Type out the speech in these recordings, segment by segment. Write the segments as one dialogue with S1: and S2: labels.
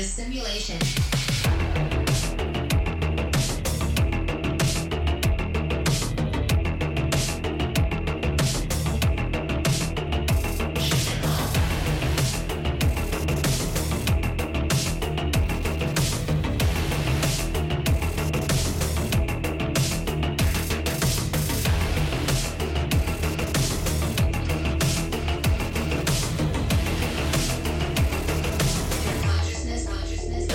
S1: information. Consciousness, consciousness,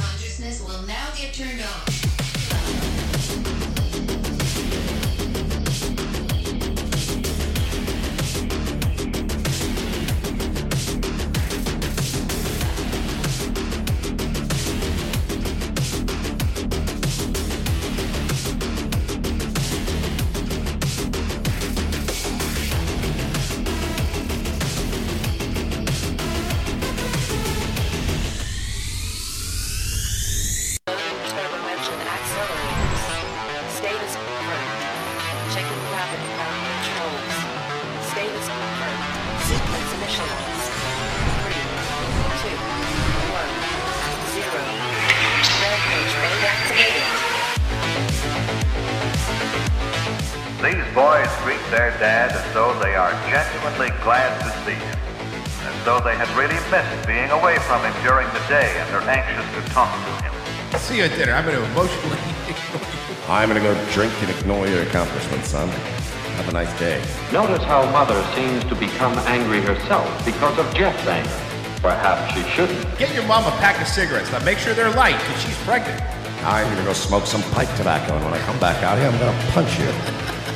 S1: consciousness will now get turned off.
S2: Turbo engine accelerates. Status confirmed. Checking gravity bound controls. Status confirmed. Sequence initialized. Three, two, one, zero. Rampage mode activated.
S3: These boys greet their dad as though they are genuinely glad to see him, as though they had really missed being away from him during the day and are anxious to talk to him.
S4: See you at dinner. I'm going to emotionally.
S5: I'm gonna go drink and ignore your accomplishments, son. Have a nice day.
S6: Notice how Mother seems to become angry herself because of Jeff's anger. Perhaps she shouldn't.
S4: Get your mom a pack of cigarettes. Now make sure they're light because she's pregnant.
S5: I'm gonna go smoke some pipe tobacco, and when I come back out here, I'm gonna punch you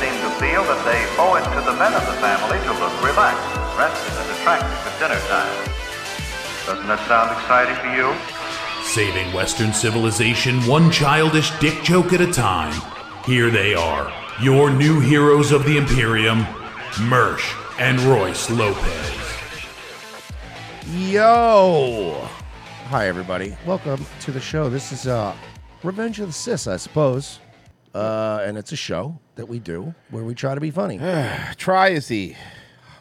S3: seem to feel that they owe it to the men of the family to look relaxed, rested, and attractive at dinner time. Doesn't that sound exciting to you?
S7: Saving Western civilization one childish dick joke at a time. Here they are, your new heroes of the Imperium, Mersch and Royce Lopez.
S5: Yo! Hi, everybody. Welcome to the show. This is uh, Revenge of the Sis, I suppose. Uh, and it's a show that we do where we try to be funny.
S8: try is the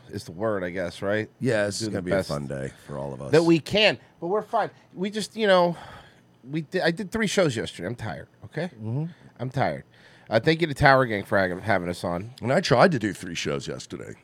S8: is the word, I guess, right?
S5: Yeah, this is
S8: the
S5: gonna be
S8: best
S5: a fun day for all of us.
S8: That we can, but we're fine. We just, you know, we did, I did three shows yesterday. I'm tired. Okay, mm-hmm. I'm tired. Uh, thank you to Tower Gang for ha- having us on.
S5: and I tried to do three shows yesterday.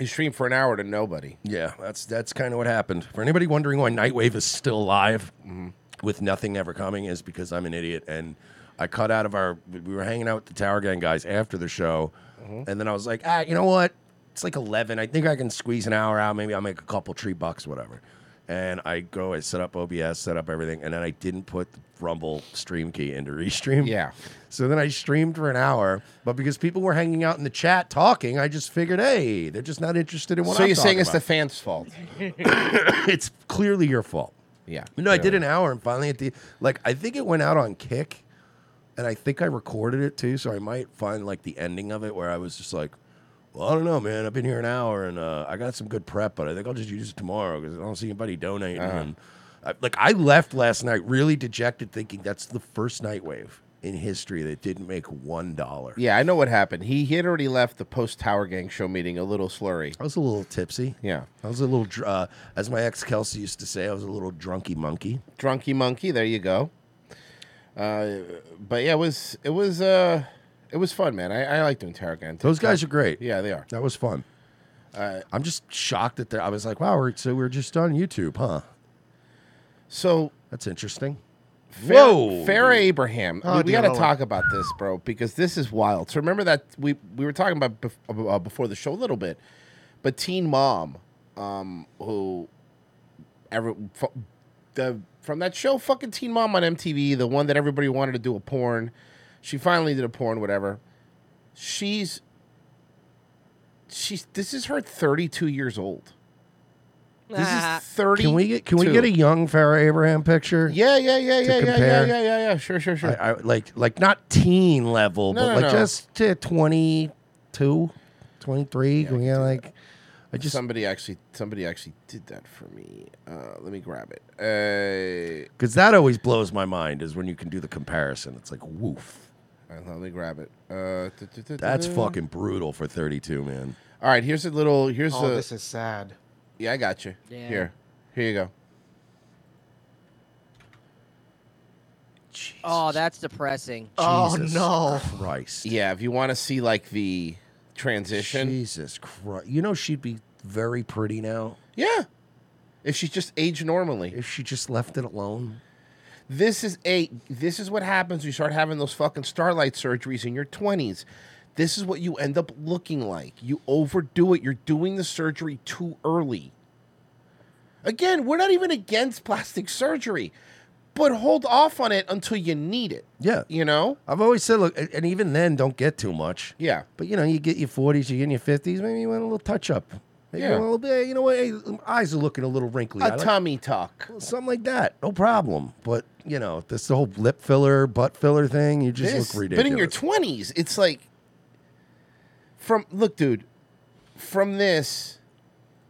S8: You streamed for an hour to nobody.
S5: Yeah, that's that's kind of what happened. For anybody wondering why Nightwave is still alive
S8: Mm-hmm.
S5: with nothing ever coming, is because I'm an idiot and I cut out of our. We were hanging out with the Tower Gang guys after the show,
S8: Mm-hmm.
S5: and then I was like, ah, you know what? It's like eleven. I think I can squeeze an hour out. Maybe I'll make a couple tree bucks, whatever. And I go, I set up OBS, set up everything, and then I didn't put the Rumble stream key into Restream.
S8: Yeah.
S5: So then I streamed for an hour, but because people were hanging out in the chat talking, I just figured, hey, they're just not interested in what
S8: so
S5: I'm
S8: you're saying
S5: talking
S8: it's
S5: about
S8: the fans' fault?
S5: it's clearly your fault.
S8: Yeah.
S5: You know, I did an hour and finally at the like I think it went out on kick and I think I recorded it too, so I might find like the ending of it where I was just like, Well, I don't know, man. I've been here an hour and uh, I got some good prep, but I think I'll just use it tomorrow because I don't see anybody donating.
S8: Uh-huh.
S5: And I, like I left last night really dejected, thinking that's the first night wave in history that didn't make one dollar.
S8: Yeah, I know what happened. He he had already left the post Tower Gang show meeting a little slurry.
S5: I was a little tipsy.
S8: Yeah.
S5: I was a little, dr- uh, as my ex Kelsey used to say, I was a little drunky monkey.
S8: Drunky Monkey, there you go. Uh, but yeah, it was it was uh It was fun, man. I, I like doing Tarragon.
S5: Those guys are great.
S8: Yeah, they are. Uh,
S5: That was fun. I'm just shocked that they- I was like, wow, we're, so we're just on YouTube, huh?
S8: So
S5: that's interesting.
S8: Farrah,
S5: Whoa.
S8: Farrah Abraham.
S5: Oh,
S8: we
S5: dear
S8: got to
S5: Lord.
S8: talk about this, bro, because this is wild. So remember that we we were talking about bef- uh, before the show a little bit, but Teen Mom, um, who ever f- the from that show, fucking Teen Mom on MTV, the one that everybody wanted to do a porn. She finally did a porn, whatever. She's she's this is her 32 years old. This is 30.
S5: Can we get can we get a young Farrah Abraham picture?
S8: Yeah, yeah, yeah, yeah, yeah, yeah, yeah,
S5: compare?
S8: yeah, yeah, yeah. Sure, sure, sure.
S5: I, I, like like not teen level,
S8: No,
S5: but
S8: no,
S5: like
S8: no.
S5: just to 22, 23. can we get like I just
S8: somebody actually somebody actually did that for me. Uh, let me grab it.
S5: because that always blows my mind is when you can do the comparison. It's like woof.
S8: Uh, uh, let me grab it. Uh, duh, duh, duh,
S5: That's
S8: duh.
S5: fucking brutal for 32, man.
S8: All right, here's a little. Here's
S9: Oh,
S8: a.
S9: this is sad.
S8: yeah, I got you.
S9: Yeah.
S8: Here, here you go.
S10: Oh, that's depressing.
S8: Oh,
S5: Jesus Christ.
S8: Yeah, if you want to see like the transition,
S5: Jesus Christ. You know she'd be very pretty now
S8: yeah. If she just aged normally,
S5: if she just left it alone.
S8: This is a this is what happens. when You start having those fucking starlight surgeries in your twenties. This is what you end up looking like. You overdo it. You're doing the surgery too early. Again, we're not even against plastic surgery, but hold off on it until you need it.
S5: Yeah.
S8: You know?
S5: I've always said, look, and even then, don't get too much.
S8: Yeah.
S5: But you know, you get your 40s, you get in your 50s, maybe you want a little touch up. Maybe you
S8: Yeah.
S5: want a little bit, you know what? Hey, m- eyes are looking a little wrinkly. I
S8: A
S5: like-
S8: tummy tuck.
S5: something like that. No problem. But you know, this whole lip filler, butt filler thing, you just
S8: This-
S5: look ridiculous.
S8: but in your twenties, it's like from look, dude, from this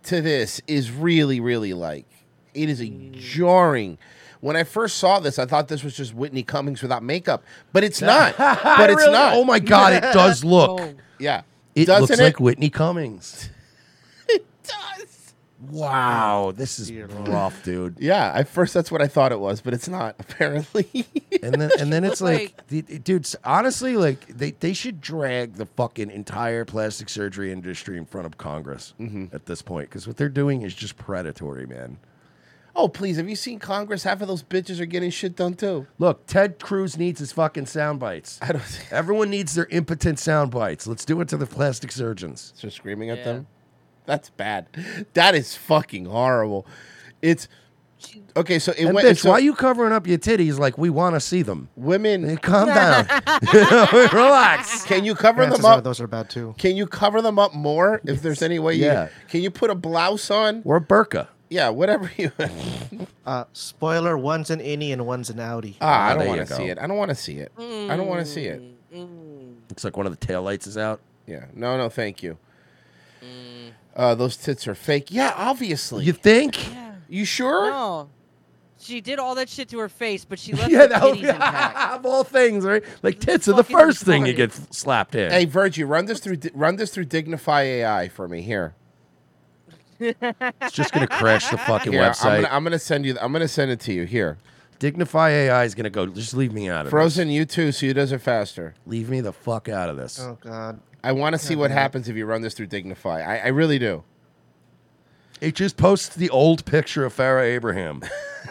S8: to this is really, really like it is a
S5: Mm.
S8: jarring. When I first saw this, I thought this was just Whitney Cummings without makeup, but it's not. but it's
S5: Really?
S8: not. Oh.
S5: Oh my god, it does look.
S8: Yeah,
S5: It
S8: doesn't
S5: looks
S8: it?
S5: like Whitney Cummings. it does. Wow, this is rough, dude.
S8: Yeah, at first that's what I thought it was, but it's not apparently.
S5: And then and then it's like, d- d- dude, s- honestly, like they, they should drag the fucking entire plastic surgery industry in front of Congress
S8: Mm-hmm.
S5: at this point because what they're doing is just predatory, man.
S8: oh please, have you seen Congress? Half of those bitches are getting shit done too.
S5: Look, Ted Cruz needs his fucking sound bites.
S8: I don't.
S5: Everyone needs their impotent sound bites. Let's do it to the plastic surgeons.
S8: So screaming at them. That's bad. That is fucking horrible. It's okay. So it
S5: And
S8: went.
S5: bitch,
S8: so
S5: why are you covering up your titties like we want to see them? Hey,
S8: women?
S5: Calm down. Relax.
S8: Can you cover
S9: Chances
S8: them
S9: are
S8: up?
S9: those are bad too.
S8: Can you cover them up more if there's any way?
S5: Yeah.
S8: You, can you put a blouse on?
S5: Or a burqa.
S8: Yeah, whatever you. ah,
S9: Uh, spoiler: one's an innie and one's an outie.
S8: Ah, I don't
S5: Ah, there
S8: want
S5: you
S8: to
S5: go.
S8: see it. I don't want to see it. I don't want to see it.
S5: Looks Mm-hmm. like one of the taillights is out. Mm.
S8: Yeah. No, no, thank you. Uh, those tits are fake. Yeah, obviously.
S5: You
S8: You,
S5: think?
S8: sure?
S10: No. She did all that shit to her face, but she left
S5: Yeah,
S10: the
S5: that
S10: titties
S5: would
S10: intact.
S5: of all things, right? Like tits are the
S10: Fucking
S5: first thing you
S10: retarded.
S5: get slapped in.
S8: Hey, Virgie, run this through. Run this through Dignify AI for me here.
S5: It's just gonna crash the fucking
S8: Here,
S5: website.
S8: I'm gonna, I'm gonna send you. I'm gonna send it to you here.
S5: Dignify AI is gonna go. Just leave me out of
S8: Frozen, you too. So who does it faster?
S5: this. Leave me the fuck out of this.
S9: Oh God.
S8: I want to see what happens if you run this through Dignify. I, I really do.
S5: It just posts the old picture of Farrah Abraham.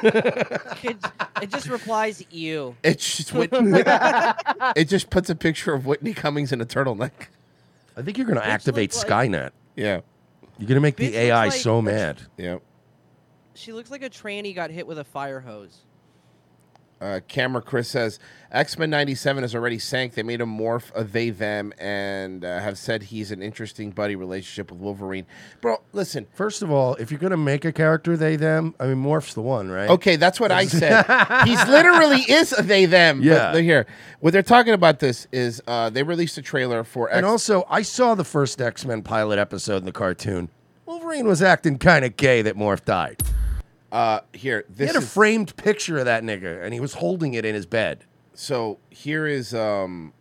S10: It, it just replies, "You."
S8: It just Whit- Whit- it just puts a picture of Whitney Cummings in a turtleneck.
S5: I think you're gonna activate
S10: looks like-
S5: Skynet.
S8: Yeah,
S5: You're gonna make the
S10: Bitch looks
S5: AI
S10: like-
S5: so mad.
S8: yeah.
S10: She looks like a tranny got hit with a fire hose.
S8: Uh, Camera Chris says X Men '97 is already sank. They made him morph a they them and uh, have said he's an interesting buddy relationship with Wolverine. Bro, listen.
S5: First of all, if you're gonna make a character they them, I mean Morph's the one, right?
S8: Okay, that's what I said. He's literally is a they them.
S5: Yeah.
S8: But look here, what they're talking about this is uh, they released a trailer for X.
S5: And also, I saw the first X Men pilot episode in the cartoon. Wolverine was acting kind of gay that Morph died.
S8: uh, here,
S5: He
S8: this
S5: had a
S8: is-
S5: framed picture of that nigga, and he was holding it in his bed.
S8: so here is um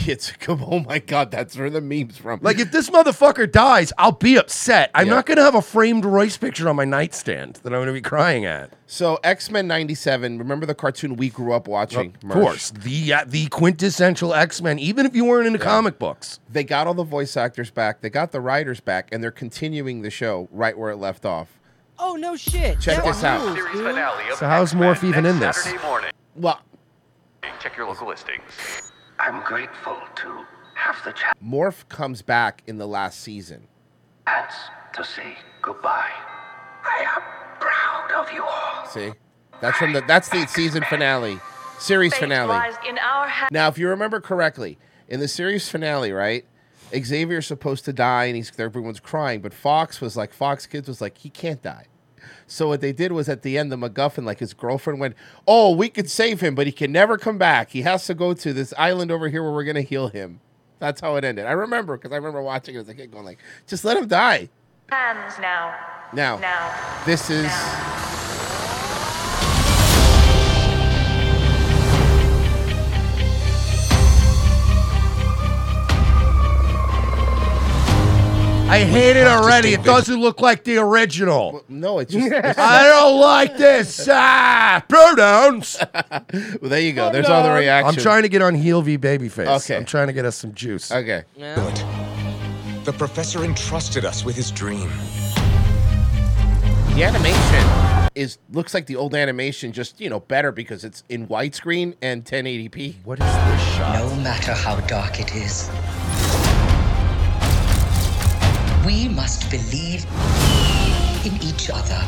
S8: It's come. Oh my god, that's where the memes from.
S5: Like if this motherfucker dies, I'll be upset. I'm not gonna have a framed Royce picture on my nightstand that I'm gonna be crying at.
S8: So X Men '97. Remember the cartoon we grew up watching?
S5: Of course, the uh, the quintessential X Men. Even if you weren't into comic books,
S8: they got all the voice actors back. They got the writers back, and they're continuing the show right where it left off.
S10: Oh no shit.
S8: Check
S10: that
S8: this out.
S10: rules,
S8: Series
S10: dude.
S8: finale
S5: So how's Morph even in this?
S11: Saturday morning.
S8: Well,
S11: Check your local listings. I'm grateful to have the chance
S8: Morph comes back in the last season.
S11: to say goodbye. I am proud of you all.
S8: See, that's from the that's the season finale, series finale.
S12: in our hands.
S8: Now, if you remember correctly, in the series finale, right, Xavier's supposed to die, and he's everyone's crying. But Fox was like, Fox Kids was like, he can't die. So what they did was at the end, the MacGuffin, like his girlfriend went, "Oh, we could save him, but he can never come back. He has to go to this island over here where we're gonna heal him." That's how it ended. I remember because I remember watching it as a kid, going like, "Just let him die."
S12: Hands now.
S8: Now,
S12: Now.
S8: this is
S5: I hate it
S8: That's
S5: already. It
S8: stupid.
S5: doesn't look like the original.
S8: no, it's just.
S5: I don't like this. Ah, pronouns.
S8: well, there you go. There's all the reaction.
S5: I'm trying to get on heel v babyface.
S13: Okay.
S5: I'm trying to get us some juice.
S8: Okay.
S13: Good. The professor entrusted us with his dream.
S8: The animation is looks like the old animation, just you know, better because it's in widescreen and 1080p. What is this shot?
S14: No matter how dark it is, we must believe in each other.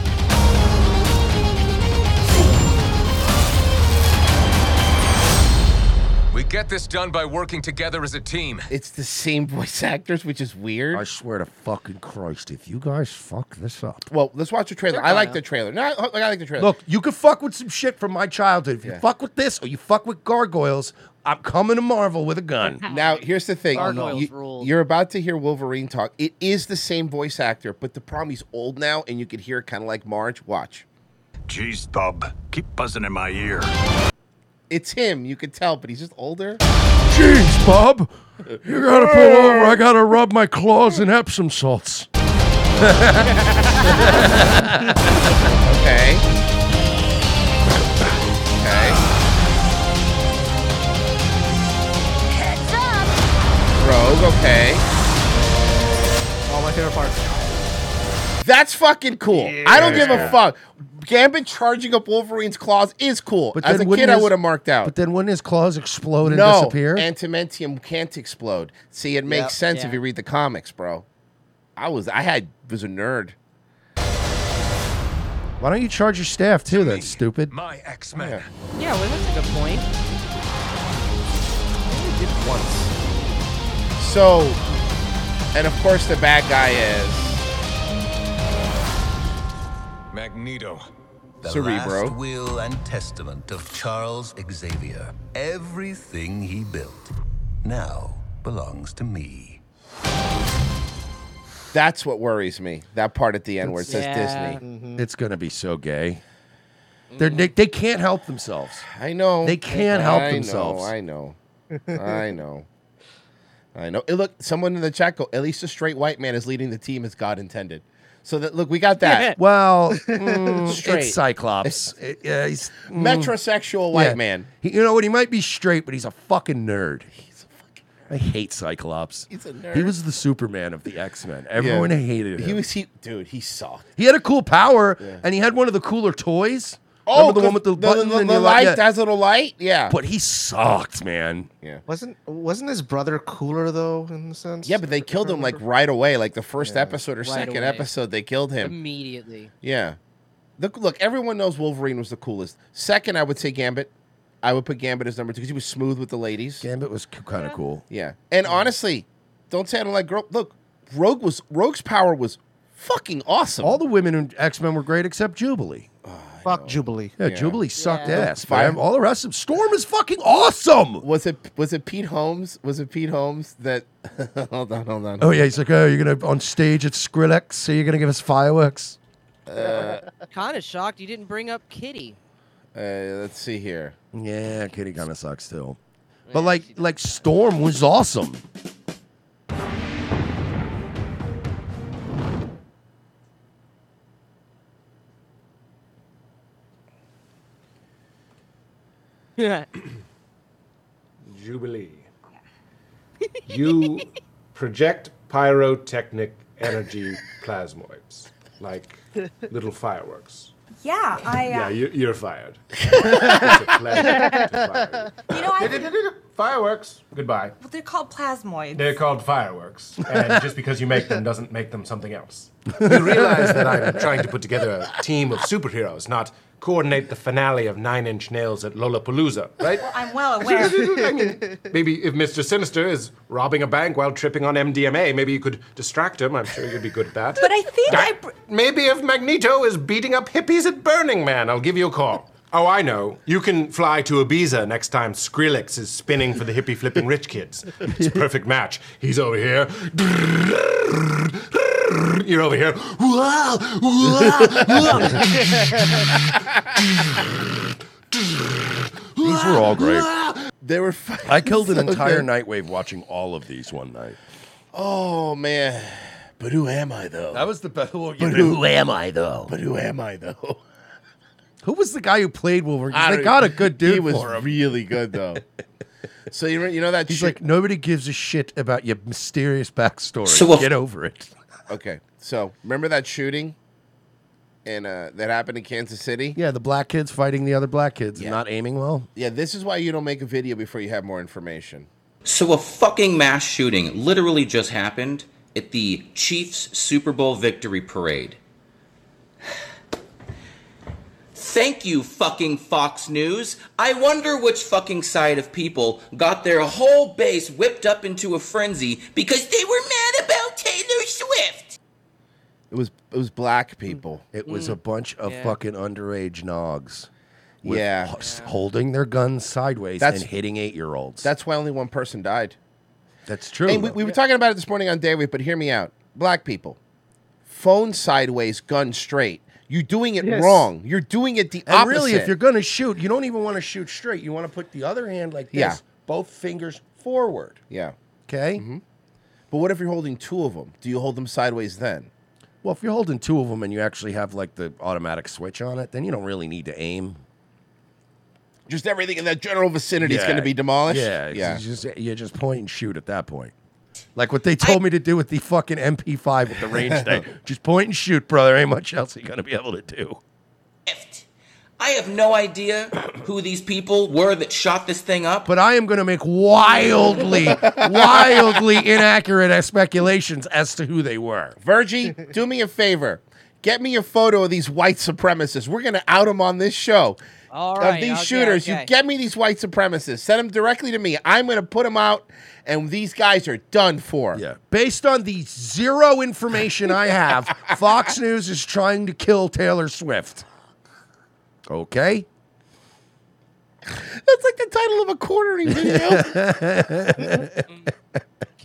S13: We get this done by working together as a team.
S8: It's the same voice actors, which is weird. I
S5: swear to fucking Christ, if you guys fuck this up.
S8: Well, let's watch the trailer. I like the trailer. No, I, I like the trailer.
S5: Look, you could fuck with some shit from my childhood. If you
S8: Yeah.
S5: fuck with this or you fuck with gargoyles, I'm coming to Marvel with a gun.
S8: Now, here's the thing.
S5: Gargoyles
S8: You, you're about to hear Wolverine talk. It is the same voice actor, but the problem he's old now, and you could hear kind of like Marge. Watch.
S15: Jeez, Bob, keep buzzing in my ear.
S8: It's him. You could tell, but he's just older.
S5: Jeez, Bob, you gotta pull over. I gotta rub my claws in Epsom salts.
S8: okay. Okay. Rogue. Okay.
S9: All Oh, my favorite parts.
S8: That's fucking cool. I don't give
S9: Yeah.
S8: a fuck. Gambit charging up Wolverine's claws is cool.
S5: But
S8: As
S5: then
S8: a
S5: wouldn't
S8: kid, I
S5: his-
S8: would have marked out.
S5: But then wouldn't his claws explode and
S8: no,
S5: disappear?
S8: antimentium can't explode. See, it makes
S5: Yep,
S8: sense
S5: yeah.
S8: if you read the comics, bro. I was, I had, was a nerd.
S5: Why don't you charge your staff too? That's stupid.
S13: My X-Men.
S10: Yeah, well, that's a good point.
S8: So, and of course, the bad guy is
S13: Magneto.
S1: The
S8: Cerebro.
S1: last will and testament of Charles Xavier. Everything he built now belongs to me.
S8: that's what worries me. That part at the end where it says
S5: Yeah.
S8: Disney.
S10: Mm-hmm.
S5: It's gonna be so gay. They're, they they can't help themselves.
S8: I know
S5: They can't help
S8: I know,
S5: themselves.
S8: I know. I know. I know. Eh, Look, someone in the chat go. At least a straight white man is leading the team as God intended. So that look, we got that.
S5: Well, mm,
S8: Straight.
S5: it's Cyclops. It- yeah, he's mm.
S8: Metrosexual white
S5: Yeah.
S8: man.
S5: He- you know what? He might be straight, but he's a fucking nerd. He's a fucking. Nerd. I hate Cyclops.
S8: He's a
S5: He
S8: nerd.
S5: was the Superman of the X Men. Everyone
S8: Yeah.
S5: hated him.
S8: He was he, dude. He sucked.
S5: He had a cool power,
S8: Yeah.
S5: and he had one of the cooler toys.
S8: Oh,
S5: Remember the one with the, button
S8: the,
S5: and
S8: the
S5: you're like,
S8: light,
S5: yeah.
S8: that's little light. Yeah,
S5: But he sucked, man.
S8: Yeah.
S9: Wasn't wasn't his brother cooler though in the sense?
S8: yeah, but they killed him like right away, like the first episode or
S9: Right
S8: second
S9: away.
S8: episode. They killed him.
S10: Immediately.
S8: Yeah. Look, look, everyone knows Wolverine was the coolest. Second, I would say Gambit. I would put Gambit as number two because he was smooth with the ladies.
S5: Gambit was kind of cool.
S8: Yeah. And honestly, don't say I don't like girl. Look, Rogue was Rogue's power was fucking awesome. Oh,
S5: All the women in X Men were great except Jubilee.
S9: Fuck Jubilee.
S5: Yeah, Jubilee sucked ass.
S8: Fire-
S5: man. All the rest of them. Storm is fucking awesome.
S8: Was it was it Pete Holmes? Was it Pete Holmes that? hold on, hold on.
S5: Oh yeah, he's like, oh, you're gonna on stage at Skrillex, so you're gonna give us fireworks.
S10: kind of shocked you didn't bring up Kitty.
S8: Uh, let's see here.
S5: Yeah, Kitty kind of sucks too. But like, like Storm was awesome.
S16: Jubilee. You project pyrotechnic energy plasmoids, like little fireworks.
S17: Yeah, I. Uh,
S16: Yeah, you, you're fired. it's a pleasure to
S17: You know,
S16: fire you. Fireworks. Goodbye.
S17: well, they're called plasmoids.
S16: They're called fireworks, and just because you make them doesn't make them something else. You realize that I'm trying to put together a team of superheroes, not coordinate the finale of Nine Inch Nails at Lollapalooza, right?
S17: Well, I'm well aware.
S16: Maybe if Mr. Sinister is robbing a bank while tripping on MDMA, maybe you could distract him. I'm sure you'd be good at that.
S17: But I think I. Br-
S16: maybe if Magneto is beating up hippies at Burning Man, I'll give you a call. Oh, I know. You can fly to Ibiza next time Skrillex is spinning for the hippie flipping rich kids. It's a perfect match. He's over here. You're over here. Wow, wow,
S5: These were all great.
S8: They were.
S5: I killed an
S8: so
S5: entire
S8: good.
S5: nightwave watching all of these one night.
S8: Oh man, but who am I though?
S5: That was the best. Well,
S8: But
S5: you know-
S8: who am I, though? But who am I though?
S5: Who was the guy who played Wolverine? 'Cause They
S8: I don't- e-
S5: got a good dude
S8: He was
S5: for him.
S8: really good though. so you re- you know that
S5: He's
S8: shit-
S5: like, nobody gives a shit about your mysterious backstory.
S8: So uh, we'll-
S5: Get over it.
S8: Okay, so remember that shooting, and uh, that happened in Kansas City.
S5: Yeah, the black kids fighting the other black kids and not aiming well.
S8: Yeah, this is why you don't make a video before you have more information.
S18: So, a fucking mass shooting literally just happened at the Chiefs Super Bowl victory parade. Thank you, fucking Fox News. I wonder which fucking side of people got their whole base whipped up into a frenzy because they were mad about Taylor Swift.
S8: It was it was black people.
S5: It was
S18: Mm.
S5: a bunch of
S18: Yeah.
S5: fucking underage nogs. with
S8: Yeah.
S5: ho- holding their guns sideways
S8: That's-
S5: and hitting eight year olds.
S8: That's why only one person died.
S5: That's true.
S8: And we, we were talking about it this morning on Daywave, but hear me out. Black people, phone sideways, gun straight. You're doing it
S5: Yes.
S8: wrong. You're doing it the
S5: And
S8: opposite.
S5: really, if you're going to shoot, you don't even want to shoot straight. You want to put the other hand like this,
S8: Yeah.
S5: both fingers forward.
S8: yeah, Mm-hmm.
S5: okay.
S8: But what if you're holding two of them? Do you hold them sideways then?
S5: Well, if you're holding two of them and you actually have like the automatic switch on it, then you don't really need to aim.
S8: Just everything in that general vicinity is going to
S5: Yeah.
S8: be demolished.
S5: Yeah,
S8: yeah.
S5: You just, you just point and shoot at that point. Like what they told me to do with the fucking MP5 with the range thing. Just point and shoot, brother. Ain't much else you're gonna be able to do.
S18: I have no idea who these people were that shot this thing up.
S5: But I am gonna make wildly, wildly inaccurate speculations as to who they were.
S8: Virgie, do me a favor. Get me a photo of these white supremacists. We're going to out them on this show.
S10: All
S8: of
S10: right,
S8: these
S10: okay,
S8: shooters,
S10: okay.
S8: you get me these white supremacists. Send them directly to me. I'm going to put them out, and these guys are done for.
S5: Yeah. Based on the zero information I have, Fox News is trying to kill Taylor Swift. Okay.
S8: That's like the title of a quartering video.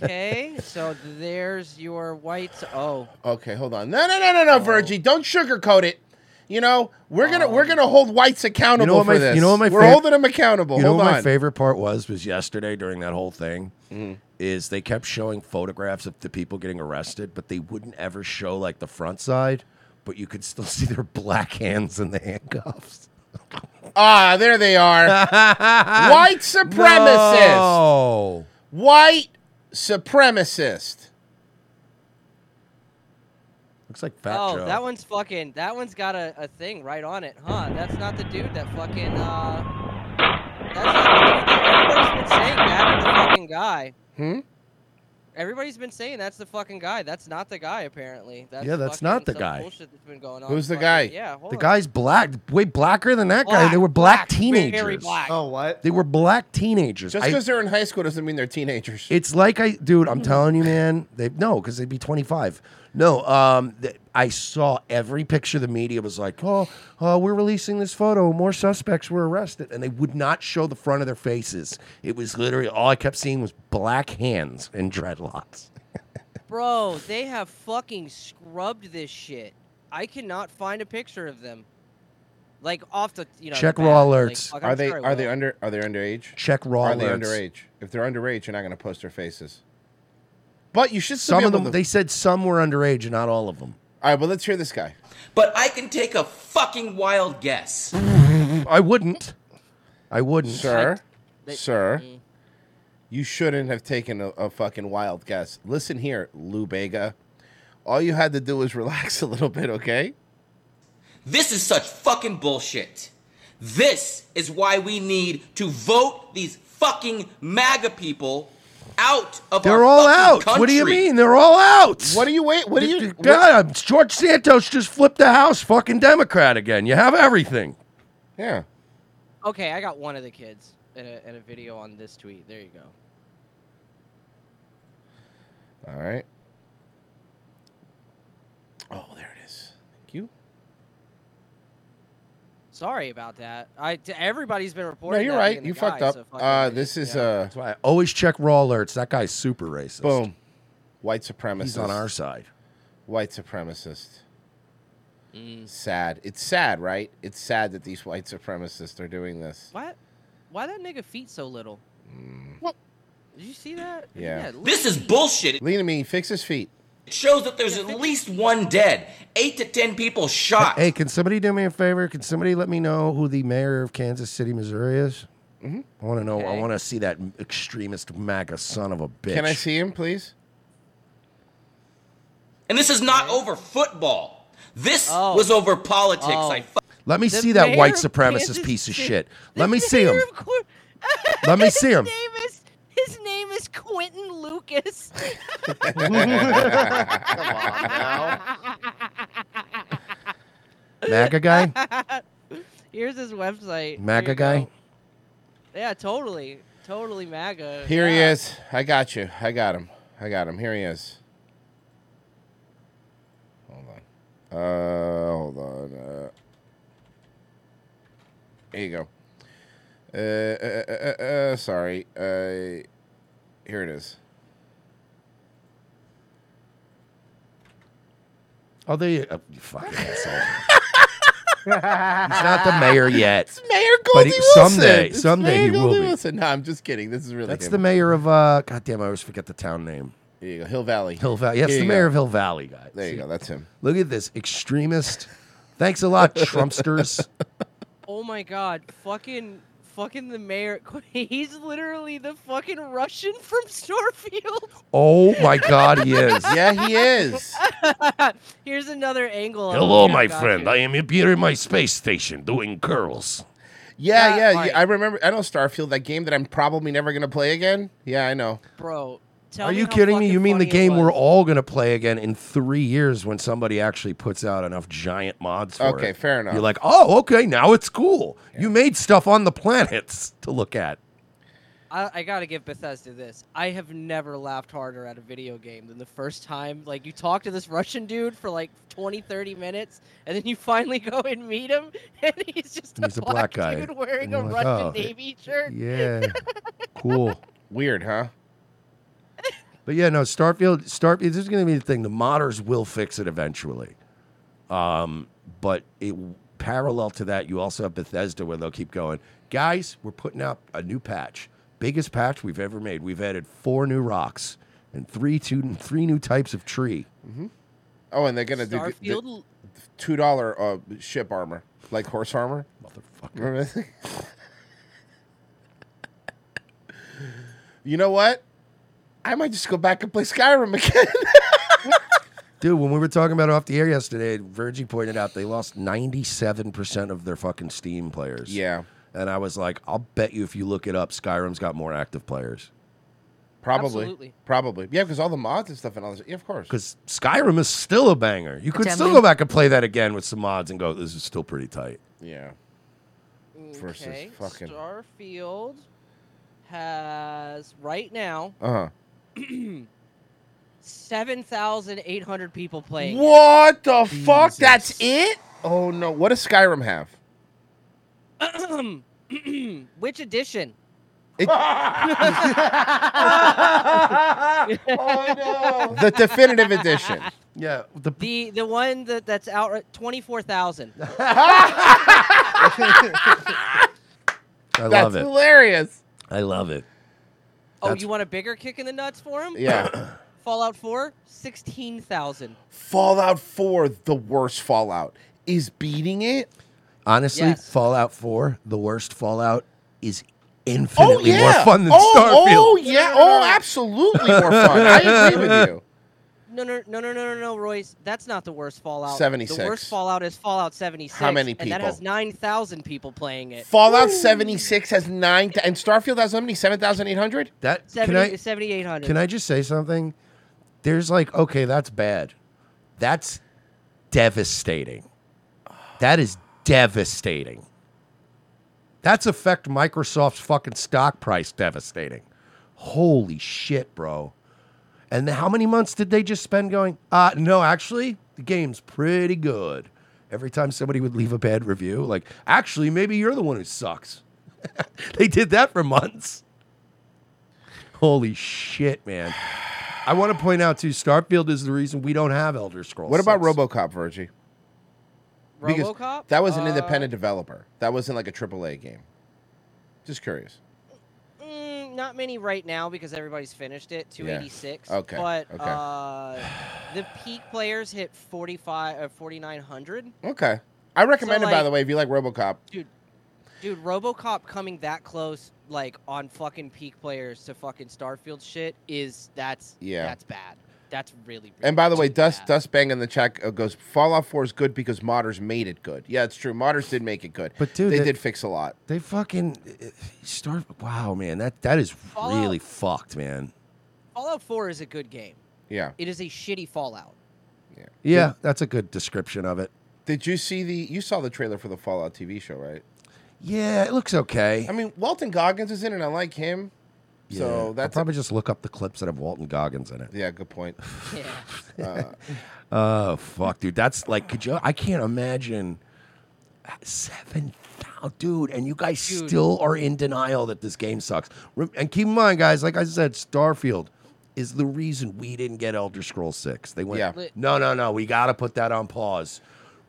S10: okay, so there's your whites. Oh,
S8: okay, hold on. No, no, no, no, no, Virgie, don't sugarcoat it. You know we're gonna we're gonna hold whites accountable
S5: what
S8: for
S5: my-
S8: this.
S5: you know what my
S8: we're
S5: fav-
S8: holding them accountable.
S5: You know
S8: hold
S5: what
S8: on. Mm-hmm.
S5: my favorite part was was yesterday during that whole thing is they kept showing photographs of the people getting arrested, but they wouldn't ever show like the front side, but you could still see their black hands in the handcuffs.
S8: Ah, there they are. White supremacist.
S5: No.
S8: White supremacist.
S5: Looks like Fat
S10: oh, that one's fucking. That one's got a, a thing right on it, huh? That's not the dude that fucking. Uh, that's not the dude that everybody's been saying that is the fucking guy.
S8: Hmm?
S10: Everybody's been saying that's the fucking guy. That's not the guy apparently. That's
S5: Yeah, that's
S10: fucking
S5: not the
S10: some
S5: guy.
S10: Bullshit that's been going on.
S5: Who's the
S10: fucking-
S5: guy?
S10: Yeah, hold
S5: the
S10: on.
S5: guy's black, way blacker than that guy. They were black, teenagers.
S9: Oh, what?
S5: They were black teenagers.
S8: Just
S5: I-
S8: because they're in high school doesn't mean they're teenagers.
S5: It's like I, dude. I'm telling you, man. They no, because they'd be 25. No, um, th- I saw every picture. The media was like, "Oh, uh, we're releasing this photo. More suspects were arrested," and they would not show the front of their faces. It was literally all I kept seeing was black hands and dreadlocks.
S10: Bro, they have fucking scrubbed this shit. I cannot find a picture of them. Like off the you know
S5: Check
S10: the
S5: raw
S10: bat, like,
S5: alerts.
S10: like, I'm
S8: Are they
S10: sure it
S8: are they
S10: will.
S8: under are they underage?
S5: Check raw
S8: Are they
S5: alerts.
S8: underage? If they're underage, you're not going to post their faces. But you should. Still
S5: Some
S8: be
S5: of
S8: able
S5: them.
S8: to-
S5: They said some were underage, not all of them.
S8: All right, well, let's hear this guy.
S18: But I can take a fucking wild guess.
S5: I wouldn't. I wouldn't,
S8: sir.
S18: They-
S8: sir,
S10: Mm-hmm.
S8: you shouldn't have taken a, a fucking wild guess. Listen here, Lou Bega. All you had to do was relax a little bit, okay?
S18: This is such fucking bullshit. This is why we need to vote these fucking MAGA people out of
S5: They're
S18: our
S5: all out.
S18: fucking
S5: What do you
S18: country.
S5: mean? They're all out. What
S8: do you wait? What do you-
S5: God, George Santos just flipped the house. Fucking Democrat again. You have everything.
S8: Yeah.
S10: Okay, I got one of the kids in a, in a video on this tweet. There you go.
S8: All right. Oh, there it is. Thank you.
S10: Sorry about that. I t- everybody's been
S8: No,
S10: reporting.
S8: you're
S10: that
S8: right.
S10: being the
S8: You
S10: guy,
S8: fucked up.
S10: so fuck
S8: Uh,
S10: everybody.
S8: this is
S10: Yeah.
S8: uh,
S5: That's why I always check raw alerts. That guy's super racist.
S8: Boom. White supremacist.
S5: He's on our side.
S8: White supremacist.
S18: Mm.
S8: Sad. It's sad, right? It's sad that these white supremacists are doing this.
S10: What? Why that nigga feet so little?
S5: Mm.
S10: What? Did you see that?
S8: Yeah.
S18: This is bullshit.
S8: Lean to me. Fix his feet.
S18: It shows that there's at least one dead, eight to ten people shot.
S5: Hey, can somebody do me a favor? Can somebody let me know who the mayor of Kansas City, Missouri is?
S8: Mm-hmm.
S5: I want to know. I
S8: Okay.
S5: want to see that extremist MAGA son of a bitch.
S8: Can I see him, please?
S18: And this is not over football. This was over politics. I fu-
S5: Let me
S18: Oh. The
S5: see that
S18: mayor
S5: white
S18: of Kansas
S5: supremacist piece of
S18: City-
S5: shit. Let me see him. Let me see him.
S10: His name is Quentin Lucas.
S5: MAGA guy?
S10: Here's his website.
S5: MAGA guy?
S10: Yeah, totally, totally MAGA.
S8: Here he
S10: Yeah.
S8: is. I got you. I got him. I got him. Here he is. Hold on. Uh, hold on. Uh, here you go. Uh, uh, uh, uh, uh sorry. Uh, here it is.
S5: Oh, there you, oh, you fucking asshole. He's not the mayor yet.
S8: It's Mayor
S5: But
S8: Goldie
S5: he-
S8: Wilson.
S5: someday-
S8: It's
S5: someday
S8: Mayor
S5: he will
S8: Goldie
S5: be.
S8: Wilson. No, I'm just kidding. This is really
S5: That's
S8: him.
S5: the mayor of uh goddamn I always forget the town name.
S8: There you go. Hill Valley.
S5: Hill Valley. Yes,
S8: Here
S5: the
S8: you
S5: mayor
S8: go.
S5: of Hill Valley, guys.
S8: There you go. That's him.
S5: Look at this extremist. Thanks a lot, Trumpsters.
S10: Oh my god, fucking fucking the mayor. He's literally the fucking Russian from Starfield.
S5: Oh my god, he is.
S8: Yeah, he is.
S10: Here's another angle. on
S5: Hello,
S10: the
S5: my
S10: Kyrgyz.
S5: friend. I am here in my space station doing curls.
S8: Yeah, yeah, yeah. I remember. I know Starfield, that game that I'm probably never gonna play again. Yeah, I know.
S10: Bro, tell
S5: Are
S10: me
S5: you
S10: how
S5: kidding me?
S10: fucking
S5: You mean the
S10: funny it
S5: game
S10: was.
S5: we're all going to play again in three years when somebody actually puts out enough giant mods for it?
S8: Okay, fair enough.
S5: You're like, oh, okay, now it's cool. You made stuff on the planets to look at.
S10: I, I gotta give Bethesda this. I have never laughed harder at a video game than the first time. Like, you talk to this Russian dude for like 20, 30 minutes, and then you finally go and meet him, and he's just
S5: He's
S10: a, black, dude wearing
S5: And
S10: a
S5: you're like,
S10: Russian
S5: oh,
S10: Navy shirt.
S5: Yeah, cool.
S8: Weird, huh?
S5: But yeah, no, Starfield, Starfield, this is going to be the thing. The modders will fix it eventually. Um, but it, parallel to that, you also have Bethesda where they'll keep going, guys, we're putting out a new patch. Biggest patch we've ever made. We've added four new rocks and three, two, three new types of tree.
S8: Oh, and they're gonna do the-
S10: Starfield-
S8: the, two dollar uh, ship armor, like horse armor. Motherfucker. you know what? I might just go back and play Skyrim again.
S5: Dude, when we were talking about it off the air yesterday, Virgie pointed out they lost 97% of their fucking Steam players.
S8: Yeah.
S5: And I was like, I'll bet you if you look it up, Skyrim's got more active players.
S8: probably,
S5: Absolutely.
S8: probably. Yeah, because all the mods and stuff and all this. Yeah, of course.
S5: Because Skyrim is still a banger. You could still go
S8: Gentlemen.
S5: back and play that again with some mods and go, this is still pretty tight.
S8: Yeah. Versus
S10: okay.
S8: fucking.
S10: Starfield has right now
S8: Uh-huh.
S10: seven thousand eight hundred people playing. it.
S8: What the fuck? That's it? Oh no! What does Skyrim have?
S10: Which edition?
S8: The definitive
S5: Yeah.
S8: edition.
S10: Oh, The the one that that's out twenty four thousand.
S5: I
S8: That's
S5: love it.
S8: hilarious.
S5: I love it.
S10: Oh,
S5: That's-
S10: you want a bigger kick in the nuts for him?
S8: Yeah.
S10: Fallout 4, 16,000.
S8: Fallout 4, the worst Fallout, is beating it.
S5: Honestly,
S8: Yes.
S5: Fallout 4, the worst Fallout, is infinitely more
S8: Oh, yeah.
S5: fun than
S8: Oh,
S5: Starfield.
S8: oh, yeah. Oh, absolutely more fun. I agree with you.
S10: No, no, no, no, no, no, no, Royce. That's not the worst Fallout.
S8: 76.
S10: The worst Fallout is Fallout 76.
S8: How many
S10: And that
S8: people?
S10: has 9,000 people playing it.
S8: Fallout 76 has nine, t- and Starfield has how many? 7,800?
S5: That,
S10: 70
S5: can I-
S10: 7,800.
S5: Can I just say something? There's like, okay, that's bad. That's devastating. That is devastating. That's affect Microsoft's fucking stock price devastating. Holy shit, bro. And how many months did they just spend going, uh, no, actually, the game's pretty good. Every time somebody would leave a bad review, like, actually, maybe you're the one who sucks. they did that for months. Holy shit, man. I want to point out too, Starfield is the reason we don't have Elder Scrolls.
S8: What about
S5: six.
S8: RoboCop, Virgie?
S10: RoboCop?
S8: That was an
S10: Uh,
S8: independent developer. That wasn't like a AAA game. Just curious.
S10: Mm, not many right now because everybody's finished it. 286.
S8: Okay,
S10: But
S8: okay.
S10: Uh, the peak players hit 45 uh, 4,900.
S8: Okay. I recommend
S10: So,
S8: it, by
S10: like-
S8: the way, if you like RoboCop.
S10: Dude, RoboCop coming that close, like on fucking peak players to fucking Starfield shit, is that's
S8: Yeah.
S10: that's bad. That's really.
S8: And by the way, Dust Dust Bang in the chat uh, goes Fallout 4 is good because modders made it good. Yeah, it's true. Modders did make it good.
S5: But dude,
S8: they
S5: that-
S8: did fix a lot.
S5: They fucking start. Wow, man, that that is really fucked, man.
S10: Fallout 4 is a good game.
S8: Yeah.
S10: It is a shitty Fallout.
S5: Yeah, that's a good description of it.
S8: Did you see the you saw the trailer for the Fallout TV show, right?
S5: Yeah, it looks okay.
S8: I mean, Walton Goggins is in it. I like him.
S5: Yeah.
S8: So
S5: I'll
S8: that's
S5: probably just look up the clips that have Walton Goggins in it.
S8: Yeah, good point.
S5: Yeah.
S8: Uh,
S5: oh fuck, dude, that's like, could you? I can't imagine seven thousand, dude. And you guys
S19: Dude.
S5: still are in denial that this game sucks. Rem- And keep in mind, guys, like I said, Starfield is the reason we didn't get Elder Scrolls Six. They went,
S8: Yeah. Li-
S5: no, no, no, we got to put that on pause.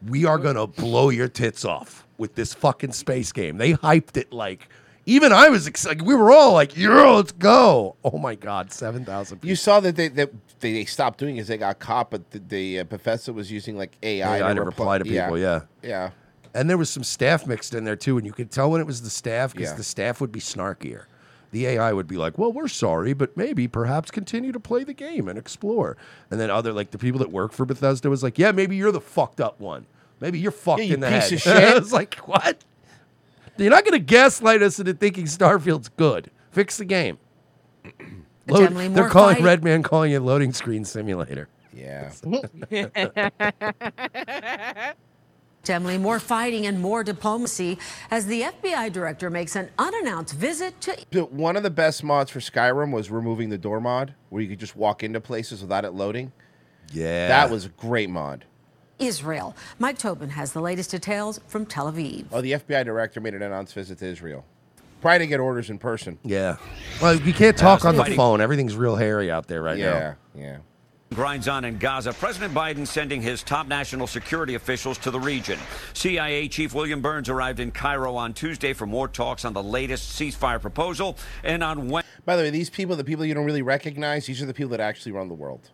S5: We are gonna blow your tits off with this fucking space game. They hyped it like. Even I was excited. We were all like, "Yo, let's go!" Oh my god, seven thousand
S8: You saw that they that they, they stopped doing is they got caught, but the, the uh, Bethesda was using like AI,
S5: AI to reply to people, yeah.
S8: yeah.
S5: And there was some staff mixed in there too, and you could tell when it was the staff because
S8: Yeah.
S5: the staff would be snarkier. The AI would be like, "Well, we're sorry, but maybe perhaps continue to play the game and explore." And then other like the people that work for Bethesda was like, "Yeah, maybe you're the fucked up one. Maybe you're fucked
S8: you
S5: in the
S8: piece
S5: head."
S8: of shit.
S5: I was like, "What? You're not going to gaslight us into thinking Starfield's good. Fix the game." Load-
S20: Definitely
S5: they're
S20: more
S5: calling
S20: fight.
S5: Redman calling it loading screen simulator.
S8: Yeah.
S20: Demley, more fighting and more diplomacy as the FBI director makes an unannounced visit to.
S8: Dude, One of the best mods for Skyrim was removing the door mod, where you could just walk into places without it loading.
S5: Yeah,
S8: that was a great mod.
S20: Israel. Mike Tobin has the latest details from Tel Aviv.
S8: Oh, the FBI director made an announced visit to Israel, probably to get orders in person.
S5: Yeah. Well, you can't
S8: Yeah,
S5: talk
S8: so
S5: on the
S8: fighting-
S5: phone. Everything's real hairy out there right
S8: Yeah,
S5: now.
S8: yeah.
S21: Grinds on in Gaza. President Biden sending his top national security officials to the region. CIA Chief William Burns arrived in Cairo on Tuesday for more talks on the latest ceasefire proposal. And on Wednesday,
S8: By the way, these people, the people you don't really recognize, these are the people that actually run the world.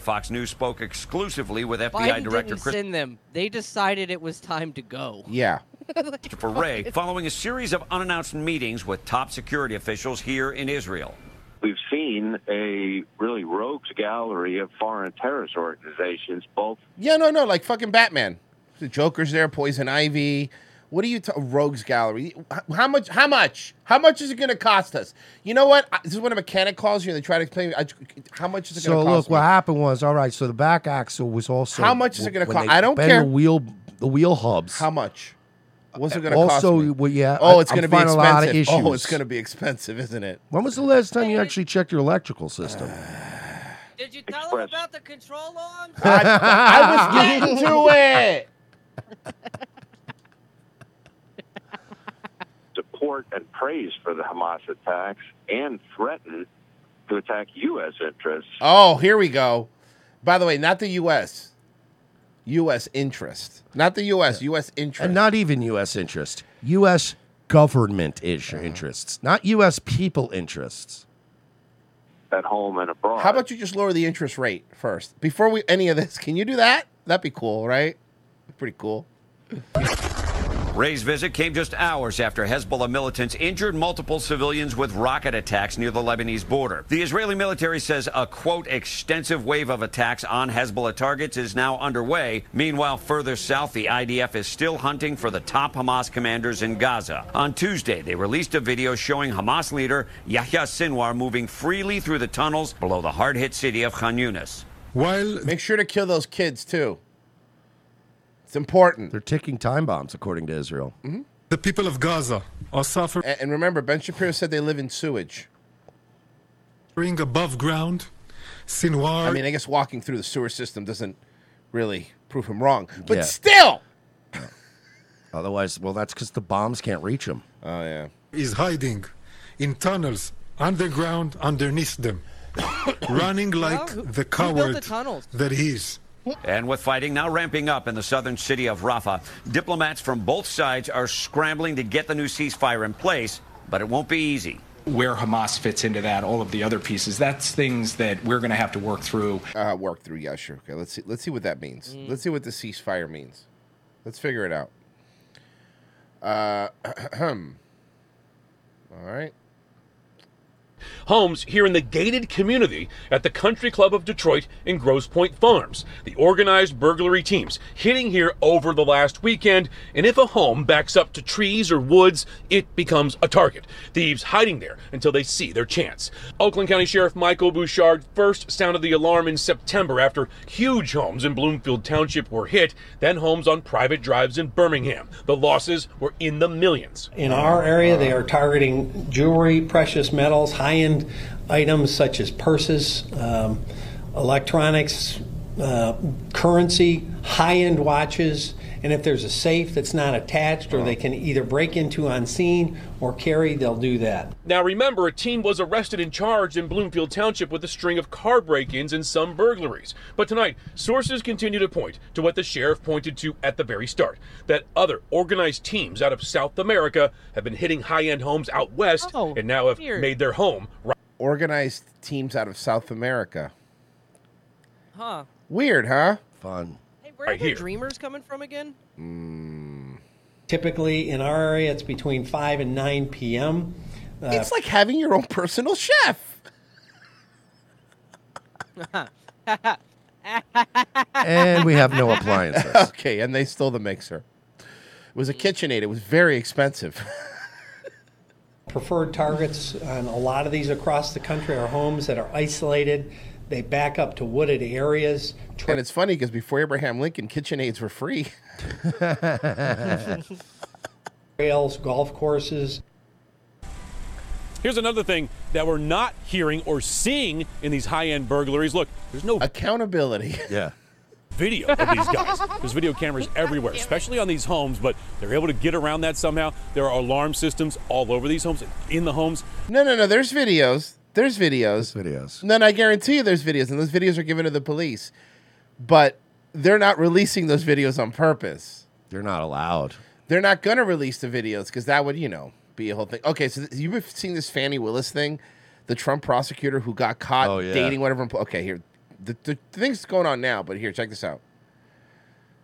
S21: Fox News spoke exclusively with FBI
S10: Biden
S21: Director
S10: didn't send them. They decided it was time to go.
S8: Yeah.
S21: Christopher Wray following a series of unannounced meetings with top security officials here in Israel.
S6: We've seen a really rogues gallery of foreign terrorist organizations, both
S8: Yeah, no, no, like fucking Batman. The Joker's there, Poison Ivy. What are you ta- Rogues Gallery? H- How much? How much? How much is it going to cost us? You know what? I- this is when a mechanic calls you and they try to explain. I, how much is it
S5: So
S8: going to cost?
S5: look, what happened was all right. So the back axle was also
S8: How much is it gonna
S5: when
S8: cost?
S5: they
S8: I don't
S5: bend
S8: care.
S5: The wheel, the wheel hubs. How
S8: much? What's it going to cost?
S5: Also,
S8: me?
S5: well, yeah.
S8: Oh,
S5: I-
S8: it's
S5: I'm
S8: going to be
S5: finding
S8: expensive.
S5: a lot of issues.
S8: Oh, it's going to be expensive, isn't it?
S5: When was the last time you actually checked your electrical system?
S10: Did you tell him about the control arm?
S8: I, I was getting to it.
S6: support and praise for the Hamas attacks and threaten to attack U.S. interests.
S8: Oh, here we go. By the way, not the U.S. U.S. interest, not the U.S. U.S. interest.
S5: and not even U.S. interest, U.S. government ish
S8: Uh-huh.
S5: interests, not U.S. people interests.
S22: at home and abroad.
S8: How about you just lower the interest rate first before we any of this? Can you do that? That'd be cool, right? Pretty cool.
S6: Ray's visit came just hours after Hezbollah militants injured multiple civilians with rocket attacks near the Lebanese border. The Israeli military says a quote extensive wave of attacks on Hezbollah targets is now underway. Meanwhile, further south, the IDF is still hunting for the top Hamas commanders in Gaza. On Tuesday, they released a video showing Hamas leader Yahya Sinwar moving freely through the tunnels below the hard-hit city of Khan Yunis.
S8: While make sure to kill those kids too. It's important.
S5: They're ticking time bombs, according to Israel.
S8: The people of Gaza are suffering. And, and remember, Ben Shapiro said they live in sewage. Being above ground, Sinwar. I mean, I guess walking through the sewer system doesn't really prove him wrong, but
S5: Yeah.
S8: still.
S5: Otherwise, well, that's because the bombs can't reach them.
S8: Oh yeah.
S2: is hiding in tunnels underground underneath them, running like
S6: who- who
S2: the
S6: built the
S2: coward
S6: tunnels?
S2: that he is.
S6: And with fighting now ramping up in the southern city of Rafah, diplomats from both sides are scrambling to get the new ceasefire in place, but it won't be easy.
S23: where Hamas fits into that, all of the other pieces. That's things that we're going to have to work through.
S8: Uh, work through, yeah, sure. Okay, let's see. Let's see what that means. Let's see what the ceasefire means. Let's figure it out. Uh, all right.
S7: Homes here in the gated community at the Country Club of Detroit in Grosse Pointe Farms. The organized burglary teams hitting here over the last weekend, and if a home backs up to trees or woods, it becomes a target. Thieves hiding there until they see their chance. Oakland County Sheriff Michael Bouchard first sounded the alarm in September after huge homes in Bloomfield Township were hit, then homes on private drives in Birmingham. The losses were in the millions.
S24: In our area, they are targeting jewelry, precious metals, high end items such as purses, um, electronics, uh, currency, high end watches. And if there's a safe that's not attached or they can either break into on scene or carry, they'll do that.
S7: Now, remember, a teen was arrested and charged in Bloomfield Township with a string of car break ins and some burglaries. But tonight, sources continue to point to what the sheriff pointed to at the very start that other organized teams out of South America have been hitting high end homes out west and now have
S8: weird.
S7: made their home right
S8: Organized teams out of South America.
S10: Huh.
S8: Weird, huh?
S5: Fun.
S10: Hey, where are the dreamers coming from again?
S24: Typically, in our area, it's between 5 and 9 p.m. Uh,
S8: It's like having your own personal chef.
S5: and we have no appliances.
S8: okay, and they stole the mixer. It was a KitchenAid. It was very expensive.
S24: preferred targets on a lot of these across the country are homes that are isolated. They back up to wooded areas.
S8: and it's funny because before Abraham Lincoln, KitchenAids were free.
S24: trails, golf courses.
S7: Here's another thing that we're not hearing or seeing in these high end burglaries. Look, there's no
S8: accountability.
S5: Yeah.
S7: Video of these guys. There's video cameras everywhere, especially on these homes, but they're able to get around that somehow. There are alarm systems all over these homes, in the homes.
S8: No, no, no. There's videos. There's videos.
S5: videos.
S8: No, no, I guarantee you there's videos, and those videos are given to the police. But they're not releasing those videos on purpose.
S5: They're not allowed.
S8: They're not going to release the videos because that would, you know, be a whole thing. Okay, so th- you've seen this Fannie Willis thing, the Trump prosecutor who got caught
S5: Oh, yeah.
S8: dating whatever. empl- Okay, here. The, the, the thing's going on now, but here, check this out.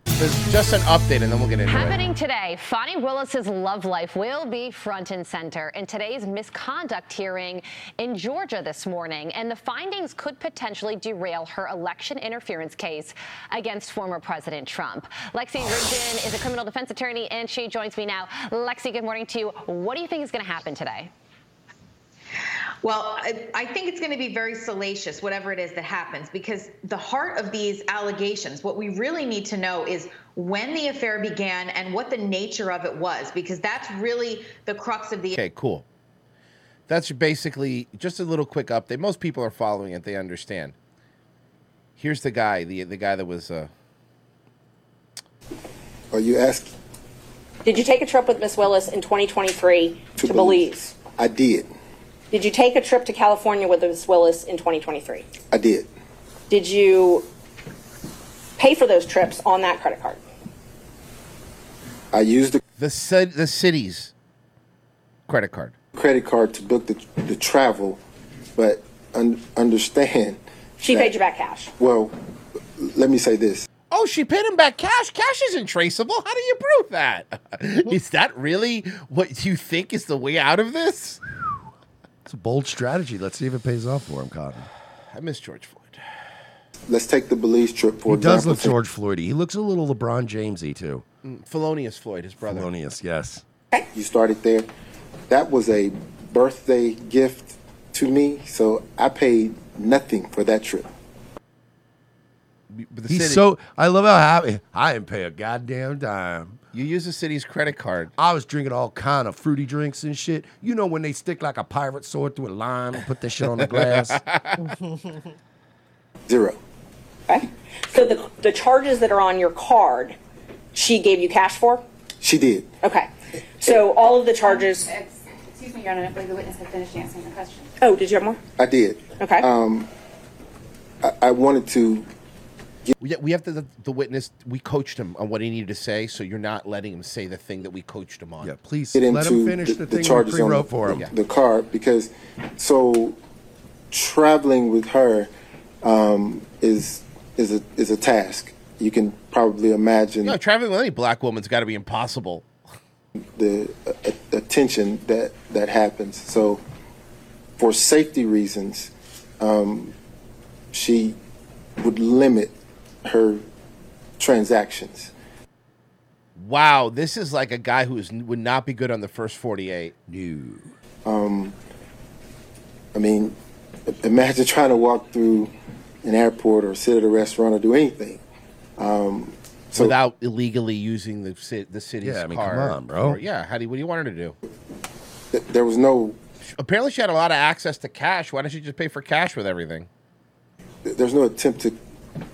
S8: There's just an update, and then we'll get into it.
S25: Happening today, Fannie Willis's love life will be front and center in today's misconduct hearing in Georgia this morning, and the findings could potentially derail her election interference case against former President Trump. Lexi Rigdon is a criminal defense attorney, and she joins me now. Lexi, good morning to you. What do you think is going to happen today?
S26: Well, I, I think it's going to be very salacious, whatever it is that happens, because the heart of these allegations, what we really need to know is when the affair began and what the nature of it was, because that's really the crux of the
S8: Okay, cool. That's basically just a little quick update. Most people are following it; they understand. Here's the guy, the the guy that was. Uh, Are you asking?
S27: Did you take a trip with Miss Willis in 2023 to, Belize?
S28: I did.
S27: Did you take a trip to California with Miss Willis in 2023?
S28: I did.
S27: Did you pay for those trips on that credit card.
S28: I used the
S8: the, ci- the city's credit card.
S28: credit card to book the, the travel, but un- understand.
S27: She
S28: that-
S27: paid you back cash.
S28: Well, let me say this.
S8: Oh, she paid him back cash. Cash isn't traceable. How do you prove that? is that really what you think is the way out of this?
S5: It's a bold strategy. Let's see if it pays off for him, Cotton.
S8: I miss George Floyd.
S28: Let's take the Belize trip for
S5: he does
S28: example.
S5: look George Floydy. He looks a little LeBron Jamesy too.
S8: Mm, Felonious Floyd, his brother.
S5: Felonious, yes.
S28: You started there. That was a birthday gift to me, so I paid nothing for that trip.
S8: But the
S5: He's
S8: city-
S5: so. I love how happy. I didn't pay a goddamn dime.
S8: You use the city's credit card.
S5: I was drinking all kind of fruity drinks and shit. You know when they stick like a pirate sword through a lime and put that shit on the glass.
S28: Zero.
S27: So the, the charges that are on your card, she gave you cash for?
S28: She did.
S27: Okay. So all of the charges.
S28: Um, Excuse me, Your Honor, I believe the witness had finished answering the question.
S27: Oh, did you have more?
S28: I did.
S27: Okay.
S28: Um, I, I wanted to.
S8: We, we have to, the, the witness, we coached him on what he needed to say, so you're not letting him say the thing that we coached him on. Yeah,
S5: please
S28: get into charges on the, the card because so traveling with her um, is is a is a task. You can probably imagine
S8: No, traveling with any black woman's got to be impossible.
S28: the a- a- attention that that happens. So for safety reasons, um, she would limit her transactions.
S8: Wow, this is like a guy who is, would not be good on the first 48.
S5: No.
S28: Um, I mean, i- imagine trying to walk through an airport or sit at a restaurant or do anything. Um, so
S8: Without illegally using the, ci- the city's
S28: Yeah, I mean, come
S8: card.
S28: on, bro.
S8: for- yeah, how do you, what do you want her to do?
S28: th- there was no,
S8: Apparently, she had a lot of access to cash. Why don't you just pay for cash with everything?
S28: th- there's no attempt to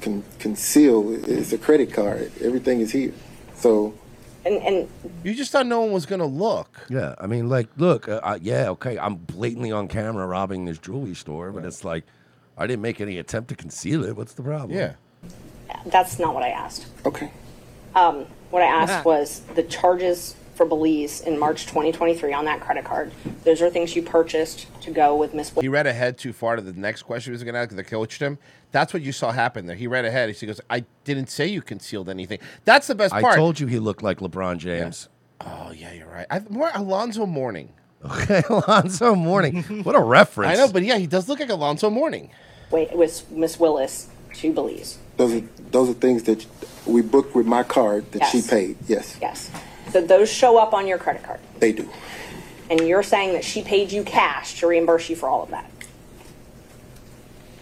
S28: con- conceal. I- It's a credit card. Everything is here. So
S27: And, and
S8: you just thought no one was going to look.
S5: Yeah, I mean, like, look, uh, I, yeah, okay, I'm blatantly on camera robbing this jewelry store, but it's like, I didn't make any attempt to conceal it. What's the problem?
S8: Yeah.
S27: That's not what I asked.
S28: Okay.
S27: Um, what I asked was the charges for Belize in March 2023 on that credit card. Those are things you purchased to go with Miss.
S8: He read ahead too far to the next question he was going to ask that coached him. That's what you saw happen there. He read ahead. He goes, I didn't say you concealed anything. That's the best
S5: I
S8: part.
S5: told you he looked like LeBron James.
S8: Oh, yeah, you're right. I, more Alonzo Mourning.
S5: Okay, Alonzo Mourning. What a reference.
S8: I know, but yeah, he does look like Alonzo Mourning.
S27: Wait, with Miss Willis to Belize.
S28: those are, those are things that we booked with my card that she
S27: Yes.
S28: paid. Yes,
S27: Yes. So those show up on your credit card.
S28: they do.
S27: And you're saying that she paid you cash to reimburse you for all of that.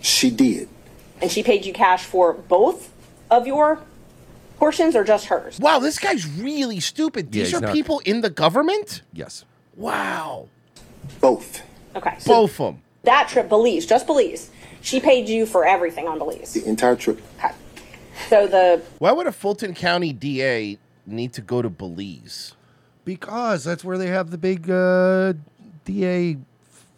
S28: She did.
S27: And she paid you cash for both of your portions or just hers?
S8: Wow, this guy's really stupid.
S5: Yeah,
S8: These
S5: he's
S8: are
S5: not-
S8: people in the government?
S5: Yes.
S8: Wow.
S28: Both.
S27: Okay. So
S8: Both of them.
S27: that trip, Belize, just Belize, she paid you for everything on Belize.
S28: The entire trip.
S27: So the
S8: Why would a Fulton County DA need to go to Belize?
S5: Because that's where they have the big uh, DA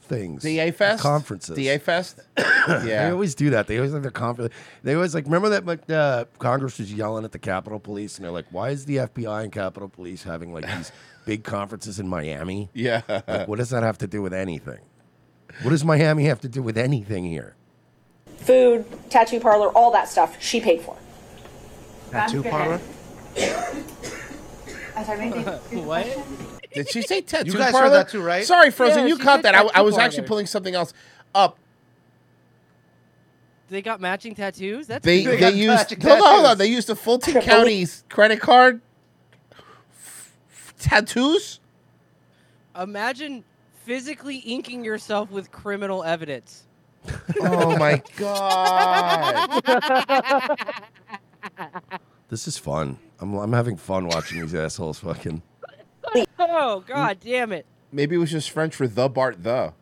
S5: things.
S8: DA Fest?
S5: Conferences.
S8: DA Fest?
S5: They
S8: yeah.
S5: always do that. They always have their conference. They always like, remember that like, uh, Congress was yelling at the Capitol Police and they're like, why is the FBI and Capitol Police having like these big conferences in Miami?
S8: Yeah.
S5: Like, what does that have to do with anything? What does Miami have to do with anything here?
S27: food, tattoo parlor, all that stuff, she paid for.
S9: Tattoo parlor?
S28: I'm sorry,
S9: What?
S8: Did she say tattoo
S9: guys heard
S8: parlor?
S9: that too, right?
S8: Sorry, Frozen,
S9: Yeah,
S8: you
S9: she
S8: caught
S9: said
S8: that. I, I
S9: tattoo
S8: was actually
S9: parlor.
S8: pulling something else up.
S10: They got matching tattoos. That's
S8: They they,
S10: weird.
S8: used hold on, hold on. They used the Fulton County's credit card f- f- tattoos.
S10: Imagine physically inking yourself with criminal evidence.
S8: Oh my
S10: God.
S5: This is fun. I'm, I'm having fun watching these assholes fucking.
S10: oh God, damn it!
S8: Maybe it was just French for the Bart the.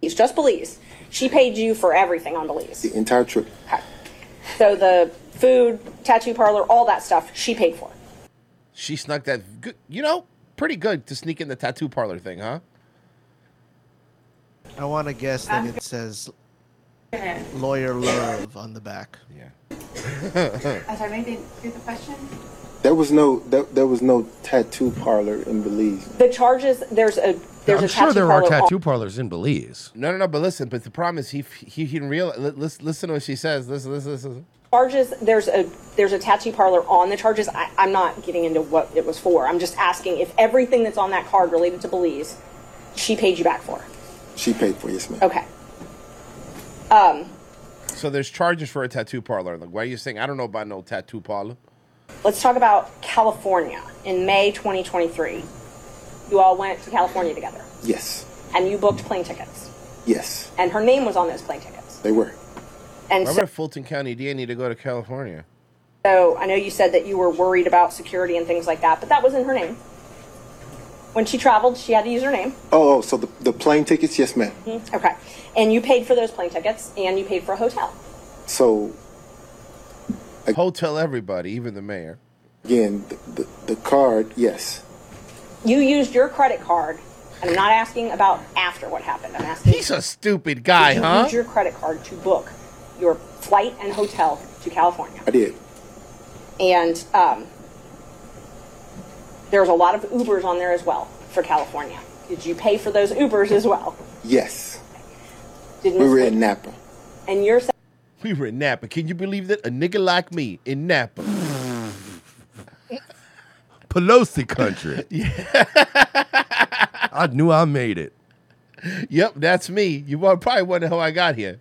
S27: Belize, just Belize, she paid you for everything on Belize.
S28: The entire trip.
S27: So the food, tattoo parlor, all that stuff, she paid for.
S8: She snuck that. Good, you know, pretty good to sneak in the tattoo parlor thing, huh?
S9: I want to guess that it says lawyer love on the back.
S8: Yeah.
S29: I'm sorry, maybe repeat the question.
S28: There was no there, there was no tattoo parlor in Belize.
S27: The charges, there's a there's
S5: I'm
S27: a
S5: sure
S27: tattoo
S5: there are
S27: parlor on-
S5: tattoo parlors in Belize.
S8: No, no, no. But listen, but the problem is he he he didn't realize. Listen, listen to what she says. Listen, listen, listen.
S27: charges there's a there's a tattoo parlor on the charges I, i'm not getting into what it was for i'm just asking if everything that's on that card related to belize she paid you back for
S28: She paid for yes, ma'am.
S27: okay um,
S8: So there's charges for a tattoo parlor. Like, why are you saying I don't know about no tattoo parlor?
S27: let's talk about california in may 2023 you all went to california together
S28: Yes,
S27: and you booked plane tickets
S28: yes,
S27: and her name was on those plane tickets
S28: they were.
S27: and
S8: why
S27: so,
S8: would Fulton County DA need to go to California?
S27: so i know you said that you were worried about security and things like that but that was in her name when she traveled she had to use her name
S28: Oh, oh so the, the plane tickets, yes, ma'am.
S27: Mhm, Okay. And you paid for those plane tickets and you paid for a hotel.
S28: So
S8: Hotel everybody, even the mayor.
S28: again, the, the, the card, yes.
S27: You used your credit card. And I'm not asking about after what happened. I'm asking
S8: He's a stupid guy,
S27: you
S8: huh?
S27: used your credit card to book your flight and hotel to California.
S28: I did.
S27: And um, there's a lot of Ubers on there as well for California. Did you pay for those Ubers as well?
S28: Yes.
S27: Did
S28: We
S27: Ms.
S28: were in Napa.
S27: And you're saying
S8: We were in Napa. Can you believe that? A nigga like me in Napa.
S5: Pelosi country. I knew I made it.
S8: Yep, that's me. You wa- probably wonder how I got here.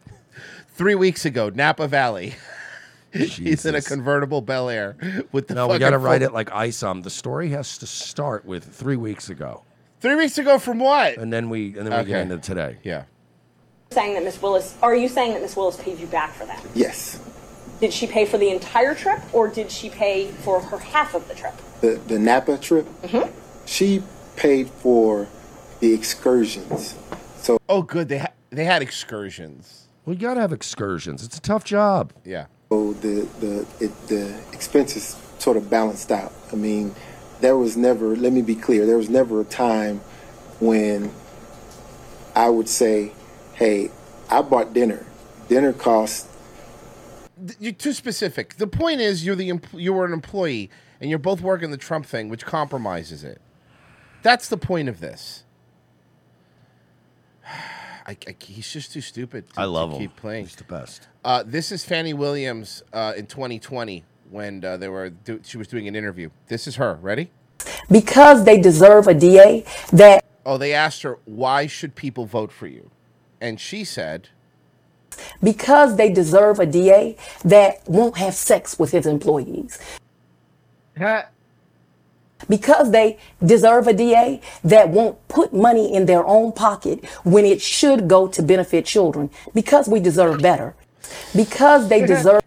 S8: Three weeks ago, Napa Valley. He's in a
S5: Jesus.
S8: convertible Bel Air with the.
S5: No, we gotta
S8: fucking
S5: write
S8: full-
S5: it like ISOM. The story has to start with three weeks ago,
S8: Three weeks ago from what?
S5: and then we and then we
S8: Okay.
S5: get into today.
S8: Yeah.
S27: saying that Miss Willis, are you saying that Miss Willis paid you back for that?
S28: Yes.
S27: Did she pay for the entire trip or did she pay for her half of the trip?
S28: The, the Napa trip,
S27: Mm-hmm.
S28: she paid for the excursions. So
S8: Oh, good. They ha- they had excursions.
S5: Well, you gotta have excursions. It's a tough job.
S8: Yeah.
S28: So the the it, the expenses sort of balanced out. I mean, there was never. Let me be clear. There was never a time when I would say, "Hey, I bought dinner. Dinner cost
S8: Th- You're too specific. The point is, you're the empl- you were an employee, and you're both working the Trump thing, which compromises it. That's the point of this. I, I- he's just too stupid. to-
S5: I
S8: to
S5: love him.
S8: Keep playing.
S5: He's the best.
S8: Uh, this is Fannie Williams uh, in 2020 when uh, they were do- she was doing an interview. This is her. Ready?
S3: because they deserve a DA that
S8: Oh, they asked her why should people vote for you, and she said,
S3: because they deserve a DA that won't have sex with his employees. Because they deserve a DA that won't put money in their own pocket when it should go to benefit children. Because we deserve better. Because they deserve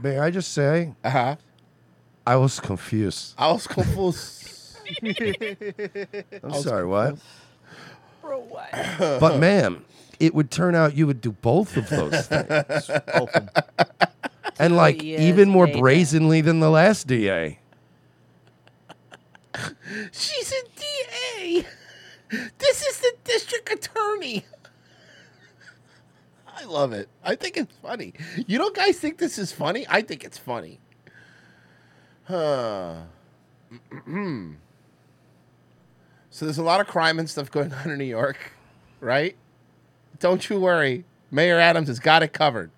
S5: May I just say?
S8: Uh huh.
S5: I was confused.
S8: "I was confused."
S5: I'm sorry, what? But ma'am, it would turn out you would do both of those things. and like
S8: Yes,
S5: even more
S8: Dana.
S5: brazenly than the last DA.
S8: She's a DA. This is the district attorney. I love it. I think it's funny. You don't guys think this is funny? I think it's funny. Huh. Mm-mm. so there's a lot of crime and stuff going on in New York, right? Don't you worry. Mayor Adams has got it covered.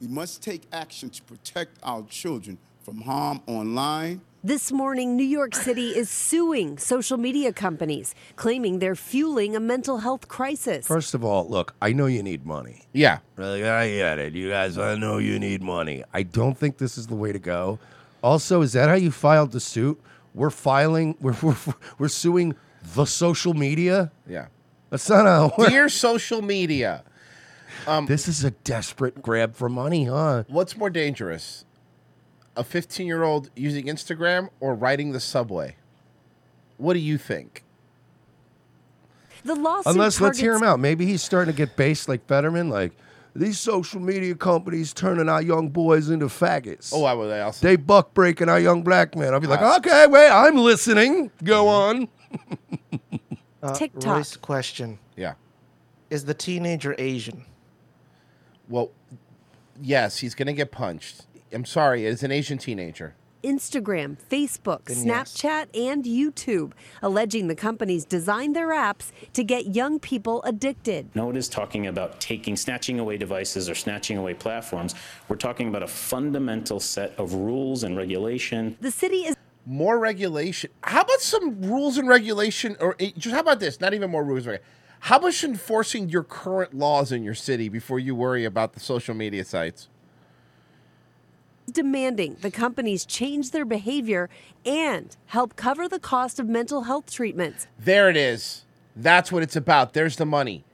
S30: We must take action to protect our children from harm online.
S11: This morning, New York City is suing social media companies, claiming they're fueling a mental health crisis.
S5: First of all, look, I know you need money.
S8: Yeah.
S5: Like, I get it. You guys, I know you need money. I don't think this is the way to go. Also, is that how you filed the suit? We're filing, we're, we're, we're suing the social media?
S8: Yeah.
S5: That's not how it works.
S8: Dear social media. Um,
S5: this is a desperate grab for money, huh?
S8: What's more dangerous? A 15 year old using Instagram or riding the subway? What do you think?
S11: The lawsuit
S5: Unless, let's hear him
S11: targets-
S5: out. Maybe he's starting to get based like Fetterman, like, these social media companies turning our young boys into faggots.
S8: Oh, Uh, I would also.
S5: They buck breaking our young black men. I'll be like, okay, wait, I'm listening. Go on.
S9: Uh,
S11: TikTok.
S9: Royce Uh, question.
S8: Yeah.
S9: Is the teenager Asian?
S8: Well, yes, he's going to get punched. I'm sorry, as an Asian teenager.
S11: Instagram, Facebook,
S8: Then yes.
S11: Snapchat, and YouTube, alleging the companies designed their apps to get young people addicted.
S12: No one is talking about taking, snatching away devices or snatching away platforms. We're talking about a fundamental set of rules and regulation.
S11: The city is
S8: more regulation. How about some rules and regulation, or eh, just how about this? Not even more rules. and reg- How about enforcing your current laws in your city before you worry about the social media sites?
S11: demanding the companies change their behavior and help cover the cost of mental health treatments.
S8: There it is. That's what it's about. There's the money.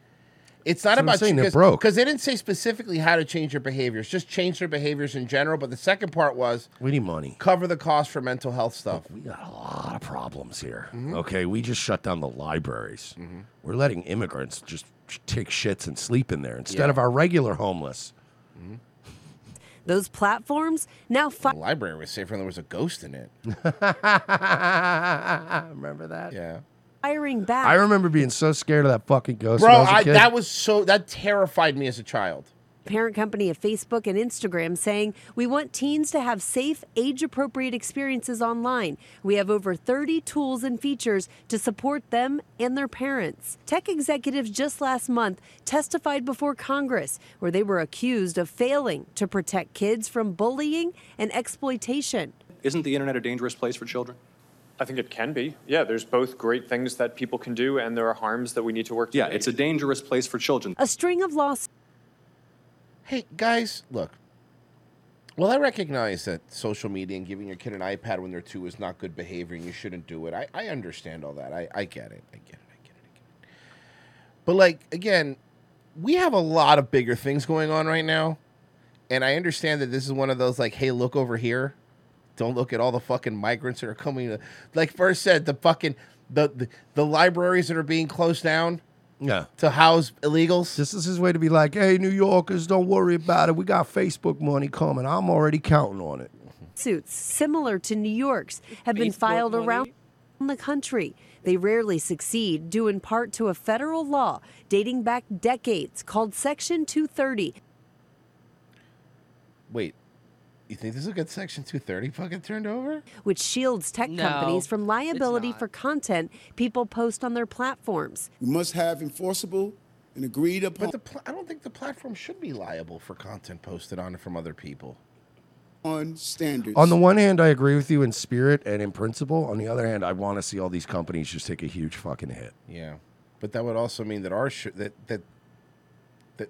S8: It's
S5: That's
S8: not
S5: what I'm
S8: about
S5: saying, they're broke.
S8: because they didn't say specifically how to change their behaviors. Just change their behaviors in general. But the second part was
S5: We need money.
S8: cover the cost for mental health stuff.
S5: We got a lot of problems here.
S8: mm-hmm.
S5: Okay, we just shut down the libraries. We're letting immigrants just sh- take shits and sleep in there instead
S11: Yeah.
S5: of our regular homeless.
S8: Mm-hmm.
S11: Those platforms now fi-
S8: The library was safer when there was a ghost in it.
S5: Remember that?
S8: Yeah.
S11: firing back.
S5: I remember being so scared of that fucking ghost.
S8: Bro,
S5: when I was a
S8: I,
S5: kid.
S8: that was so that terrified me as a child.
S11: Parent company of Facebook and Instagram saying, We want teens to have safe, age appropriate experiences online. We have over 30 tools and features to support them and their parents. Tech executives just last month testified before Congress where they were accused of failing to protect kids from bullying and exploitation.
S13: Isn't the internet a dangerous place for children? I think it can be. Yeah, there's both great things that people can do, and there are harms that we need to work. Yeah, it's a dangerous place for children.
S11: A string of lawsuits.
S8: Hey, guys, look. Well, I recognize that social media and giving your kid an iPad when they're two is not good behavior and you shouldn't do it. I, I understand all that. I, I get it. I get it. I get it. I get it. But, like, again, we have a lot of bigger things going on right now. And I understand that this is one of those, like, hey, look over here. Don't look at all the fucking migrants that are coming. to- Like, first said, the fucking. The, the, the libraries that are being closed down
S5: Yeah.
S8: to house illegals.
S5: This is his way to be like, hey, New Yorkers, don't worry about it. We got Facebook money coming. I'm already counting on it.
S11: similar to New York's have been
S5: Facebook
S11: filed
S5: money.
S11: around the country. They rarely succeed, due in part to a federal law dating back decades called Section 230
S8: Wait, you think this will get Section 230 fucking turned over?
S11: which shields tech
S8: No,
S11: companies from
S8: it's
S11: liability for content people post on their platforms.
S30: You must have enforceable and agreed upon.
S8: But the pl- I don't think the platform should be liable for content posted on it from other people.
S30: On standards.
S5: On the one hand, I agree with you in spirit and in principle. On the other hand, I want to see all these companies just take a huge fucking hit.
S8: Yeah, but that would also mean that our sh- that that that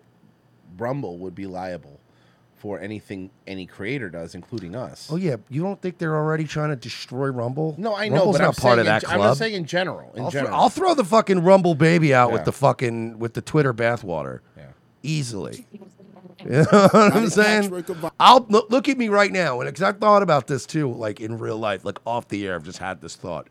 S8: Rumble would be liable for anything any creator does, including us.
S5: Oh yeah, you don't think they're already trying to destroy Rumble?
S8: No, I know,
S5: Rumble's
S8: but
S5: not
S8: I'm
S5: part
S8: saying
S5: of that
S8: in,
S5: club.
S8: I'm not saying in general. In
S5: I'll, throw-
S8: general,
S5: I'll throw the fucking Rumble baby out
S8: Yeah.
S5: with the fucking with the Twitter bathwater.
S8: Yeah.
S5: Easily. You know what I'm saying? I'll look, look at me right now, and because I thought about this too, like in real life, like off the air, I've just had this thought.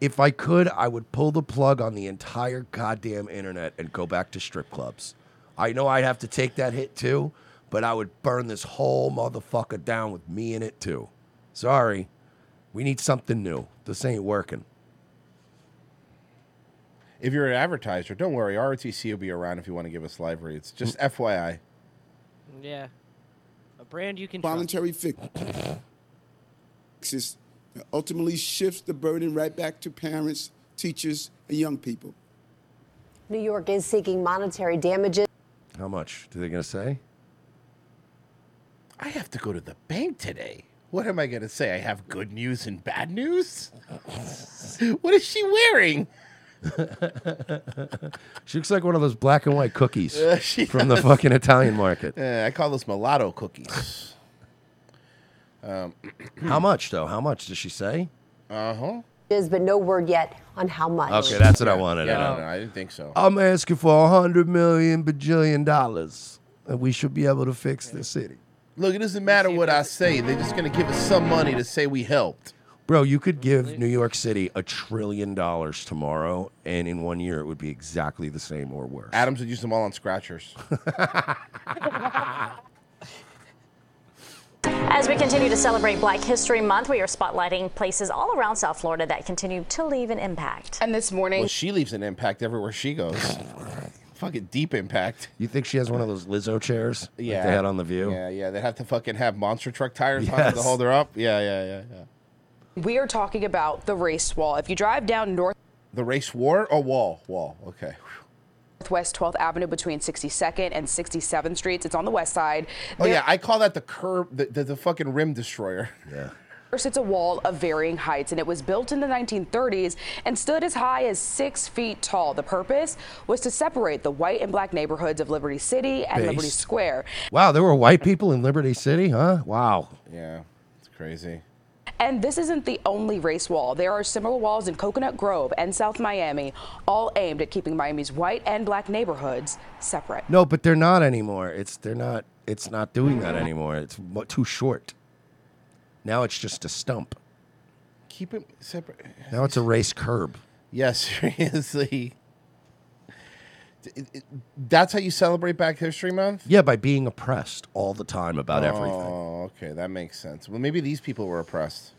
S5: If I could, I would pull the plug on the entire goddamn internet and go back to strip clubs. I know I'd have to take that hit too, but I would burn this whole motherfucker down with me in it too. Sorry, we need something new. This ain't working.
S8: if you're an advertiser, don't worry, ROTC will be around if you want to give us live reads. Just
S5: Mm.
S8: FYI.
S10: Yeah. A brand you can
S30: voluntary fix- fixes that ultimately shifts the burden right back to parents, teachers, and young people.
S11: New York is seeking monetary damages.
S5: How much are they gonna say?
S8: I have to go to the bank today. What am I going to say? I have good news and bad news? what is she wearing?
S5: She looks like one of those black and white cookies
S8: Uh, she
S5: from the
S8: does.
S5: fucking Italian market.
S8: Uh, I call those mulatto cookies. um,
S5: How much though? How much does she say?
S8: uh huh.
S11: But no word yet on how much.
S5: Okay, that's what I wanted. to
S8: Yeah, no,
S5: know. Oh.
S8: no, I didn't think so.
S5: I'm asking for a hundred million bajillion dollars, and we should be able to fix the city.
S8: Look, it doesn't matter what I say. They're just going to give us some money to say we helped.
S5: Bro, you could give New York City a trillion dollars tomorrow, and in one year it would be exactly the same or worse.
S8: Adams would use them all on scratchers.
S14: As we continue to celebrate Black History Month, we are spotlighting places all around South Florida that continue to leave an impact.
S15: And this morning,
S8: well, she leaves an impact everywhere she goes. fucking deep impact.
S5: You think she has one of those Lizzo chairs? like
S8: Yeah.
S5: they had on the View.
S8: Yeah, yeah. They have to fucking have monster truck tires on it to
S5: Yes.
S8: hold her up. Yeah, yeah, yeah, yeah.
S31: We are talking about the race wall. If you drive down north.
S8: The race war or wall? Wall. Okay.
S31: Northwest 12th Avenue between 62nd and 67th Streets. It's on the west side.
S8: Oh yeah, I call that the curb, the, the, the fucking rim destroyer.
S5: Yeah.
S31: First, it's a wall of varying heights, and it was built in the 1930s and stood as high as six feet tall. The purpose was to separate the white and black neighborhoods of Liberty City and Liberty
S5: Based.
S31: Square.
S5: Wow, there were white people in Liberty City, huh? Wow.
S8: Yeah, it's crazy.
S31: And this isn't the only race wall. There are similar walls in Coconut Grove and South Miami, all aimed at keeping Miami's white and black neighborhoods separate.
S5: No, but they're not anymore. It's they're not. It's not doing that anymore. It's mu- too short. Now it's just a stump.
S8: Keep it separate.
S5: Now it's a race curb.
S8: Yeah, seriously. It- it- That's how you celebrate Black History Month.
S5: Yeah, by being oppressed all the time about everything.
S8: Oh, okay, that makes sense. Well, maybe these people were oppressed.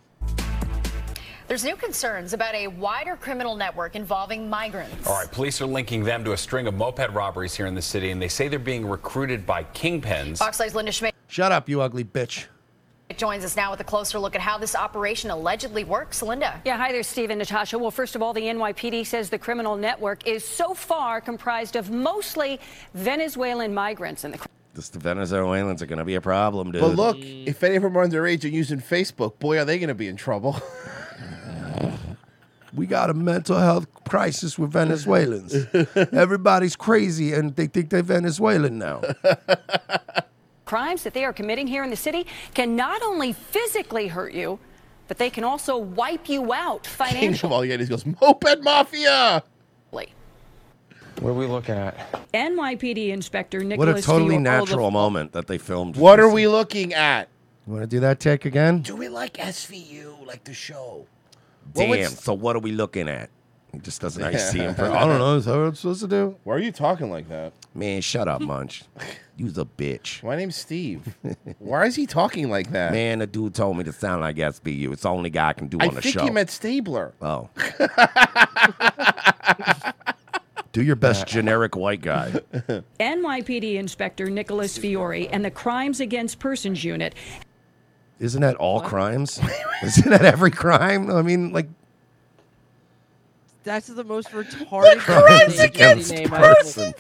S1: There's new concerns about a wider criminal network involving migrants.
S7: All right, police are linking them to a string of moped robberies here in the city, and they say they're being recruited by kingpins.
S1: Fox News' Linda Schmidt
S5: Shut up, you ugly bitch.
S1: joins us now with a closer look at how this operation allegedly works. Linda.
S32: Yeah, hi there, Steve and Natasha. Well, first of all, the NYPD says the criminal network is so far comprised of mostly Venezuelan migrants. And the
S5: This, the Venezuelans are going to be a problem, dude.
S8: But look, if any of them are underage and using Facebook, boy, are they going to be in trouble.
S5: we got a mental health crisis with Venezuelans. Everybody's crazy and they think they're Venezuelan now.
S32: crimes that they are committing here in the city can not only physically hurt you, but they can also wipe you out
S8: King
S32: financially.
S8: of all Yetis goes moped mafia.
S7: What are we looking at?
S32: NYPD Inspector
S5: what
S32: Nicholas
S5: a totally
S32: Viola-
S5: natural moment that they filmed.
S8: What are we looking at?
S5: You want to do that take again?
S8: Do it like SVU, like the show.
S5: Damn.
S8: Well, what's-
S5: so what are we looking at? He just doesn't I see him. For,
S8: Yeah.
S5: I don't know. Is that what I'm supposed to do?
S8: Why are you talking like that?
S5: Man, shut up, Munch. You's a bitch.
S8: My name's Steve. Why is he talking like that?
S5: Man, the dude told me to sound like SBU. It's the only guy I can do
S8: I
S5: on the
S8: think
S5: show.
S8: he meant Stabler.
S5: oh. do your best, generic white guy.
S32: NYPD Inspector Nicholas Fiore and the Crimes Against Persons Unit
S5: Isn't that all crimes? Isn't that every crime? I mean, like
S10: That's the most retarded
S5: crimes
S10: fucking
S5: against
S10: name I've ever-
S5: persons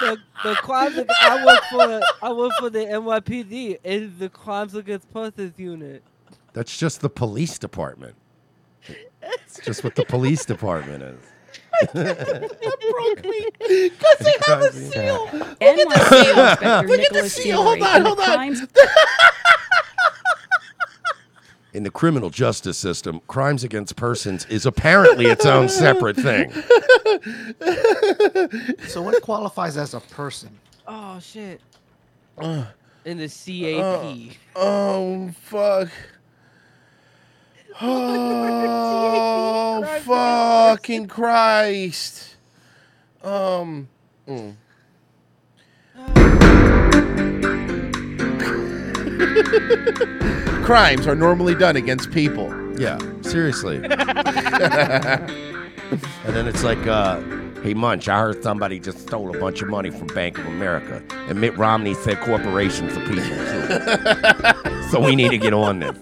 S10: The, the crimes ag- I work for I work for the NYPD and the crimes against persons unit.
S5: that's just the police department. It's just what the police department is.
S8: broke me because they have a seal. Look
S32: at
S8: the seal. Look at the seal. Hold on, hold on.
S5: in the criminal justice system, crimes against persons is apparently its own separate thing.
S9: so what qualifies as a person?
S10: Oh shit. Uh,
S8: Uh,
S10: In the CAP.
S8: oh fuck. Oh fucking Christ. Um. mm. Crimes are normally done against people.
S5: Yeah, seriously. And then it's like, uh, hey, Munch, I heard somebody just stole a bunch of money from Bank of America. And Mitt Romney said corporations are people, too. so we need to get on this.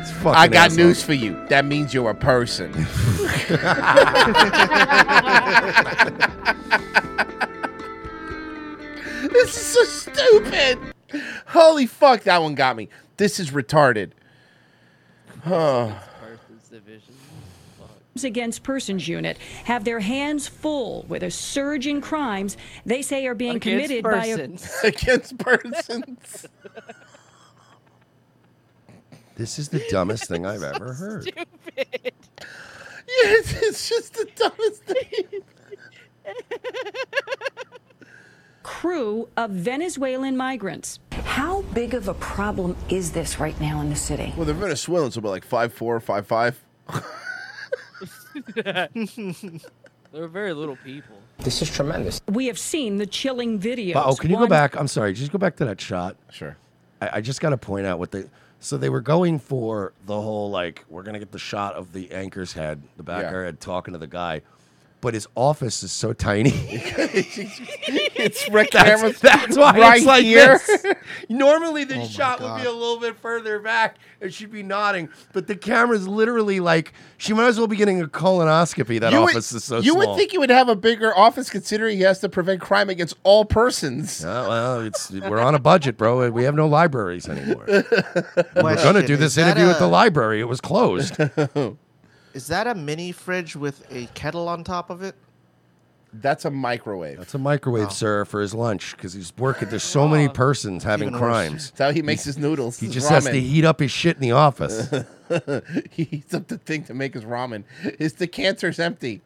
S5: It's fucking
S8: I got
S5: assholes.
S8: news for you. That means you're a person. this is so stupid. Holy fuck, that one got me. This is retarded.
S10: uh.
S8: Oh.
S32: Crimes Against Persons Unit have their hands full with a surge in crimes they say are being
S8: Against
S32: committed
S8: persons. Against persons.
S5: This is the dumbest thing I've ever heard.
S32: Stupid.
S8: Yes, it's just the dumbest thing.
S32: crew of Venezuelan migrants.
S33: How big of a problem is this right now in the city?
S8: Well, the Venezuelans will be like five four, five five.
S10: They're very little people.
S5: This is tremendous.
S32: We have seen the chilling videos.
S5: Oh, can you go
S32: One
S5: back? I'm sorry. Just go back to that shot.
S8: Sure.
S5: I, I just got to point out what they So they were going for the whole like we're gonna get the shot of the anchor's head, the back of her head talking to the guy, but his office is so tiny.
S8: it's Rick
S5: that's,
S8: Cameron's
S5: that's why
S8: right
S5: it's like
S8: here.
S5: this. Normally, this
S8: Oh my
S5: shot would be
S8: God.
S5: a little bit further back, and she'd be nodding, but the camera's literally like she might as well be getting a colonoscopy. That
S8: You would-
S5: office is so
S8: you
S5: small.
S8: would think he would have a bigger office considering he has to prevent crime against all persons.
S5: Uh, well, it's we're on a budget, bro. We have no libraries anymore. we were gonna
S9: Question,
S5: do
S9: is
S5: this
S9: that
S5: interview at the
S9: a-
S5: library. It was closed.
S9: Is that a mini fridge with a kettle on top of it?
S8: That's a microwave.
S5: That's a
S8: Oh.
S5: microwave, sir, for his lunch because he's working. There's so many persons having
S8: even worse.
S5: crimes.
S8: That's how he makes his noodles,
S5: He
S8: his
S5: just has to
S8: ramen.
S5: heat up his shit in the office.
S8: he heats up the thing to make his ramen. His decanter's empty.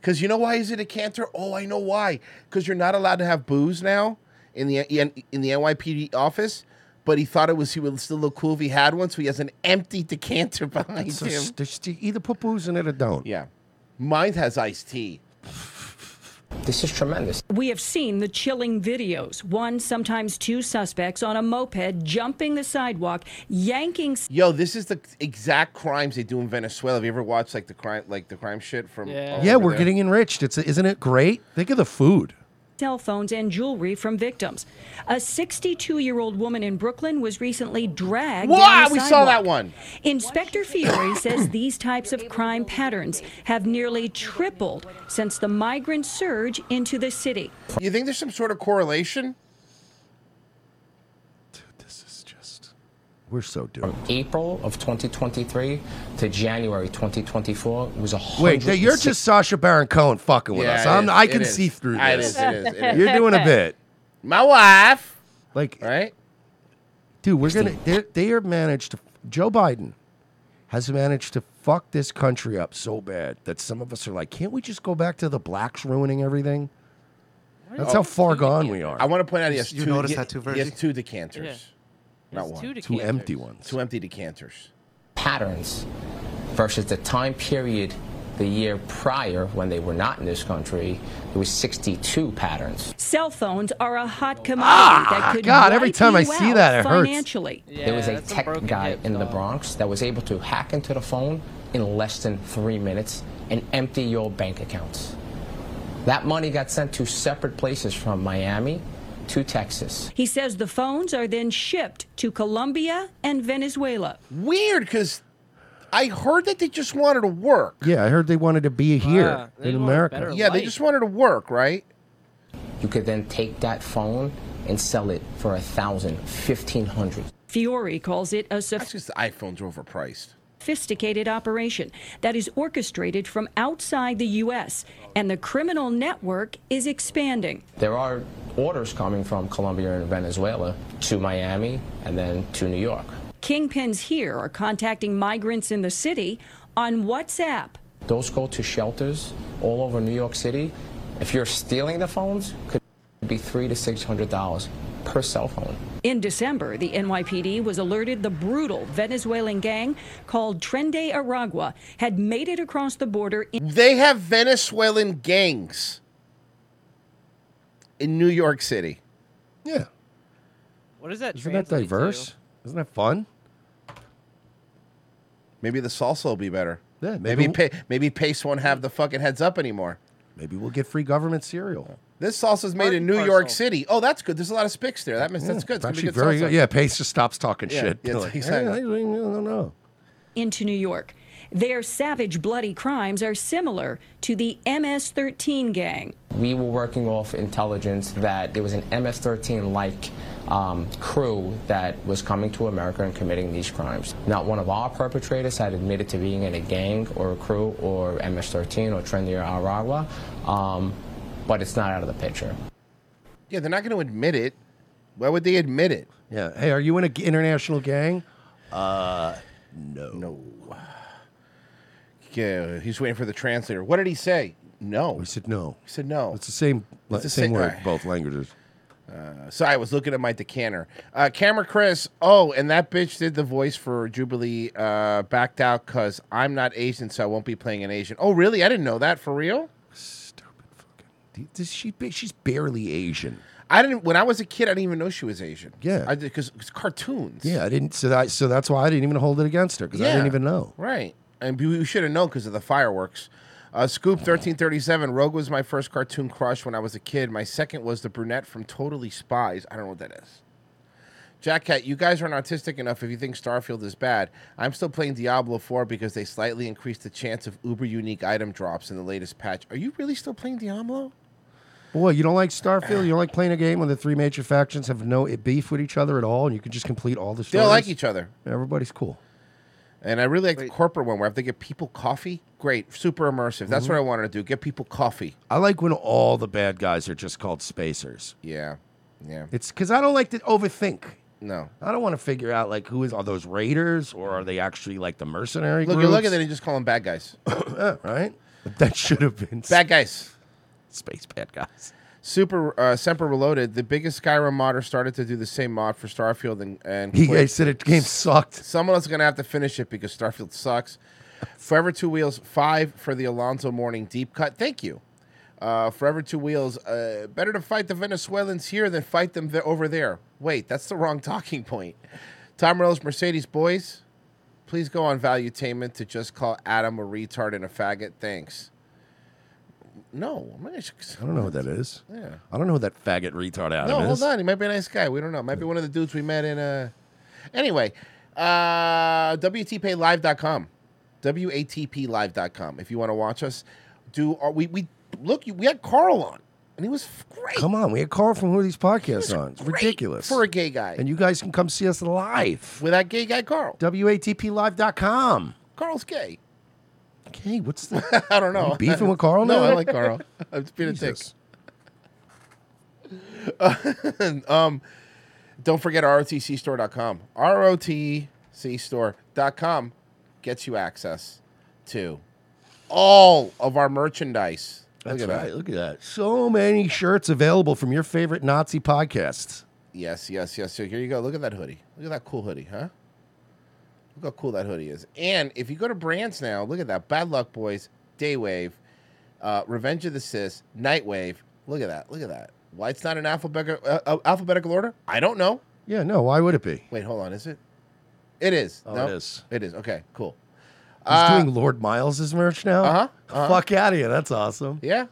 S8: Because you know why he's in a decanter? Oh, I know why. Because you're not allowed to have booze now in the in the NYPD office. But he thought it was he would still look cool if he had one, so he has an empty decanter behind
S5: So
S8: him.
S5: just either put booze in it or don't.
S8: Yeah, mine has iced tea.
S34: This is tremendous.
S32: We have seen the chilling videos. One, sometimes two suspects on a moped jumping the sidewalk, yanking. s-
S8: Yo, this is the exact crimes they do in Venezuela. Have you ever watched like the crime, like the crime shit from?
S32: Yeah.
S8: all
S5: Yeah,
S8: over
S5: we're
S8: there?
S5: getting enriched. It's isn't it great? Think of the food.
S32: Cell phones and jewelry from victims. A 62 year old woman in Brooklyn was recently dragged. down
S8: Wow,
S32: the
S8: we saw that
S32: sidewalk.
S8: one.
S32: Inspector Fiore says these types of crime patterns have nearly tripled since the migrant surge into the city.
S8: You think there's some sort of correlation?
S5: We're so doomed.
S34: April of 2023 to January 2024 was a
S5: Wait, th- you're
S34: 160
S5: just Sasha Baron Cohen fucking with
S34: Yeah,
S5: us.
S34: it
S5: I'm,
S34: is.
S5: I
S34: It
S5: can
S34: is.
S5: see through
S34: It
S5: this.
S34: is, it is, it is.
S5: You're doing a bit.
S8: My wife.
S5: Like
S8: right,
S5: dude. We're gonna. They're, they are managed. To, Joe Biden has managed to fuck this country up so bad that some of us are like, can't we just go back to the blacks ruining everything? That's
S8: Oh.
S5: how far gone we are.
S8: I want to point out he has
S5: You
S8: two.
S5: noticed
S8: he-
S5: that too,
S8: He
S5: Virgie?
S8: has two decanters,
S5: Yeah.
S8: not
S5: He has
S8: one.
S5: two Two decanters. empty ones.
S8: Two empty decanters.
S34: patterns versus the time period the year prior when they were not in this country. There was 62 patterns.
S32: Cell phones are a hot commodity
S34: Ah,
S32: that could
S34: God, every
S32: wipe
S34: time
S32: you
S34: I see
S32: out
S34: that, it hurts.
S32: financially.
S34: there was a tech guy in the Bronx that was able to hack into the phone in less than three minutes and empty your bank accounts. That money got sent to separate places from Miami to Texas.
S32: He says the phones are then shipped to Colombia and Venezuela.
S8: Weird, because I heard that they just wanted to work.
S5: Yeah, I heard they wanted to be here in America.
S8: Yeah, they just wanted to work, right?
S34: You could then take that phone and sell it for a thousand, fifteen hundred.
S32: Fiore calls it a soph-
S8: The iPhones were overpriced.
S32: sophisticated operation that is orchestrated from outside the U.S., and the criminal network is expanding.
S34: There are orders coming from Colombia and Venezuela to Miami and then to New York.
S32: Kingpins here are contacting migrants in the city on WhatsApp.
S34: Those go to shelters all over New York City. If you're stealing the phones, could be three to six hundred dollars per cell phone.
S32: In December, the NYPD was alerted the brutal Venezuelan gang called Trende Aragua had made it across the border. In-
S8: They have Venezuelan gangs in New York City.
S5: Yeah.
S10: What is that?
S5: Isn't that diverse? Isn't that fun?
S8: Maybe the salsa will be better.
S5: Yeah,
S8: maybe
S5: maybe
S8: maybe, maybe Pace won't have the fucking heads up anymore.
S5: Maybe we'll get free government cereal.
S8: This salsa's made in New York City. Oh, that's good. There's a lot of spics there. That means that's good.
S5: It's
S8: It's gonna be
S5: actually
S8: good
S5: very
S8: salsa.
S5: good. Yeah, Pace just stops talking
S8: Yeah,
S5: shit.
S8: yeah,
S5: They're like,
S8: exactly.
S5: "Eh, I don't know.
S32: into New York. Their savage, bloody crimes are similar to the MS 13 gang.
S34: We were working off intelligence that there was an MS-13 like um, crew that was coming to America and committing these crimes. Not one of our perpetrators had admitted to being in a gang or a crew or MS-13 or Trendy Aragua, um, but it's not out of the picture.
S8: Yeah, they're not going to admit it. Why would they admit it?
S5: Yeah. Hey, are you in an international gang? Uh, no.
S8: No. Yeah, he's waiting for the translator. What did he say? No. He
S5: said no.
S8: He said no.
S5: It's the same,
S8: It's the
S5: same
S8: same-
S5: word, both languages.
S8: Uh, sorry, I was looking at my decanter. Uh, Camera Chris. Oh, and that bitch did the voice for Jubilee. Uh, backed out because I'm not Asian, so I won't be playing an Asian. Oh, really? I didn't know that. For real?
S5: This, she, ba- she's barely Asian.
S8: I didn't when I was a kid. I didn't even know she was Asian.
S5: Yeah.
S8: I because cartoons.
S5: Yeah, I didn't. So that so that's why I didn't even hold it against her because I didn't
S8: Yeah.
S5: even know.
S8: Right. And we- we should have known because of the fireworks. Uh, Scoop 1337. Rogue was my first cartoon crush when I was a kid. My second was the brunette from Totally Spies. I don't know what that is. Jack Cat, you guys aren't autistic enough if you think Starfield is bad. I'm still playing Diablo 4 because they slightly increased the chance of uber unique item drops in the latest patch. Are you really still playing Diablo?
S5: Boy, you don't like Starfield. You don't like playing a game when the three major factions have no beef with each other at all, and you can just complete all the
S8: They
S5: stories.
S8: don't like each other.
S5: Everybody's cool.
S8: And I really like the corporate one where if they get people coffee, great, super immersive. That's
S5: Mhm.
S8: what I wanted to do. Get people coffee.
S5: I like when all the bad guys are just called spacers.
S8: Yeah, yeah.
S5: It's because I don't like to overthink.
S8: No,
S5: I don't want to figure out like who is are those raiders or are they actually like the mercenary?
S8: Look, you
S5: groups?
S8: look at that and just call them bad guys.
S5: right? That should have been
S8: Bad guys.
S5: Space bad guys.
S8: Super uh, Semper Reloaded, the biggest Skyrim modder started to do the same mod for Starfield and, and
S5: He
S8: quit.
S5: guys said it game sucked.
S8: Someone else is gonna have to finish it because Starfield sucks. Forever Two Wheels five for the Alonzo Morning deep cut. Thank you. Uh, Forever Two Wheels. Uh, better to fight the Venezuelans here than fight them th- over there. Wait, that's the wrong talking point. Tom Morello's Mercedes boys. Please go on Valuetainment to just call Adam a retard and a faggot. Thanks. No, I'm not gonna-
S5: I don't know what that is.
S8: Yeah.
S5: I don't know what that faggot retard Adam
S8: no,
S5: is.
S8: hold on. He might be a nice guy. We don't know. Might be one of the dudes we met in uh anyway. Uh WTPaylive.com. WATPlive.com. If you want to watch us do are we we look you- we had Carl on and he was f- great
S5: Come on, we had Carl from Who Are These Podcasts on. It's ridiculous.
S8: for a gay guy.
S5: and you guys can come see us live.
S8: with that gay guy Carl.
S5: WATPlive.com.
S8: Carl's gay.
S5: Okay, what's the
S8: I don't know.
S5: You beefing with Carl
S8: no,
S5: now?
S8: I like Carl. I'm just being a dick. um, don't forget rotcstore.com. rotcstore.com gets you access to all of our merchandise.
S5: That's
S8: Look at
S5: right.
S8: that.
S5: Look at that. So many shirts available from your favorite Nazi podcasts.
S8: Yes, yes, yes. So here you go. Look at that hoodie. Look at that cool hoodie, huh? Look how cool that hoodie is. And if you go to brands now, look at that. Bad Luck Boys, Daywave, uh, Revenge of the Sis, Nightwave. Look at that. Look at that. Why it's not in alphabetical, uh, uh, alphabetical order? I don't know.
S5: Yeah, no, why would it be?
S8: Wait, hold on. Is it? It is.
S5: Oh,
S8: no?
S5: it is.
S8: It is. Okay, cool.
S5: He's doing Lord Miles's merch now?
S8: Uh, Uh-huh, uh-huh.
S5: Fuck out of here. That's awesome.
S8: Yeah.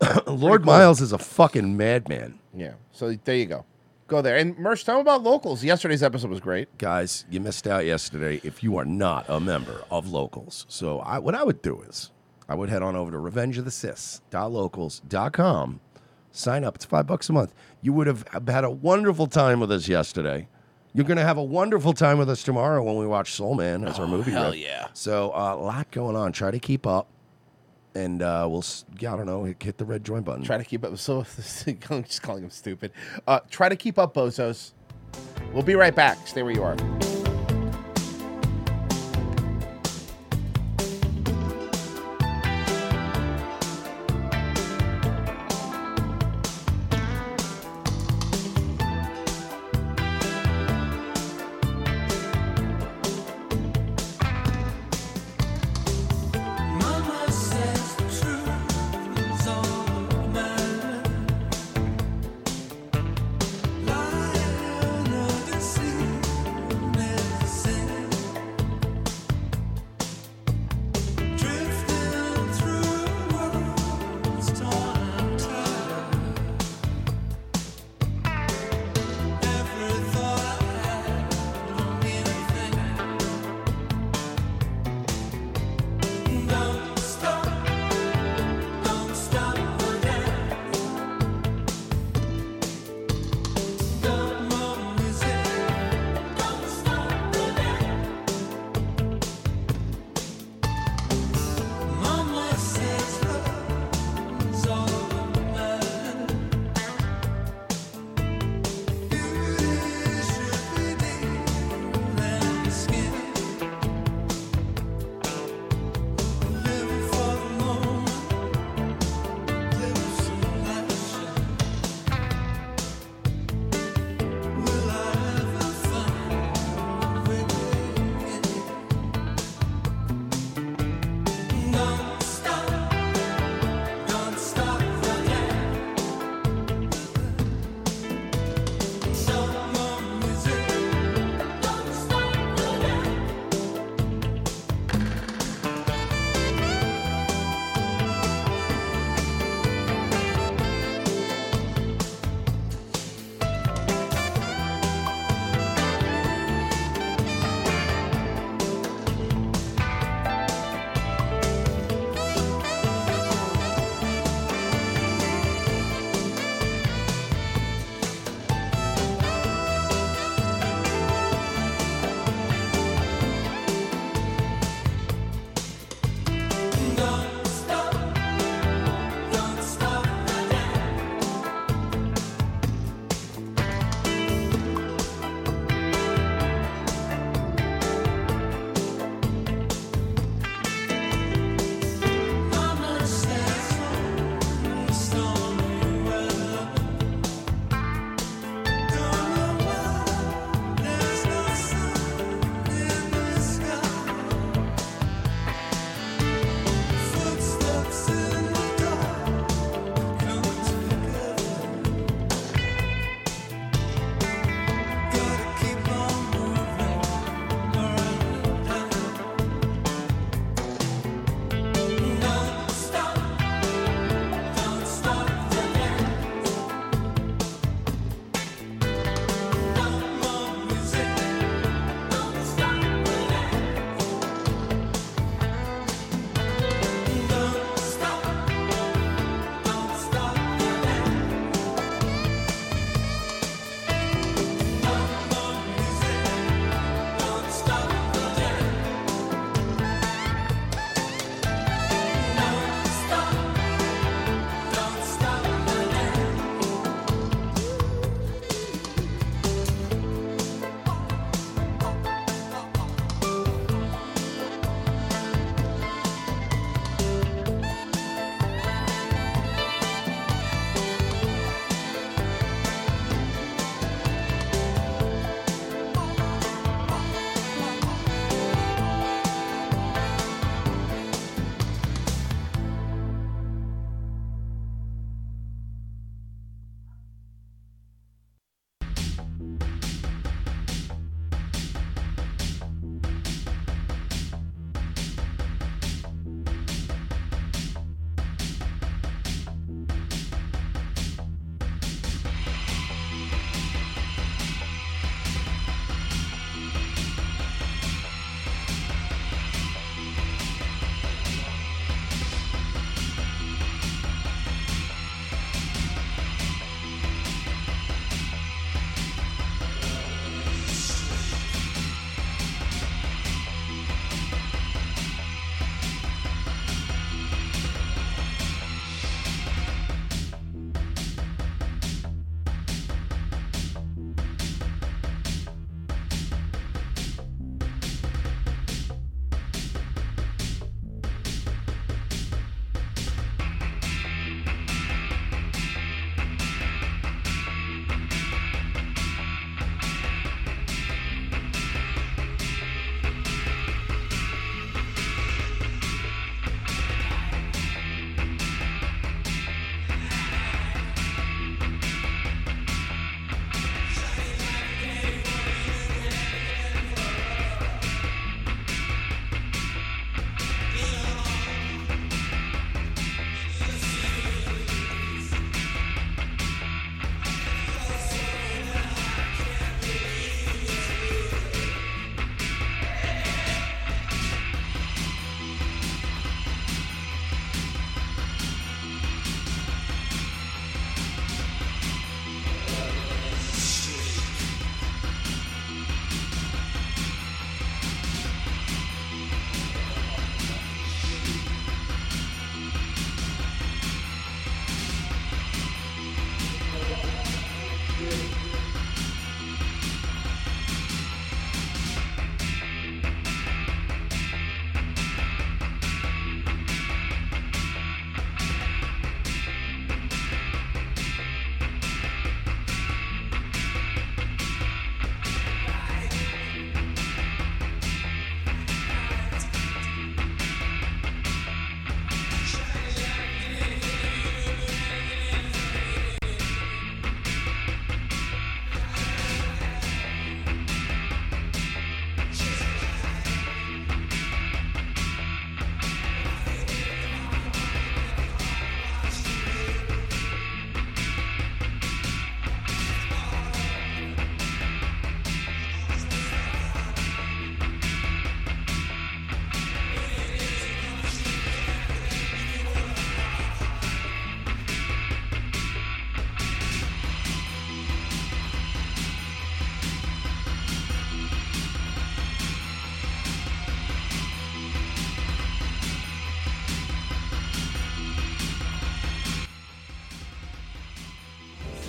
S5: Lord Miles is a fucking madman.
S8: Yeah. So there you go. Go there. And merch, tell them about locals. Yesterday's episode was great.
S5: Guys, you missed out yesterday if you are not a member of Locals. So I, what I would do is I would head on over to revengeofthesis.locals.com, sign up. It's five bucks a month. You would have had a wonderful time with us yesterday. You're going to have a wonderful time with us tomorrow when we watch Soul Man as our movie.
S8: Oh, hell
S5: rep.
S8: yeah.
S5: So uh, a lot going on. Try to keep up. And uh, we'll, s- yeah, I don't know, hit hit the red join button.
S8: Try to keep up. So I'm just calling him stupid. Uh, try to keep up, bozos. We'll be right back. Stay where you are.
S7: Mama says the truth is all that matters. Lie or deceive,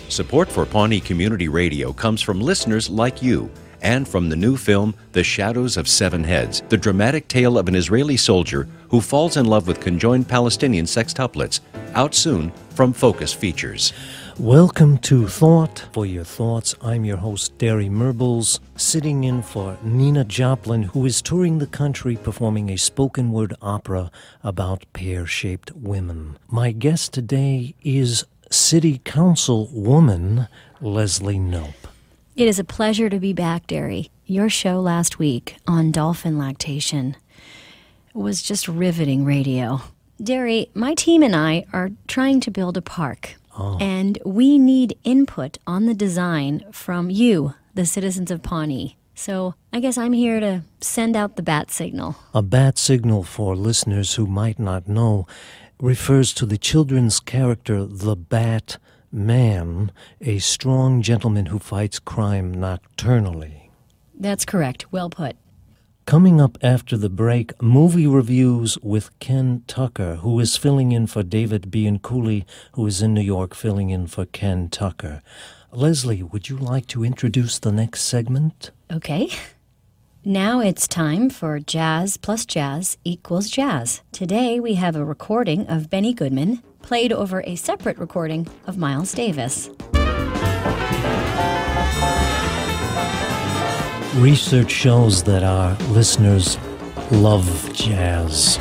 S29: Support for Pawnee Community Radio comes from listeners like you and from the new film The Shadows of Seven Heads, the dramatic tale of an Israeli soldier who falls in love with conjoined Palestinian sextuplets, out soon from Focus Features.
S19: Welcome to Thought for Your Thoughts. I'm your host, Derry Merbles, sitting in for Nina Joplin, who is touring the country performing a spoken word opera about pear shaped women. My guest today is City Councilwoman Leslie Nope.
S20: It is a pleasure to be back, Derry. Your show last week on dolphin lactation was just riveting radio. Derry, my team and I are trying to build a park,
S19: Oh.
S20: and we need input on the design from you, the citizens of Pawnee. So I guess I'm here to send out the bat signal.
S19: A bat signal for listeners who might not know refers to the children's character, the Bat Man, a strong gentleman who fights crime nocturnally.
S20: That's correct. Well put.
S19: Coming up after the break, movie reviews with Ken Tucker, who is filling in for David Bean Cooley, who is in New York filling in for Ken Tucker. Leslie, would you like to introduce the next segment?
S20: Okay. Now it's time for Jazz plus Jazz equals Jazz. Today we have a recording of Benny Goodman played over a separate recording of Miles Davis.
S19: Research shows that our listeners love jazz.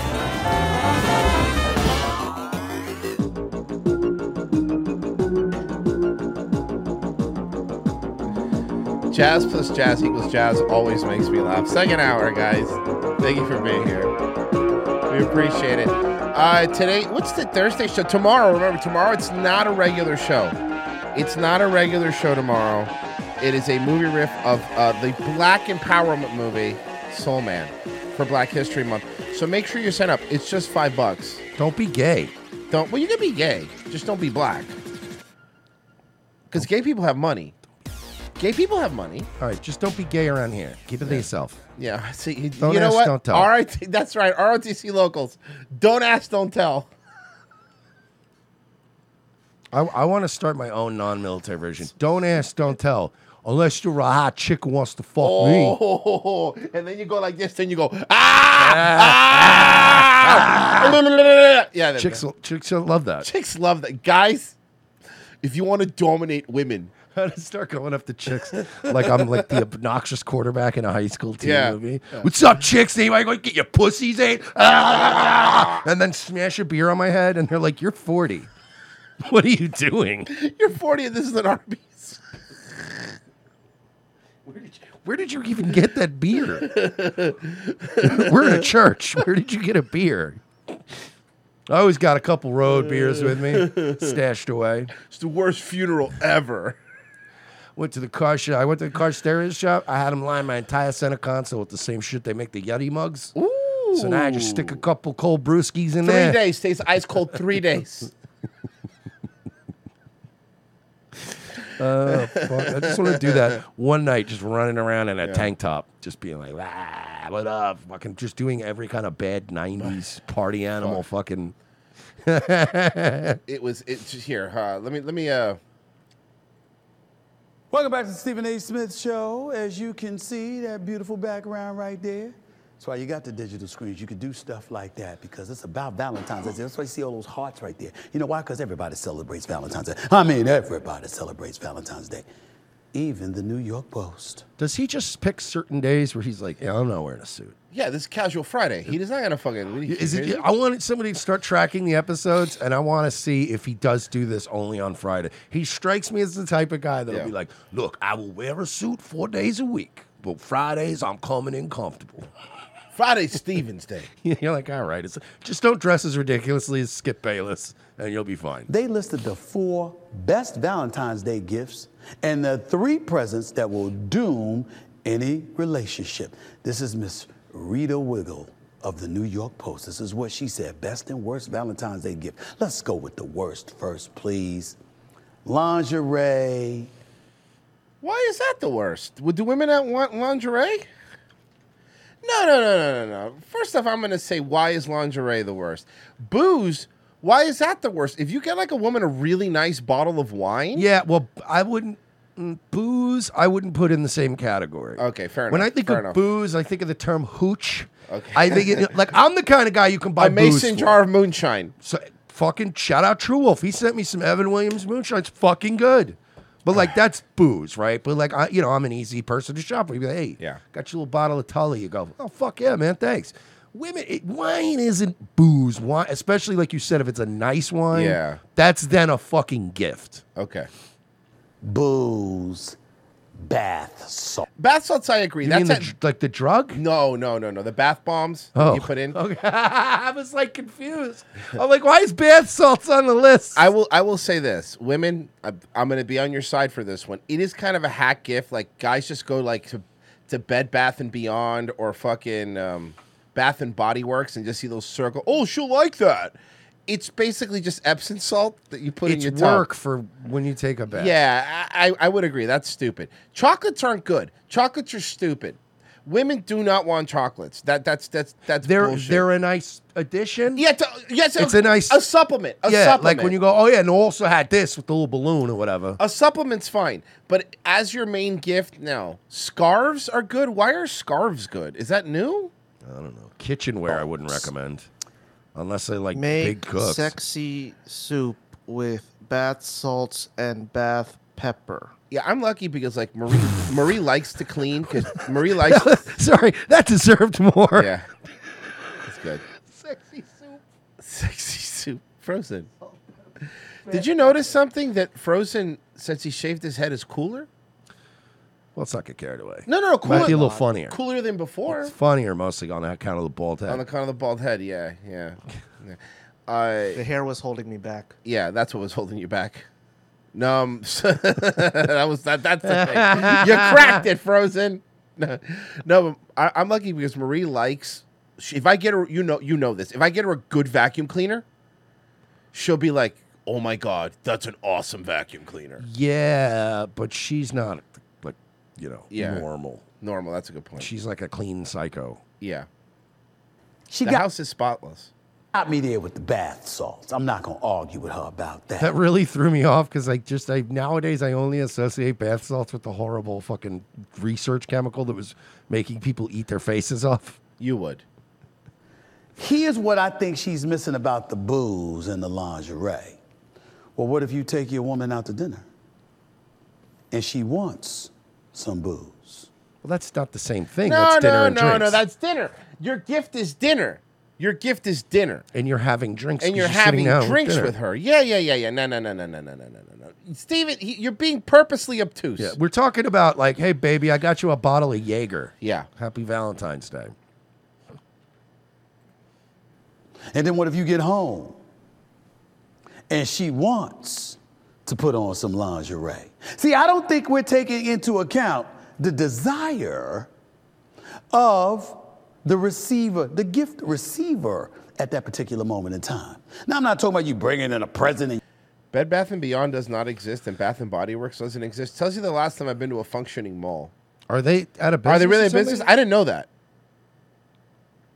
S8: Jazz plus jazz equals jazz always makes me laugh. Second hour, guys. Thank you for being here. We appreciate it. Uh, today, what's the Thursday show? Tomorrow, remember, tomorrow it's not a regular show. It's not a regular show tomorrow. It is a movie riff of uh, the Black Empowerment movie, Soul Man, for Black History Month. So make sure you sign up. It's just five bucks. Don't be gay. Don't. Well, you can be gay. Just don't be black. Because gay people have money. Gay people have money.
S5: All right, just don't be gay around here. Keep it to yourself.
S8: Yeah. See, you-
S5: Don't
S8: you know
S5: ask,
S8: what?
S5: don't tell.
S8: RIT, that's right. ROTC locals. Don't ask, don't tell.
S5: I, I want to start my own non-military version. Don't ask, don't tell. Unless you're a hot chick who wants to fuck me.
S8: Oh, and then you go like this, then you go, ah! ah, yeah, there we
S5: chicks,
S8: go.
S5: chicks love that.
S8: Chicks love that. Guys, if you want to dominate women,
S5: how to start going up to chicks like I'm like the obnoxious quarterback in a high school team
S8: Yeah.
S5: movie.
S8: Yeah.
S5: What's up, chicks? Anybody going to get your pussies ate? Ah! And then smash a beer on my head, and they're like, "You're 40. What are you doing?"
S8: You're 40 and this is an Arby's.
S5: Where did you even get that beer? We're in a church. Where did you get a beer? I always got a couple road beers with me, stashed away.
S8: It's the worst funeral ever.
S5: Went to the car shop. I went to the car stereo shop. I had them line my entire center console with the same shit they make the Yeti mugs. So now I just stick a couple cold brewskis in
S8: Three
S5: there.
S8: days stays ice cold. Three days.
S5: Oh, fuck. I just want to do that one night, just running around in a tank top, just being like, ah, what up? Fucking just doing every kind of bad 90s party animal fucking.
S8: it was. It's here. Uh, let me. Let me. Uh,
S21: Welcome back to the Stephen A. Smith Show. As you can see, that beautiful background right there. That's why you got the digital screens. You can do stuff like that because it's about Valentine's Day. That's why you see all those hearts right there. You know why? Because everybody celebrates Valentine's Day. I mean, everybody celebrates Valentine's Day, even the New York Post.
S5: Does he just pick certain days where he's like, yeah, I'm not wearing a suit?
S8: yeah, this is casual Friday. He does not gonna fucking.
S5: Is it, I wanted somebody to start tracking the episodes, and I want to see if he does do this only on Friday. He strikes me as the type of guy that'll
S8: Yeah.
S5: be like, "Look, I will wear a suit four days a week, but Fridays I'm coming in comfortable."
S8: Friday Stevens Day.
S5: You're like, all right, it's, just don't dress as ridiculously as Skip Bayless, and you'll be fine.
S21: They listed the four best Valentine's Day gifts and the three presents that will doom any relationship. This is Miss Rita Wiggle of the New York Post. This is what she said best and worst Valentine's Day gift. Let's go with the worst first, please. Lingerie.
S8: Why is that the worst? Would do women not want lingerie? No, no, no, no, no, no. First off, I'm gonna say why is lingerie the worst? Booze Why is that the worst? If you get like a woman a really nice bottle of wine,
S5: Yeah, well, I wouldn't mm, booze. I wouldn't put in the same category.
S8: Okay, fair
S5: When
S8: enough,
S5: I think
S8: fair
S5: of
S8: enough.
S5: booze, I think of the term hooch.
S8: Okay.
S5: I think it, like I'm the kind of guy you can buy
S8: A mason
S5: booze
S8: jar of moonshine.
S5: So fucking shout out True Wolf. He sent me some Evan Williams moonshine. It's fucking good. But like that's booze, right? But like I, you know, I'm an easy person to shop for. You be like, hey, yeah, got you a little bottle of Tully. You go, oh fuck yeah, man, thanks. Women, it, wine isn't booze. Wine, especially like you said, if it's a nice wine,
S8: Yeah.
S5: that's then a fucking gift.
S8: Okay.
S5: Booze, bath salt.
S8: Bath salts, I agree.
S5: You
S8: That's
S5: mean the
S8: a-
S5: dr- like the drug?
S8: No, no, no, no. The bath bombs
S5: Oh.
S8: that you put in.
S5: I was like confused. I'm like, why is bath salts on the list?
S8: I will. I will say this, women. I, I'm going to be on your side for this one. It is kind of a hack gift. Like guys just go like to to Bed Bath and Beyond or fucking um, Bath and Body Works and just see those circle. Oh, she'll like that. It's basically just Epsom salt that you put
S5: it's
S8: in your tub.
S5: work for when you take a bath.
S8: Yeah, I, I- I would agree. That's stupid. Chocolates aren't good. Chocolates are stupid. Women do not want chocolates. That that's that's that's
S5: they're
S8: bullshit.
S5: they're a nice addition.
S8: Yeah, to, yes,
S5: It's a nice-
S8: a supplement. A
S5: yeah,
S8: supplement. Oh,
S5: like when you go, oh yeah, and also had this with the little balloon or whatever.
S8: A supplement's fine, but as your main gift, no. Scarves are good. Why are scarves good? Is that new?
S5: I don't know. Kitchenware, I wouldn't recommend unless they like big
S9: Make
S5: cooks.
S9: sexy soup with bath salts and bath pepper.
S8: Yeah, I'm lucky because like Marie Marie likes to clean because Marie likes.
S5: Sorry, that deserved more.
S8: Yeah, that's good.
S5: Sexy soup.
S8: Sexy soup, frozen. Did you notice something that Frozen, since he shaved his head, is cooler?
S5: Let's not get carried away.
S8: No, no, no, cooler.
S5: Might be a little funnier.
S8: Cooler than before.
S5: It's funnier mostly on account of the bald head.
S8: On the kind of the bald head, yeah, yeah. yeah. Uh, I, the hair was holding me back. Yeah, that's what was holding you back. No, um, that was that. That's the thing. you cracked it, Frozen. No, no I, I'm lucky because Marie likes. She, if I get her, you know, you know this. If I get her a good vacuum cleaner, she'll be like, "Oh my god, that's an awesome vacuum cleaner."
S5: yeah, but she's not like you know
S8: Yeah.
S5: normal.
S8: Normal. That's a good point.
S5: She's like a clean psycho.
S8: Yeah.
S21: She
S8: the
S21: got-
S8: house is spotless.
S21: Got me there with the bath salts. I'm not gonna argue with her about that.
S5: That really threw me off because I just I nowadays I only associate bath salts with the horrible fucking research chemical that was making people eat their faces off.
S8: You would.
S21: Here's what I think she's missing about the booze and the lingerie. Well, what if you take your woman out to dinner and she wants some booze?
S5: Well, that's not the same thing.
S21: No,
S5: that's dinner
S21: no,
S5: and
S21: no,
S5: drinks.
S21: no,
S8: that's- It's dinner. Your gift is dinner. Your gift is dinner.
S5: and you're having drinks.
S8: and
S5: 'cause
S8: you're
S5: sitting
S8: having
S5: down
S8: drinks
S5: dinner.
S8: with her. Yeah, yeah, yeah, yeah. No, no, no, no, no, no, no, no, no, no. Steven, he, you're being purposely obtuse.
S5: Yeah, we're talking about like, hey baby, I got you a bottle of Jaeger.
S8: Yeah.
S5: Happy Valentine's Day.
S21: And then what if you get home and she wants to put on some lingerie? See, I don't think we're taking into account the desire of the receiver, the gift receiver at that particular moment in time. Now, I'm not talking about you bringing in a present and
S8: Bed Bath and Beyond does not exist, and Bath and Body Works doesn't exist. Tells you the last time I've been to a functioning mall.
S5: Are they out of business?
S8: Are they really
S5: or
S8: a business?
S5: something?
S8: I didn't know that.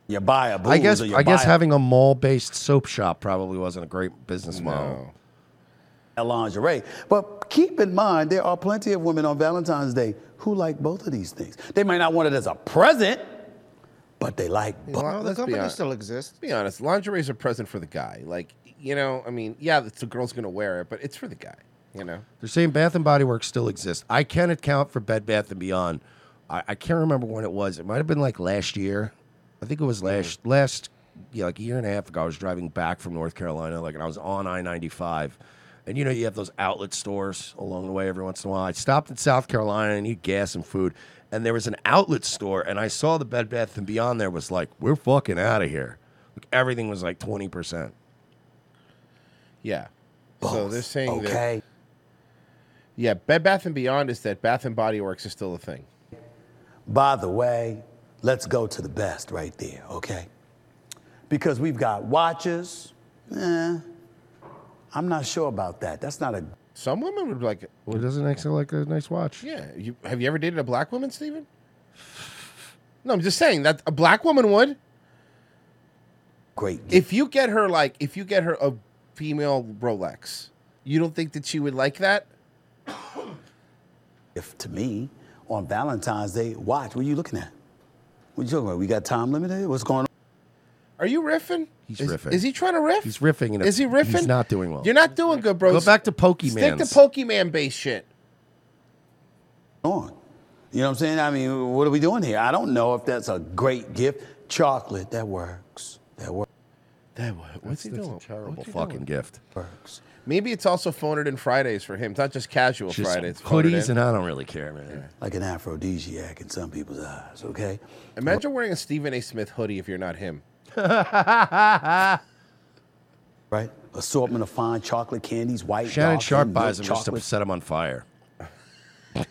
S21: you buy a booze.
S5: I guess
S21: or you
S5: I guess
S21: buy a-
S5: having a mall based soap shop probably wasn't a great business model.
S21: a lingerie. But keep in mind, there are plenty of women on Valentine's Day who like both of these things. They might not want it as a present, but they like both.
S8: exists. Be honest, lingerie is a present for the guy. Like you know, I mean, yeah, the girl's gonna wear it, but it's for the guy. You know.
S5: They're saying Bath and Body Works still exists. I can account for Bed Bath and Beyond. I, I can't remember when it was. It might have been like last year. I think it was last last yeah, like a year and a half ago. I was driving back from North Carolina, like, and I was on I ninety five. And you know you have those outlet stores along the way every once in a while. I stopped in South Carolina and need gas and food, and there was an outlet store, and I saw the Bed Bath and Beyond there was like, we're fucking out of here. Like everything was like twenty percent.
S8: Yeah. So they're saying
S21: Okay.
S8: that. Yeah, Bed Bath and Beyond is that Bath and Body Works is still a thing.
S21: By the way, let's go to the best right there, okay? Because we've got watches. Eh, I'm not sure about that. That's not a.
S8: Some women would like it.
S5: Well, doesn't that sound like a nice watch?
S8: Yeah. You, have you ever dated a black woman, Steven? No, I'm just saying that a black woman would.
S21: Great.
S8: If you get her like, if you get her a female Rolex. You don't think that she would like that?
S21: If to me, on Valentine's Day, watch, what are you looking at? What you talking about? We got time limited? What's going on?
S8: Are you riffing?
S5: He's
S8: is,
S5: riffing.
S8: Is he trying to riff?
S5: He's riffing. and
S8: Is he riffing?
S5: He's not doing well.
S8: You're not doing good, bro.
S5: Go back to
S8: Stick
S5: Pokemon.
S8: to Pokemon based shit.
S21: on? You know what I'm saying? I mean, what are we doing here? I don't know if that's a great gift. Chocolate, that works. That works.
S8: That what's he doing? A
S5: terrible fucking gift.
S21: Works.
S8: Maybe it's also phone it in Fridays for him. It's not just casual
S5: Just
S8: Fridays. phone it
S5: hoodies,
S8: in.
S5: and I don't really care, man.
S21: Like an aphrodisiac in some people's eyes, okay?
S8: Imagine wearing a Stephen A. Smith hoodie if you're not him.
S21: Right? Assortment of fine chocolate candies, white
S5: Shannon
S21: Dolphin,
S5: Sharp
S21: milk
S5: buys him just to
S21: chocolate.
S5: set him on fire.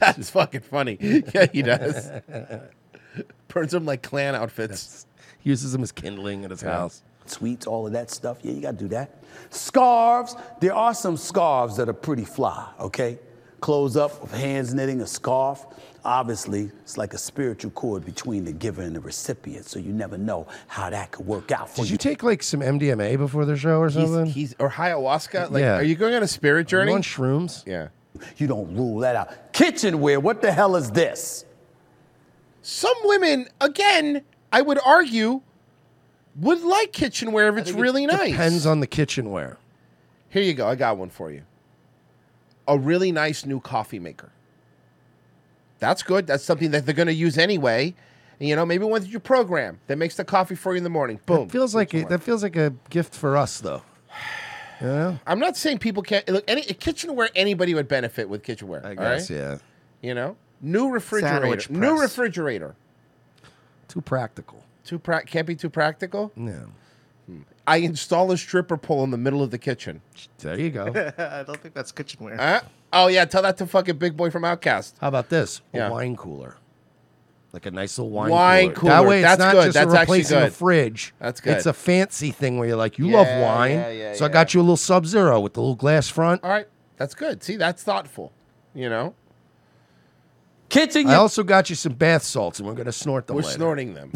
S8: That's fucking funny. Yeah, he does. Burns them like clan outfits.
S5: Uses them as kindling at his house.
S21: Sweets, all of that stuff. Yeah, you gotta do that. Scarves. There are some scarves that are pretty fly, okay? Close up with hands knitting a scarf. Obviously, it's like a spiritual cord between the giver and the recipient, so you never know how that could work out for
S5: Did you take like some MDMA before the show or something?
S8: He's or ayahuasca. Like,
S5: Yeah.
S8: are you going on a spirit
S5: Are you
S8: journey?
S5: on shrooms?
S8: Yeah.
S21: You don't rule that out. Kitchenware, what the hell is this?
S8: Some women, again, I would argue, would like kitchenware if it's really nice.
S5: Depends on the kitchenware.
S8: Here you go. I got one for you. A really nice new coffee maker. That's good. That's something that they're going to use anyway. And, you know, maybe one that you program that makes the coffee for you in the morning. Boom.
S5: Feels like a, that feels like a gift for us though. You know?
S8: I'm not saying people can't look any kitchenware. Anybody would benefit with kitchenware. I
S5: guess, yeah.
S8: You know, new refrigerator,
S5: Sandwich
S8: new
S5: press.
S8: refrigerator.
S5: Too practical. Hmm.
S8: Too pra- can't be too practical.
S5: No.
S8: I install a stripper pole in the middle of the kitchen.
S5: There you go.
S9: I don't think that's kitchenware.
S8: Uh, oh yeah, tell that to fucking big boy from Outcast.
S5: How about this? A
S8: Yeah.
S5: wine cooler. Like a nice little wine,
S8: Wine
S5: cooler. That
S8: cooler.
S5: way it's
S8: That's
S5: not
S8: good.
S5: just
S8: That's
S5: a
S8: actually
S5: replacing a
S8: good.
S5: fridge.
S8: That's good.
S5: It's a fancy thing where you're like, you
S8: Yeah,
S5: love wine.
S8: yeah, yeah,
S5: so I got you a little Sub Zero with the little glass front.
S8: All right, that's good. See, that's thoughtful. You know,
S21: Kitchen.
S5: I also got you some bath salts, and we're gonna snort them.
S8: we're
S5: later.
S8: snorting them.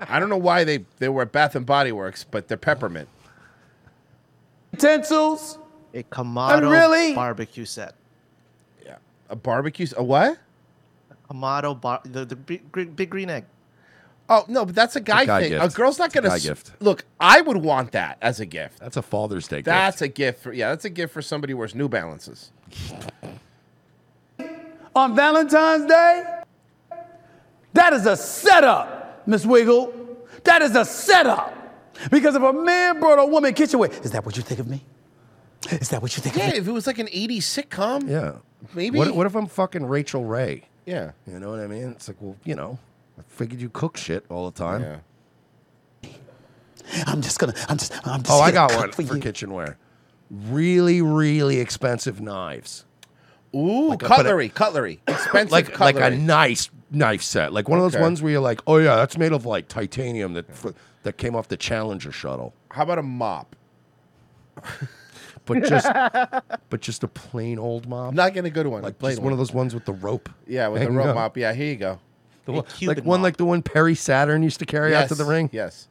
S8: I don't know why they they were at Bath and Body Works, but they're peppermint.
S21: Utensils.
S9: A Kamado
S8: Oh, really?
S9: barbecue set.
S8: Yeah. A barbecue. A what?
S9: Kamado bar. The, the big, gr- big green egg.
S8: Oh no, but that's a guy,
S5: guy
S8: thing.
S5: gift.
S8: A girl's not
S5: It's a
S8: gonna
S5: guy
S8: s-
S5: gift.
S8: look. I would want that as a gift.
S5: That's a Father's Day. gift.
S8: That's a gift. For, yeah, that's a gift for somebody who wears New Balances.
S21: On Valentine's Day? That is a setup, Miss Wiggle. That is a setup. Because if a man brought a woman kitchenware, is that what you think of me? Is that what you think
S8: Yeah,
S21: of me?
S8: if it was like an '80s sitcom.
S5: Yeah.
S8: Maybe.
S5: What, what if I'm fucking Rachel Ray?
S8: Yeah.
S5: You know what I mean? It's like, well, you know, I figured you cook shit all the time. Yeah.
S21: I'm just gonna, I'm just, I'm just.
S5: Oh, I
S21: gonna
S5: got
S21: cook
S5: one for,
S21: you.
S5: kitchenware. Really, really expensive knives.
S8: Ooh,
S5: Like a- but a-
S8: cutlery, cutlery, expensive
S5: like
S8: cutlery.
S5: like a nice knife set, like one of those
S8: Okay.
S5: ones where you're like, oh yeah, that's made of like titanium that fr- that came off the Challenger shuttle,
S8: How about a mop?
S5: but just but just a plain old mop.
S8: I'm not getting a good one.
S5: like
S8: plain
S5: just one of those ones with the rope.
S8: Yeah, with the
S5: hanging
S8: rope
S5: up.
S8: mop. Yeah, here you go.
S5: The one- like one like the one Perry Saturn used to carry out to the
S8: Yes,
S5: ring.
S8: Yes.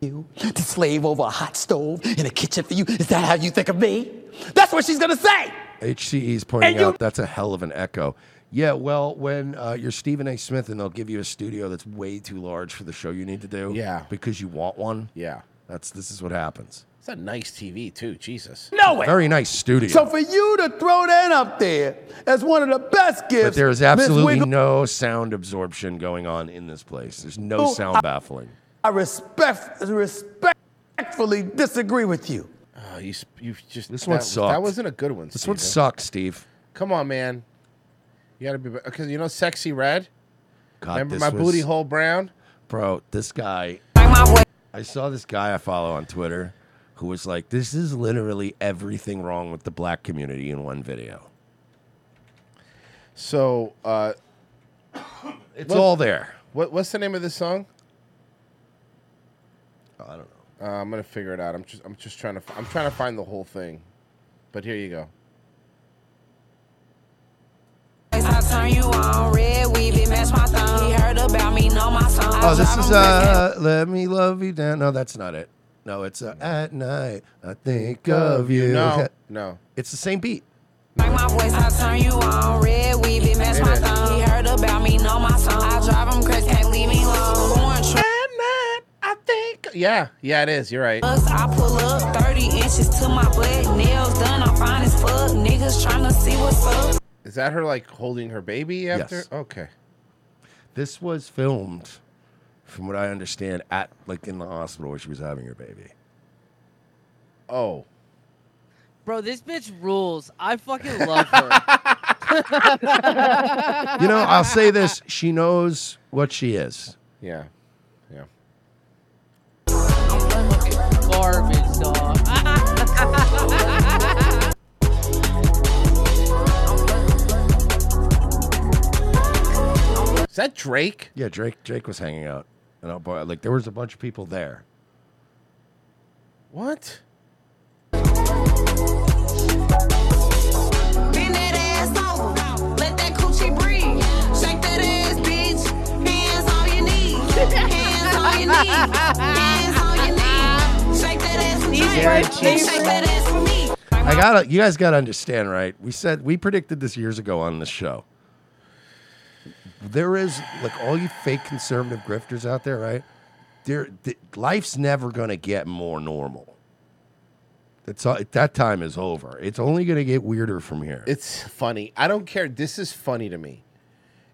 S21: You to slave over a hot stove in a kitchen for you. Is that how you think of me? That's what she's gonna say.
S5: HCE's E pointing
S21: And you-
S5: out that's a hell of an echo. Yeah, well, when uh, you're Stephen A. Smith and they'll give you a studio that's way too large for the show you need to do, yeah, because you want one,
S8: yeah,
S5: that's this is what happens.
S8: It's a nice TV too. Jesus.
S21: No way.
S5: Very nice studio.
S21: So for you to throw that up there as one of the best gifts,
S5: but there is
S21: Miss
S5: absolutely
S21: Wiggle,
S5: no sound absorption going on in this place. There's no
S21: Oh, I-
S5: sound baffling.
S21: I respect, respectfully disagree with you.
S8: Oh, you sp- you just
S5: This
S8: that
S5: one
S8: was-
S5: sucked.
S8: That wasn't a good one.
S5: This one
S8: Steven.
S5: sucks, Steve.
S8: Come on, man. You gotta be because you know, sexy red.
S5: God,
S8: Remember
S5: this
S8: my
S5: was-
S8: booty hole brown.
S5: Bro, this guy. I saw this guy I follow on Twitter who was like, this is literally everything wrong with the black community in one video.
S8: So uh,
S5: It's all there.
S8: What what's the name of this song?
S5: I don't know.
S8: Uh, I'm gonna figure it out. I'm just I'm just trying to f- I'm trying to find the whole thing. But here you go.
S28: I turn you on, red weave, it match my thumb. He heard about me, know my song.
S5: Oh, No, this is
S7: I
S5: uh, let me love you down. No, that's not it. No, it's uh, at night I think of you.
S8: No, no.
S5: it's the same beat.
S28: Like my voice, I turn you on. Red weave, it match my thumb. He heard about me, know my song. I drive him crazy, can't leave me alone. Going trip.
S8: Yeah, yeah, it is. You're right.
S28: I pull up 30 inches to my butt. Nails done, I'm fine as fuck. Niggas tryna see what's up.
S8: Is that her like holding her baby after?
S5: Yes.
S8: Okay.
S5: This was filmed, from what I understand, at like in the hospital where she was having her baby.
S8: Oh,
S10: Bro, this bitch rules. I fucking love her.
S5: you know, I'll say this: she knows what she is.
S8: Yeah, yeah.
S10: Garbage dog.
S8: Is that Drake?
S5: Yeah, Drake. Drake was hanging out, and I, boy, like there was a bunch of people there.
S8: What?
S28: Bend that ass over. Let that coochie breathe. Shake that ass, bitch. Hands on your knees. Hands on your knees. Hands on your knees. Shake that ass and
S7: These
S28: drink.
S7: are
S28: Then
S7: cheap.
S28: shake that ass for me.
S5: I gotta, you guys gotta understand, right? We said we predicted this years ago on this show. There is like all you fake conservative grifters out there, right? There, th- life's never gonna get more normal. It's all- that time is over. It's only gonna get weirder from here.
S8: It's funny. I don't care. This is funny to me.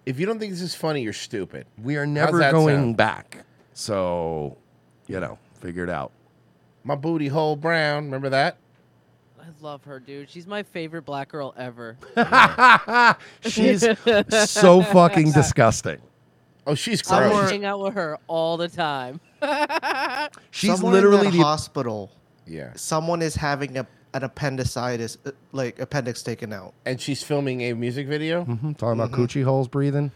S8: If you don't think this is funny, you're stupid.
S5: We are
S8: How's
S5: never
S8: that
S5: going
S8: sound?
S5: back. So, you know, figure it out.
S8: My booty hole brown. Remember that?
S10: I love her, dude. She's my favorite black girl ever.
S5: She's so fucking disgusting.
S8: Oh, she's
S10: I
S8: gross.
S10: want to hang out with her all the time.
S5: She's
S9: Somewhere
S5: literally
S9: in that
S5: the-
S9: hospital.
S8: Yeah.
S9: Someone is having a, an appendicitis, uh, like appendix taken out.
S8: And she's filming a music video.
S5: hmm Talking about coochie holes breathing.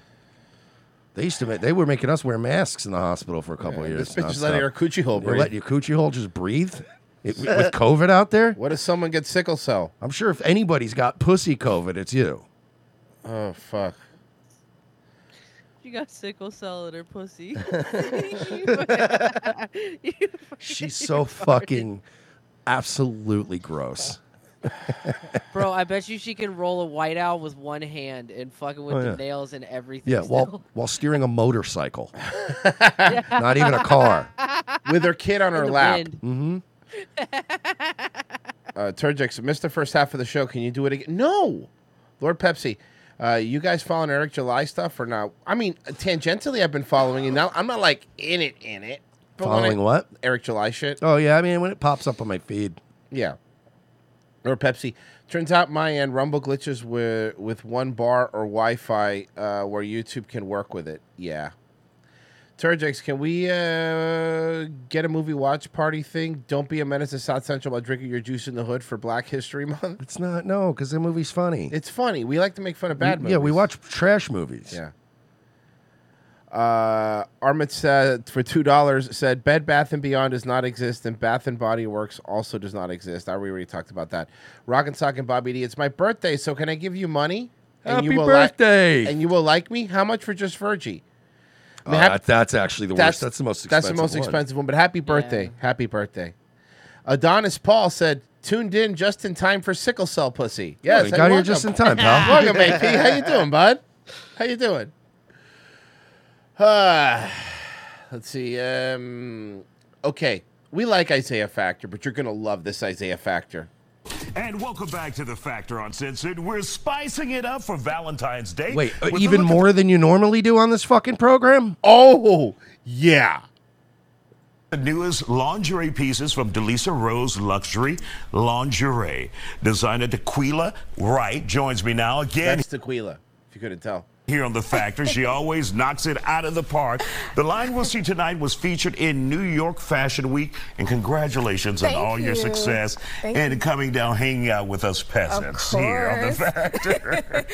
S5: They used to make, they were making us wear masks in the hospital for a couple
S8: Yeah,
S5: years.
S8: this bitch is letting
S5: nonstop.
S8: her coochie hole
S5: You're
S8: breathe.
S5: letting your coochie hole just breathe It- with COVID out there.
S8: What if someone gets sickle cell?
S5: I'm sure if anybody's got pussy COVID, it's you.
S8: Oh fuck.
S10: She got sickle cell in her pussy.
S5: She's so fucking absolutely gross.
S10: Bro, I bet you she can roll a white out with one hand and fucking with
S5: Oh,
S10: the
S5: yeah.
S10: nails and everything.
S5: Yeah, while while steering a motorcycle, not even a car,
S8: with her kid on her lap.
S5: Mm-hmm.
S8: uh, Turgix, missed the first half of the show. Can you do it again? No, Lord Pepsi. Uh, you guys following Eric July stuff or not? I mean, tangentially, I've been following it. Now I'm not like in it, in it. But when I-
S5: Following what?
S8: Eric July shit.
S5: Oh yeah, I mean when it pops up on my feed.
S8: Yeah. Or Pepsi. Turns out my end Rumble glitches with with one bar or Wi-Fi uh, where YouTube can work with it. Yeah. Turgex, can we uh, get a movie watch party thing? Don't be a menace to South Central by drinking your juice in the hood for Black History Month.
S5: It's not no, because the movie's funny.
S8: It's funny. We like to make fun of bad
S5: We-
S8: movies.
S5: Yeah, we watch trash movies.
S8: Yeah. Uh, Armit said for two dollars said Bed Bath and Beyond does not exist, and Bath and Body Works also does not exist. I we already talked about that. Rock and Sock and Bobby D. It's my birthday, so can I give you money? And
S5: Happy
S8: you li-
S5: birthday!
S8: and you will like me. How much for just Virgie? I
S5: Oh,
S8: mean, hap-
S5: that- that's actually the worst. That's the most.
S8: That's
S5: Expensive
S8: the most
S5: one.
S8: expensive one. But happy birthday, happy birthday. Adonis Paul said, "Tuned in just in time for sickle cell pussy."
S5: Yeah,
S8: Yes,
S5: you
S8: hey,
S5: got here
S8: welcome.
S5: just in time, pal.
S8: welcome, AP. How you doing, bud? How you doing? Uh, let's see. Um, okay, we like Isaiah Factor, but you're gonna love this Isaiah Factor.
S3: And welcome back to the Factor on Censored. We're spicing it up for Valentine's Day.
S5: Wait, uh,
S3: with a
S5: even
S3: look
S5: more than you normally do on this fucking program?
S8: Oh, yeah.
S3: at The newest lingerie pieces from Delisa Rose Luxury Lingerie. Designer Tequila Wright joins me now again.
S8: That's Tequila, if you couldn't tell.
S3: Here on The Factor, she always knocks it out of the park. The line we'll see tonight was featured in New York Fashion Week, and congratulations Thank on all your you. success Thank and you. coming down, hanging out with us peasants here on The course. Factor.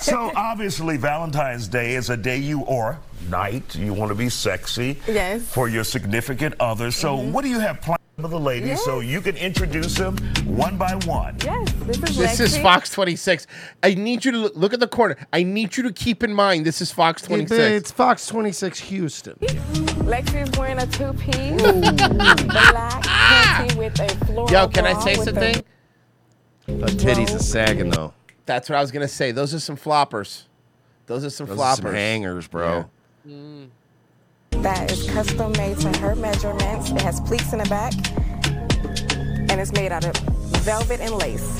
S3: so, obviously, Valentine's Day is a day you or night you want to be sexy Yes.
S30: Mm-hmm.
S3: for your significant other. So, what do you have planned? of the ladies, so you can introduce them one by one.
S30: Yes, this is
S8: This is
S30: Lexi.
S8: Fox 26. I need you to look, look at the corner. I need you to keep in mind this is Fox 26.
S30: it's
S8: Fox 26 Houston.
S30: Lexi is wearing a two-piece black panty with a floral
S8: Yo, can I
S30: bra
S8: say
S30: with a-
S8: something?
S5: The titties are sagging though.
S8: That's what I was gonna say. Those are some floppers. Those are some
S5: Those are
S8: floppers.
S5: some hangers, bro.
S30: That is custom made to her measurements. It has pleats in the back, and it's made out of velvet and lace.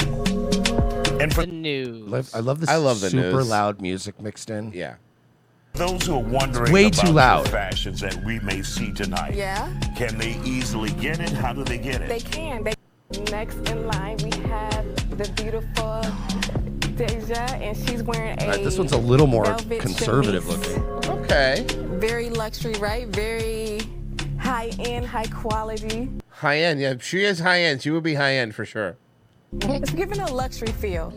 S3: And for
S10: news,
S5: I love this. I love the super loud music mixed in.
S8: Yeah.
S3: Those who are wondering
S5: Way
S3: about
S5: too loud.
S3: the fashions that we may see tonight,
S30: Yeah.
S3: can they easily get it? How do they get it?
S30: They can. They next in line we have the beautiful Deja, and she's wearing a.
S5: All right, this one's a little more
S30: velvet
S5: conservative
S30: chemise.
S5: looking.
S8: Okay.
S30: Very luxury, right? Very high end, high quality.
S8: High end. Yeah, she is high end. She would be high end for sure.
S30: It's giving a luxury feel.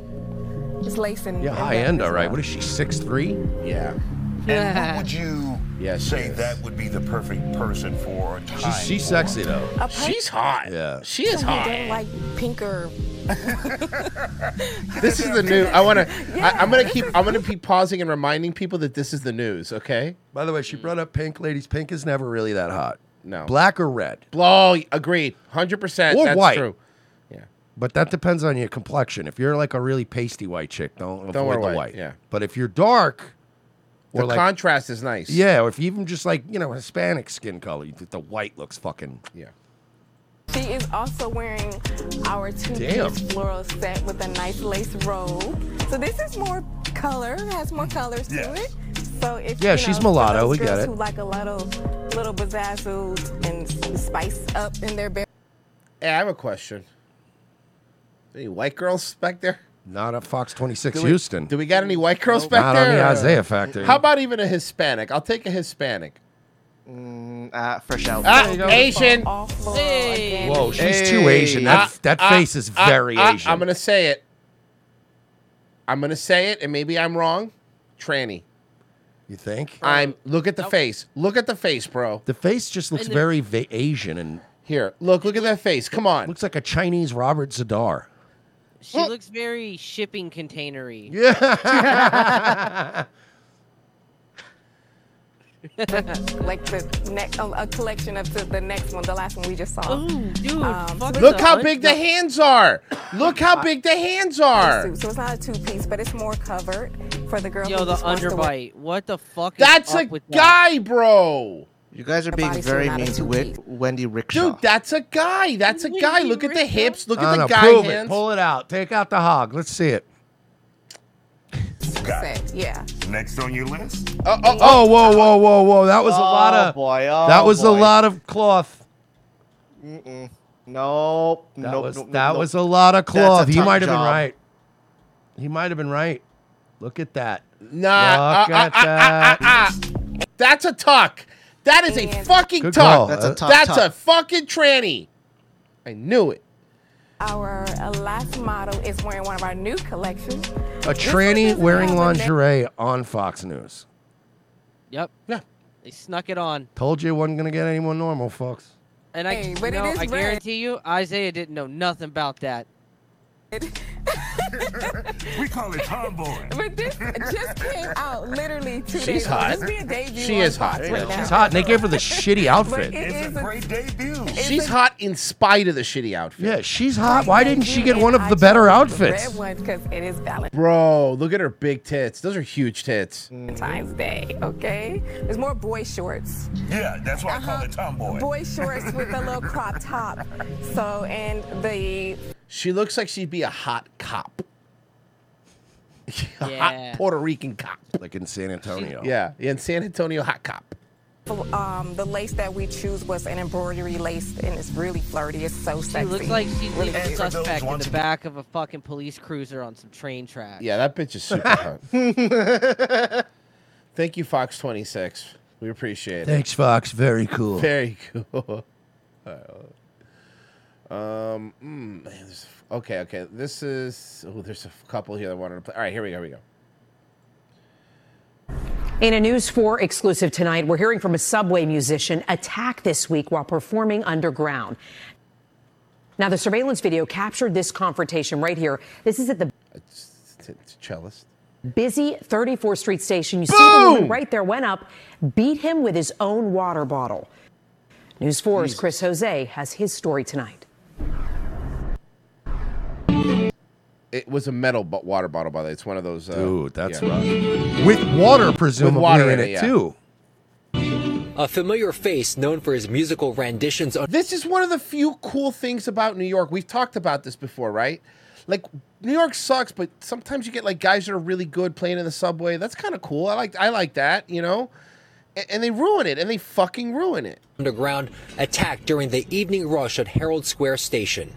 S30: It's lacing.
S8: Yeah,
S30: and
S8: high
S30: velvet
S8: end,
S30: as
S8: all right.
S30: well.
S8: What is she? Six three. Yeah.
S3: And who would you
S8: Yes,
S3: say that would be the perfect person for a time?
S5: She's, she's sexy though.
S30: A person- She's
S8: hot.
S5: Yeah.
S8: She is
S30: Someone
S8: hot.
S30: don't like pink or.
S8: This is the new. I want to. I'm gonna keep. I'm gonna keep pausing and reminding people that this is the news. Okay.
S5: By the way, she brought up pink. Ladies, pink is never really that hot.
S8: No.
S5: Black or red,
S8: Blow. Agreed. Hundred percent.
S5: Or
S8: That's
S5: white.
S8: True.
S5: but that depends on your complexion. If you're like a really pasty white chick, don't,
S8: Don't
S5: avoid
S8: wear
S5: the
S8: white,
S5: white.
S8: yeah.
S5: But if you're dark,
S8: The
S5: or like
S8: contrast is nice.
S5: yeah, or if you even just like you know Hispanic skin color, you think the white looks fucking
S8: yeah.
S30: She is also wearing our
S5: Damn.
S30: two-piece floral set with a nice lace robe. So this is more color, has more colors to it. So if
S5: Yeah,
S30: you
S5: she's
S30: know,
S5: mulatto,
S30: for those
S5: we get
S30: girls
S5: it.
S30: Who like a little, little bazzazzles and spice up in their bare.
S8: Hey, I have a question. Any white girls back there?
S5: not a Fox 26
S8: Do we-
S5: Houston.
S8: Do we got any white girls
S5: Nope.
S8: back
S5: Not on
S8: there?
S5: the
S8: or-
S5: Isaiah Factory.
S8: How about even a Hispanic? I'll take a Hispanic.
S9: Mm, uh, fresh out.
S8: Ah, Asian. Ah,
S5: Whoa, she's too Asian. That- that face is very Asian.
S8: I'm gonna say it. I'm gonna say it, and maybe I'm wrong. Tranny.
S5: You think?
S8: I'm. Look at the face. Look at the face, bro.
S5: The face just looks
S8: And the-
S5: very va- Asian and
S8: here. Look, look at that face. Come on.
S5: Looks like a Chinese Robert Zadar.
S10: She looks very shipping containery.
S5: Yeah.
S30: like the next, um, a collection up to the next one, the last one we just saw. Um, Ooh,
S10: dude!
S8: Look how big the hands are. Look how big the hands are.
S30: So it's not a two-piece, but it's more covered for the girl.
S10: Yo,
S30: who
S10: the
S30: just wants to wear-
S10: underbite. What the fuck? is
S8: That's a
S10: up with that?
S8: guy, bro.
S9: You guys are
S8: The
S9: being
S8: bodysuit
S9: very
S8: not a
S9: mean to Wick, Wendy Rickshaw.
S8: Dude, that's a guy. That's a guy. Look at the hips. Look
S5: No,
S8: at the
S5: no,
S8: guy
S5: prove
S8: hands.
S5: It. Pull it out. Take out the hog. Let's see it.
S3: Got it.
S30: Yeah.
S3: Next on your list?
S8: Oh,
S5: oh, whoa, whoa, whoa, whoa. That was a lot
S9: Oh,
S5: of
S9: boy, oh,
S5: That was a
S9: boy.
S5: lot of cloth.
S9: Mm-mm. Nope.
S5: That
S9: nope,
S5: was
S9: nope,
S5: that
S9: nope.
S5: was a lot of
S9: That's
S5: cloth. He
S9: tough
S5: might have been
S9: job.
S5: right. He might have been right. Look at that.
S8: Nah,
S5: Look
S8: uh,
S5: at
S8: uh, uh,
S5: that.
S8: That's a tuck. That is a fucking
S5: Good call.
S8: tuck.
S5: That's a tuck,
S8: That's
S5: tuck.
S8: a fucking tranny. I knew it.
S30: Our uh, last model is wearing one of our new collections.
S5: A tranny wearing lingerie on Fox News.
S10: Yep.
S8: Yeah.
S10: They snuck it on.
S5: Told you it wasn't gonna get anyone normal, folks.
S10: And I,
S30: Hey,
S10: you
S30: but it
S10: know,
S30: is
S10: I
S30: red.
S10: guarantee you, Isaiah didn't know nothing about that.
S3: we call it tomboy.
S30: But this just came out literally two
S5: She's
S30: days ago.
S5: hot.
S30: This be a debut
S5: She
S30: on
S5: is hot.
S30: Fox
S5: Yeah,
S30: Right now.
S5: She's hot, and they gave her the shitty outfit.
S30: But it
S3: It's
S30: is
S3: a great debut.
S8: She's hot in spite of the shitty outfit.
S5: Yeah, she's hot. Why didn't she get one of the better outfits?
S30: Red one because it is Valentine's
S8: Bro, look at her big tits. Those are huge tits.
S30: Day. Okay, there's more boy shorts. Uh-huh.
S3: Yeah, that's why I call it tomboy.
S30: Boy shorts with a little crop top. So and the
S8: She looks like she'd be a hot cop. A
S30: Yeah.
S8: hot Puerto Rican cop.
S5: Like in San Antonio.
S8: Yeah, in San Antonio, hot cop.
S30: um the lace that we choose was an embroidery lace and it's really flirty. It's so
S10: She
S30: sexy.
S10: looks like she's
S30: really
S10: a
S30: cute.
S10: suspect in the back of a fucking police cruiser on some train track.
S8: Yeah, that bitch is super hot. Thank you, Fox 26. We appreciate it.
S5: Thanks, Fox. Very cool.
S8: Very cool. um, mm, man, there's- okay, okay. This is. Oh, there's a couple here that wanted to play. All right, here we go. Here we go.
S12: In a News 4 exclusive tonight, we're hearing from a subway musician attacked this week while performing underground.
S11: Now, the surveillance video captured this confrontation right here. This is at the
S8: It's, it's a cellist.
S11: busy 34th Street station. You see the woman
S8: Boom!
S11: right there went up, beat him with his own water bottle. News 4's Chris Jose has his story tonight.
S8: It was a metal bo- water bottle, by the way. It's one of those. Uh,
S5: Dude, that's
S8: rough.
S5: With water, presumably,
S8: water
S5: in it, too.
S13: A familiar face known for his musical renditions of
S8: This is one of the few cool things about New York. We've talked about this before, right? Like New York sucks, but sometimes you get like guys that are really good playing in the subway. That's kind of cool. I like I like that, you know. A- And, they ruin it, and they fucking ruin it.
S13: underground attack during the evening rush at Herald Square Station.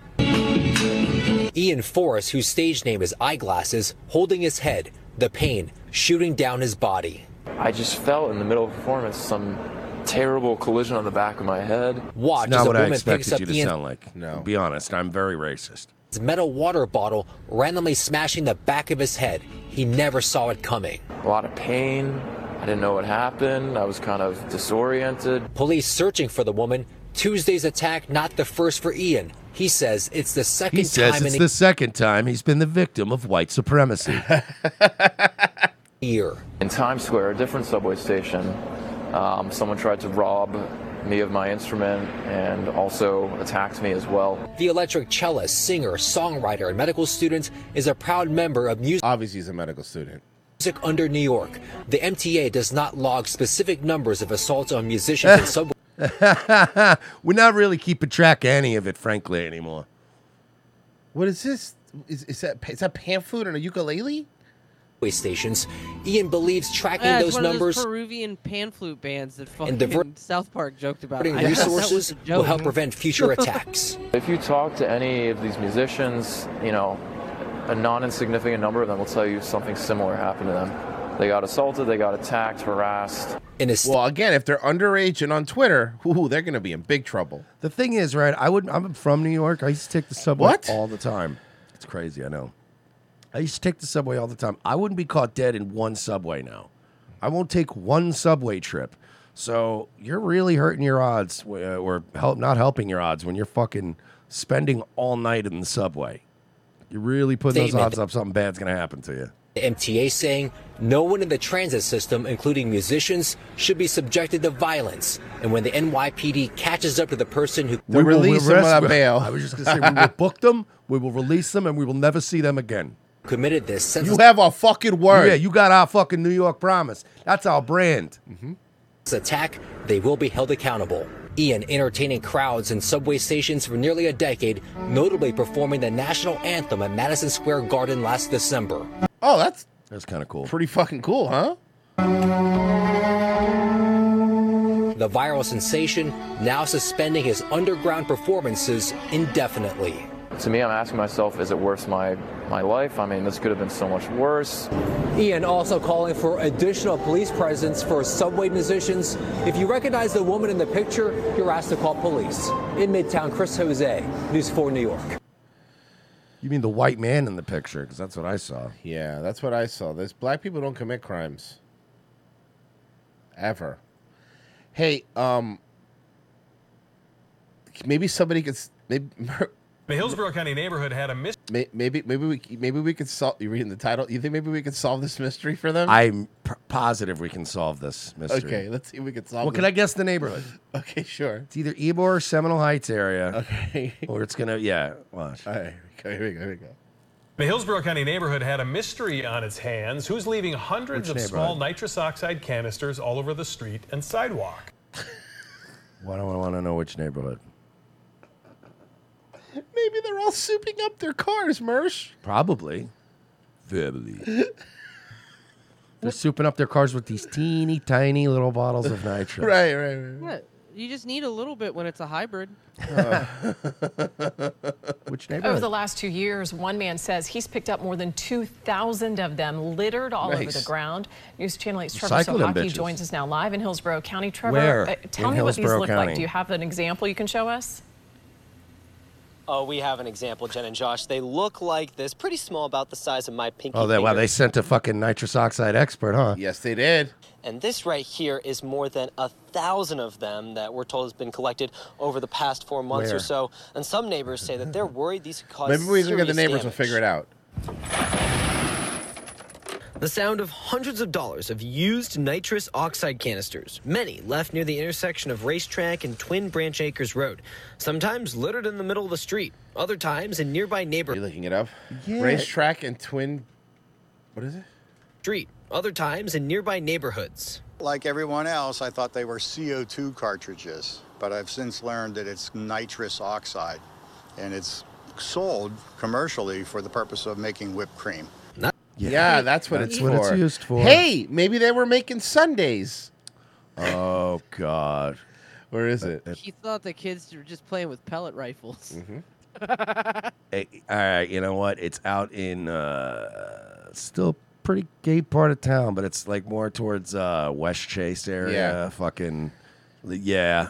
S13: Ian Forrest, whose stage name is Eyeglasses, holding his head, the pain shooting down his body.
S14: I just felt in the middle of performance some terrible collision on the back of my head.
S13: Watch
S5: Not
S13: as
S5: what
S13: a
S5: I
S13: woman picks
S5: expected
S13: up
S5: you to
S13: Ian's
S5: sound like. No. Be honest, I'm very racist.
S13: metal water bottle, randomly smashing the back of his head. He never saw it coming.
S14: A lot of pain. I didn't know what happened. I was kind of disoriented.
S13: Police searching for the woman. Tuesday's attack, not the first for Ian. He says it's the second
S5: He says
S13: time
S5: it's
S13: in a
S5: the second time he's been the victim of white supremacy.
S13: year.
S14: In Times Square, a different subway station, um, someone tried to rob me of my instrument and also attacked me as well.
S13: The electric cellist, singer, songwriter, and medical student is a proud member of music.
S8: Obviously, he's a medical student.
S13: Music under New York. The MTA does not log specific numbers of assaults on musicians and subway
S5: We're not really keeping track of any of it, frankly, anymore.
S8: What is this? Is, is that is that pamphlet and a ukulele?
S13: stations. Ian believes tracking
S10: Yeah, it's
S13: those
S10: one of
S13: numbers.
S10: those Peruvian pan flute bands that fucking
S13: diver-
S10: South Park joked about.
S13: Putting
S10: I thought that was
S13: resources
S10: a
S13: will
S10: joke.
S13: help prevent future attacks.
S14: If you talk to any of these musicians, you know, a non insignificant number of them will tell you something similar happened to them. They got assaulted, they got attacked, harassed.
S8: well, again, if they're underage and on Twitter, ooh, they're going to be in big trouble.
S5: The thing is, right? I would. I'm from New York. I used to take the subway
S8: What?
S5: all the time. It's crazy. I know. I used to take the subway all the time. I wouldn't be caught dead in one subway now. I won't take one subway trip. So you're really hurting your odds, uh, or help not helping your odds when you're fucking spending all night in the subway. You're really putting those
S13: Statement.
S5: odds up. Something bad's gonna happen to you.
S13: The MTA saying no one in the transit system, including musicians, should be subjected to violence. And when the NYPD catches up to the person who
S5: We will arrest- I was just gonna say we will book them, we will release them, and we will never see them again.
S13: committed this
S5: You
S13: senseless
S5: have our fucking word. Yeah, you got our fucking New York promise. That's our brand.
S13: Mm-hmm. attack, they will be held accountable. Ian entertaining crowds in subway stations for nearly a decade, notably performing the national anthem at Madison Square Garden last December.
S8: Oh, that's
S5: that's kind of cool.
S8: Pretty fucking cool, huh?
S13: The viral sensation now suspending his underground performances indefinitely.
S14: To me, I'm asking myself, is it worth my, my life? I mean, this could have been so much worse.
S13: Ian also calling for additional police presence for subway musicians. If you recognize the woman in the picture, you're asked to call police. In Midtown, Chris Jose, News 4 New York.
S5: You mean the white man in the picture? Because that's what I saw.
S8: Yeah, that's what I saw. This black people don't commit crimes. Ever. Hey, um maybe somebody could s- maybe
S6: The Hillsborough County neighborhood had a mis-
S8: may- maybe maybe we c- maybe we could solve you reading the title. You think maybe we could solve this mystery for them?
S5: I'm p- positive we can solve this mystery.
S8: Okay, let's see if we could solve
S5: Well, can
S8: it.
S5: I guess the neighborhood?
S8: Okay, sure.
S5: It's either Ebor or Seminole Heights area.
S8: Okay.
S5: Or it's gonna yeah. Watch.
S8: All right. Okay, here we go. Here we go.
S6: The Hillsborough County neighborhood had a mystery on its hands. Who's leaving hundreds
S5: Which
S6: of small nitrous oxide canisters all over the street and sidewalk?
S5: Why do I want to know which neighborhood?
S8: Maybe they're all souping up their cars, Mersh.
S5: Probably. Verbally. They're souping up their cars with these teeny tiny little bottles of nitro.
S8: Right, right, right.
S10: What? You just need a little bit when it's a hybrid.
S5: Which
S25: Over
S5: neighborhood?
S25: the last two years, one man says he's picked up more than 2,000 of them littered all over
S5: Nice.
S25: the ground. News Channel 8's Trevor
S5: Recycle them
S25: Sohaki
S5: bitches.
S25: joins us now live in Hillsborough County. Trevor,
S5: Where?
S25: uh, tell
S5: In
S25: me what these
S5: Hillsborough
S25: look
S5: County.
S25: like. Do you have an example you can show us?
S35: Oh, we have an example, Jen and Josh. They look like this, pretty small, about the size of my pinky.
S5: Oh, they, wow,
S35: finger.
S5: they sent a fucking nitrous oxide expert, huh?
S8: Yes, they did.
S35: And this right here is more than a thousand of them that we're told has been collected over the past four months
S8: Where?
S35: or so. And some neighbors say that they're worried these could cause
S8: Maybe we look at the
S35: serious
S8: neighbors will
S35: damage.
S8: figure it out.
S35: The sound of hundreds of dollars of used nitrous oxide canisters, many left near the intersection of Racetrack and Twin Branch Acres Road, sometimes littered in the middle of the street, other times in nearby neighbor. You
S8: looking it up? Racetrack and twin. What is it?
S35: Street, other times in nearby neighborhoods.
S36: Like everyone else, I thought they were CO2 cartridges, but I've since learned that it's nitrous oxide, and it's sold commercially for the purpose of making whipped cream.
S8: Yeah, that's what
S36: That's
S8: it's
S36: what it's
S8: for.
S36: used for.
S8: Hey, maybe they were making Sundays.
S5: Oh God.
S8: Where is it?
S10: He thought the kids were just playing with pellet rifles.
S8: Mm-hmm.
S5: Hey, Eh, all right, you know what? It's out in uh, still pretty gay part of town, but it's like more towards uh, West Chase area.
S35: Yeah.
S5: Fucking yeah,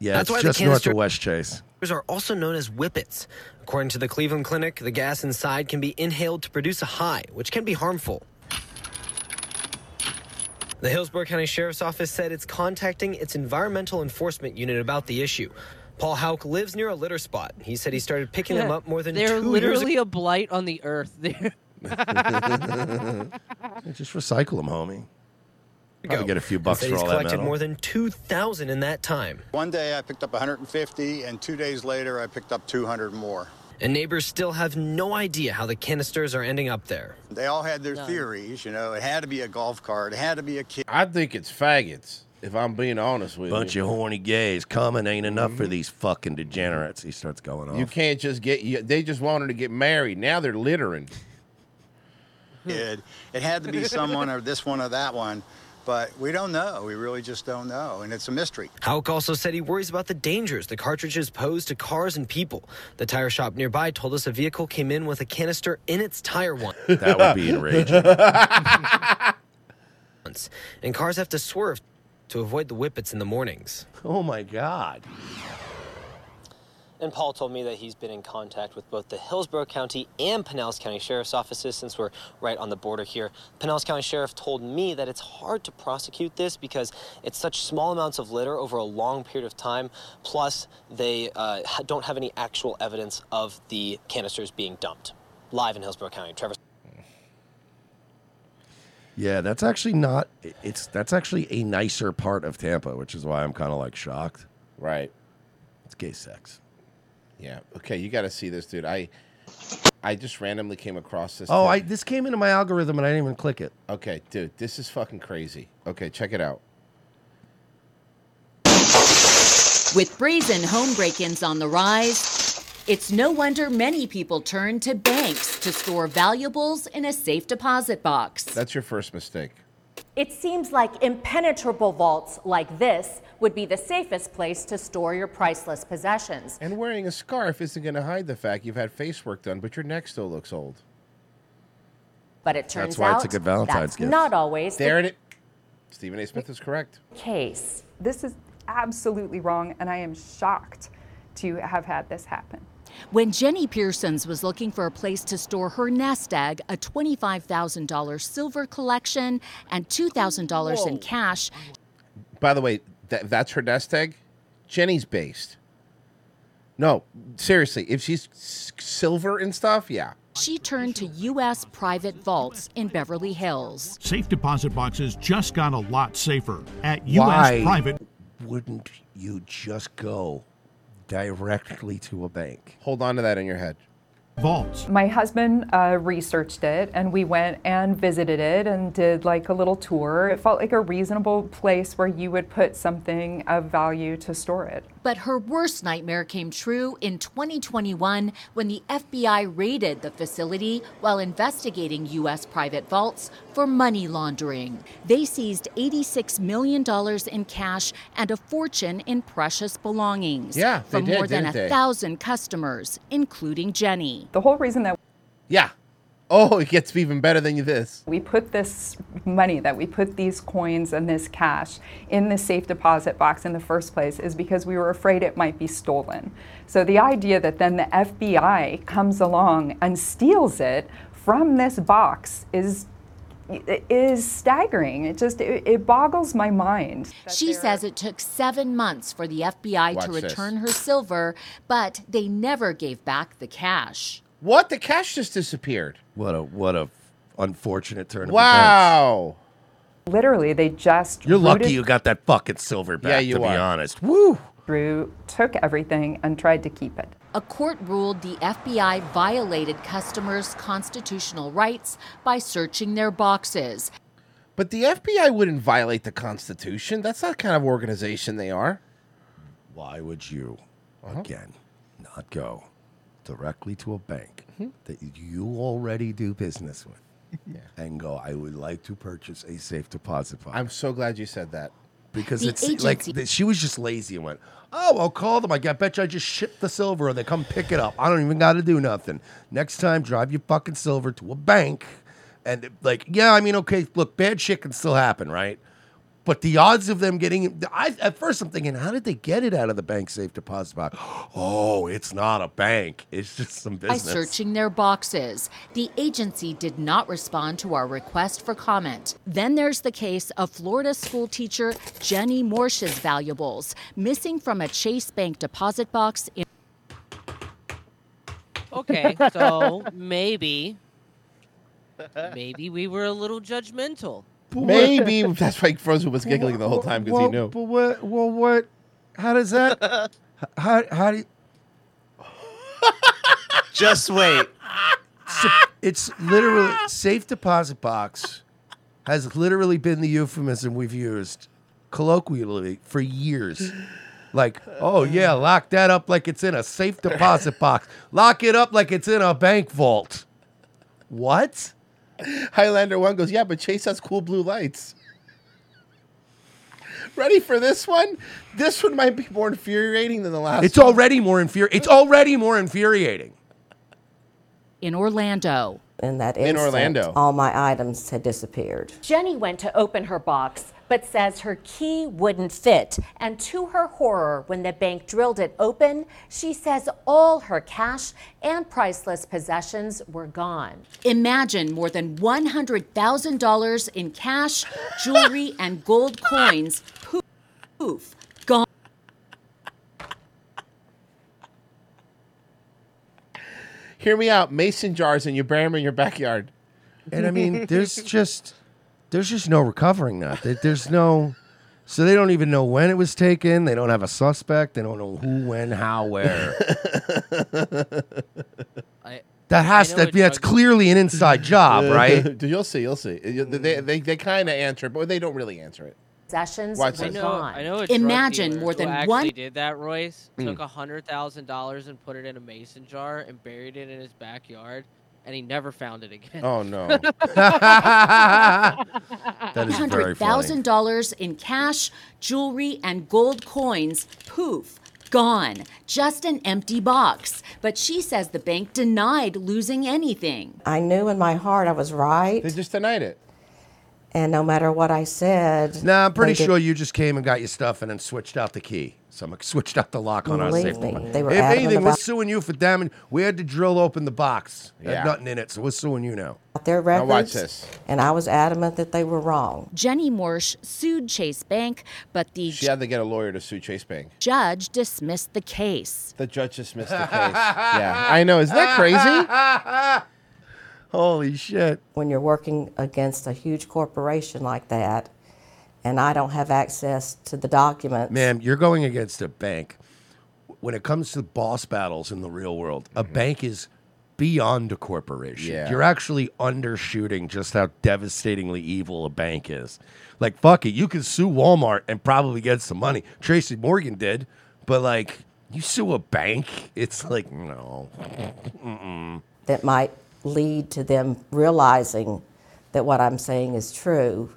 S5: yeah.
S35: That's
S5: it's
S35: why the
S5: just north
S35: canister-
S5: of West Chase.
S35: These are also known as whippets. According to the Cleveland Clinic, the gas inside can be inhaled to produce a high, which can be harmful. The Hillsborough County Sheriff's Office said it's contacting its environmental enforcement unit about the issue. Paul Hauk lives near a litter spot. He said he started picking them up more than
S10: They're
S35: two
S10: literally
S35: years
S10: a blight on the earth. There.
S5: just recycle them, homie. Probably
S35: ago.
S5: get a few
S35: He
S5: bucks
S35: said
S5: for
S35: he's
S5: all that
S35: collected
S5: metal.
S35: more than 2,000 in that time.
S36: One day I picked up 150, and two days later I picked up 200 more.
S35: And neighbors still have no idea how the canisters are ending up there.
S36: They all had their theories, you know. It had to be a golf cart, it had to be a kid.
S8: I think it's faggots. If I'm being honest with
S5: Bunch
S8: you,
S5: of horny gays coming ain't enough
S35: Mm-hmm.
S5: for these fucking degenerates. He starts going off.
S8: you can't just get. You, they just wanted to get married. Now they're littering.
S36: It, it had to be someone or this one or that one, but we don't know. We really just don't know, and it's a mystery.
S35: Hauk also said he worries about the dangers the cartridges pose to cars and people. The tire shop nearby told us a vehicle came in with a canister in its tire once.
S5: That would be enraging.
S35: Once. and cars have to swerve to avoid the whippets in the mornings.
S5: Oh my God.
S35: And Paul told me that he's been in contact with both the Hillsborough County and Pinellas County Sheriff's offices since we're right on the border here. Pinellas County Sheriff told me that it's hard to prosecute this because it's such small amounts of litter over a long period of time. Plus, they uh, ha- don't have any actual evidence of the canisters being dumped. Live in Hillsborough County, Trevor.
S5: Yeah, that's actually not. It's that's actually a nicer part of Tampa, which is why I'm kind of like shocked.
S8: Right.
S5: It's gay sex.
S8: Yeah. Okay, you got to see this, dude. I, I just randomly came across this.
S5: Oh,
S8: thing.
S5: I this came into my algorithm and I didn't even click it.
S8: Okay, dude, this is fucking crazy. Okay, check it out.
S15: With brazen home break ins on the rise, it's no wonder many people turn to banks to store valuables in a safe deposit box.
S8: That's your first mistake.
S37: It seems like impenetrable vaults like this would be the safest place to store your priceless possessions.
S8: And wearing a scarf isn't going to hide the fact you've had face work done, but your neck still looks old.
S37: But it turns
S8: That's why
S37: out
S8: it's a good Valentine's
S37: that's
S8: gift.
S37: not always
S8: There
S37: the
S8: it is. Stephen A. Smith is correct.
S37: case.
S38: This is absolutely wrong, and I am shocked to have had this happen.
S15: When Jenny Pearsons was looking for a place to store her nest egg, a $25,000 silver collection, and $2,000 in
S8: Whoa.
S15: cash,
S8: By the way, that, that's her nest egg. Jenny's based. No, seriously, if she's s- silver and stuff, yeah.
S15: she turned to U.S. private vaults in Beverly Hills.
S38: Safe deposit boxes just got a lot safer at U.S.
S5: Why
S38: private.
S5: wouldn't you just go directly to a bank?
S8: Hold on to that in your head.
S38: vaults. My husband uh, researched it and we went and visited it and did like a little tour. It felt like a reasonable place where you would put something of value to store it.
S15: But her worst nightmare came true in 2021 when the FBI raided the facility while investigating U.S. private vaults for money laundering. They seized $86 million in cash and a fortune in precious belongings
S38: Yeah, they
S15: from
S38: did,
S15: more than
S38: didn't
S15: a
S38: they?
S15: thousand customers, including Jenny.
S38: The whole reason that
S8: Yeah. Oh, it gets even better than this.
S38: we put this money, that we put these coins and this cash in the safe deposit box in the first place is because we were afraid it might be stolen. So the idea that then the FBI comes along and steals it from this box is
S16: is staggering. It just it, it boggles my mind.
S15: She says it took seven months for the FBI
S16: Watch
S15: to
S16: this.
S15: return her silver, but they never gave back the cash.
S8: What? The cash just disappeared.
S5: What a what a unfortunate turn. of
S8: Wow.
S16: Literally, they just
S5: events. You're lucky
S16: rooted
S5: you got that fucking silver back.
S16: Yeah, you
S5: to be
S16: are.
S5: honest. Woo.
S16: through, took everything, and tried to keep it.
S15: A court ruled the FBI violated customers' constitutional rights by searching their boxes.
S8: But the FBI wouldn't violate the Constitution. That's not the kind of organization they are.
S5: Why would you,
S8: Uh-huh.
S5: again, not go directly to a bank
S8: Mm-hmm.
S5: that you already do business with and go, I would like to purchase a safe deposit box?
S8: I'm so glad you said that.
S5: Because
S8: The
S5: it's like
S8: agency-
S5: th- she was just lazy and went, Oh, I'll call them. I got- bet you I just shipped the silver or they come pick it up. I don't even got to do nothing. Next time, drive your fucking silver to a bank. And it- like, yeah, I mean, okay, look, bad shit can still happen, right? But the odds of them getting it, I, at first I'm thinking, how did they get it out of the bank safe deposit box? Oh, it's not a bank. It's just some
S15: By
S5: business.
S15: searching their boxes, the agency did not respond to our request for comment. Then there's the case of Florida school teacher Jenny Morsh's valuables missing from a Chase Bank deposit box in
S10: Okay, so maybe, maybe we were a little judgmental.
S8: Maybe that's why Frozen was giggling the whole time because he
S5: Well,
S8: knew.
S5: But what? Well, what? How does that? how? How do? You...
S9: Just wait.
S5: It's literally safe deposit box has literally been the euphemism we've used colloquially for years. Like, oh yeah, lock that up like it's in a safe deposit box. Lock it up like it's in a bank vault. What?
S8: Highlander One goes, yeah, but Chase has cool blue lights. Ready for this one? This one might be more infuriating than the last.
S5: It's already more infuri- It's already more infuriating.
S15: in Orlando.
S34: In that
S5: In
S34: instant,
S5: Orlando.
S34: all my items had disappeared.
S1: Jenny went to open her box, but says her key wouldn't fit. And to her horror, when the bank drilled it open, she says all her cash and priceless possessions were gone.
S15: Imagine more than $100,000 in cash, jewelry, and gold coins. Poof, poof, gone.
S8: Hear me out. Mason jars and you bury them in your backyard.
S5: And I mean, there's just there's just no recovering that. There- There's no so they don't even know when it was taken. They don't have a suspect. They don't know who, when, how, where. that has to yeah, it's clearly an inside job, right?
S8: Uh, You'll see. You'll see. You- They, they, they kind of answer, it, but they don't really answer it.
S1: Possessions
S8: Watch this.
S10: I know, I know a drug
S15: Imagine
S10: dealer
S15: more
S10: who
S15: than
S10: actually
S15: one-
S10: did that, Royce.
S5: Hmm.
S8: Mm.
S10: Took a hundred thousand dollars and put it in a mason jar and buried it in his backyard, and he never found it again. Mm,
S8: Oh, no.
S5: That is very funny.
S15: $100,000 in cash, jewelry, and gold coins. Poof, gone. Just an empty box. But she says the bank denied losing anything.
S34: I knew in my heart I was right. They
S8: just denied it.
S34: And no matter what I said,
S5: Nah, I'm pretty
S34: they did-
S5: sure you just came and got your stuff and then switched out the key. Some switched out the lock on our
S34: Believe
S5: safe
S34: me,
S5: deposit.
S34: they were
S5: if
S34: adamant
S5: anything, we're
S34: about-
S5: suing you for damage. We had to drill open the box. Had
S34: Yeah.
S5: nothing in it, so we're suing you now.
S34: their
S5: Now
S34: records.
S5: watch this.
S34: And I was adamant that they were wrong.
S15: Jenny Morsh sued Chase Bank, but the
S8: She had to get a lawyer to sue Chase Bank.
S15: judge dismissed the case.
S8: The judge dismissed the case. yeah, I know. Isn't that crazy?
S5: Holy shit.
S34: When you're working against a huge corporation like that, and I don't have access to the documents.
S5: Ma'am, you're going against a bank. When it comes to boss battles in the real world, a bank is beyond a corporation.
S8: Yeah.
S5: You're actually undershooting just how devastatingly evil a bank is. Like, fuck it, you can sue Walmart and probably get some money. Tracy Morgan did, but like, you sue a bank, it's like, no. Mm-mm.
S34: that might lead to them realizing that what I'm saying is true,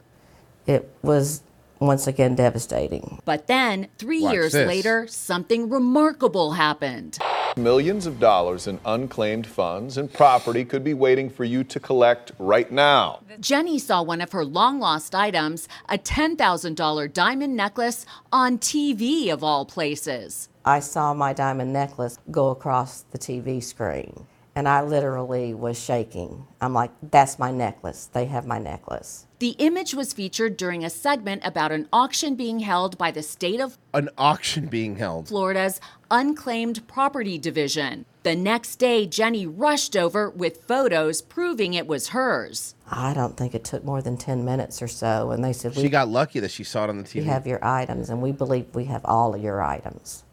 S34: it was once again devastating.
S15: But then, three
S34: Watch
S15: years
S34: this.
S15: later, something remarkable happened.
S29: Millions of dollars in unclaimed funds and property could be waiting for you to collect right now.
S15: Jenny saw one of her long lost items, a $10,000 diamond necklace, on TV of all places.
S34: I saw my diamond necklace go across the TV screen.
S39: And I literally was shaking. I'm like, that's my necklace. They have my necklace.
S15: The image was featured during a segment about an auction being held by the state of
S8: An auction being held.
S15: Florida's Unclaimed Property Division. The next day, Jenny rushed over with photos proving it was hers.
S39: I don't think it took more than 10 minutes or so. And they said,
S8: She got lucky that she saw it on the TV.
S39: We have your items, and we believe we have all of your items.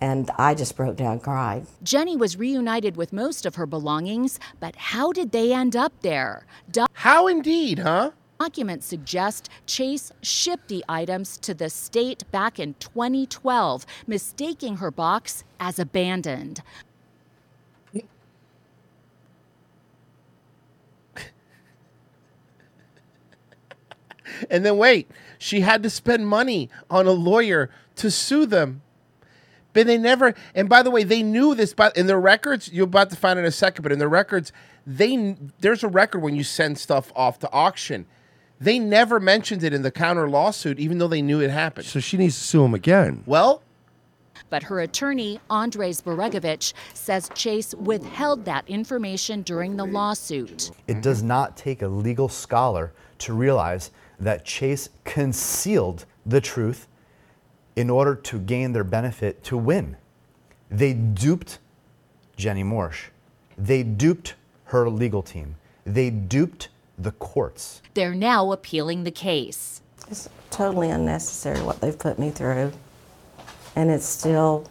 S39: And I just broke down and cried.
S15: Jenny was reunited with most of her belongings, but how did they end up there?
S8: how indeed, huh?
S15: Documents suggest Chase shipped the items to the state back in 2012, mistaking her box as abandoned.
S8: And then wait, she had to spend money on a lawyer to sue them. But they never. And by the way, they knew this. But in their records, you're about to find in a second. But in their records, they kn- there's a record when you send stuff off to auction. They never mentioned it in the counter lawsuit, even though they knew it happened.
S5: So she needs to sue him again.
S8: Well,
S15: But her attorney, Andres Boregovich, says Chase withheld that information during the lawsuit.
S40: It does
S8: Mm-hmm.
S40: not take a legal scholar to realize that Chase concealed the truth in order to gain their benefit to win. They duped Jenny Morsch. They duped her legal team. They duped the courts.
S15: They're now appealing the case.
S39: Totally unnecessary what they've put me through. And it's still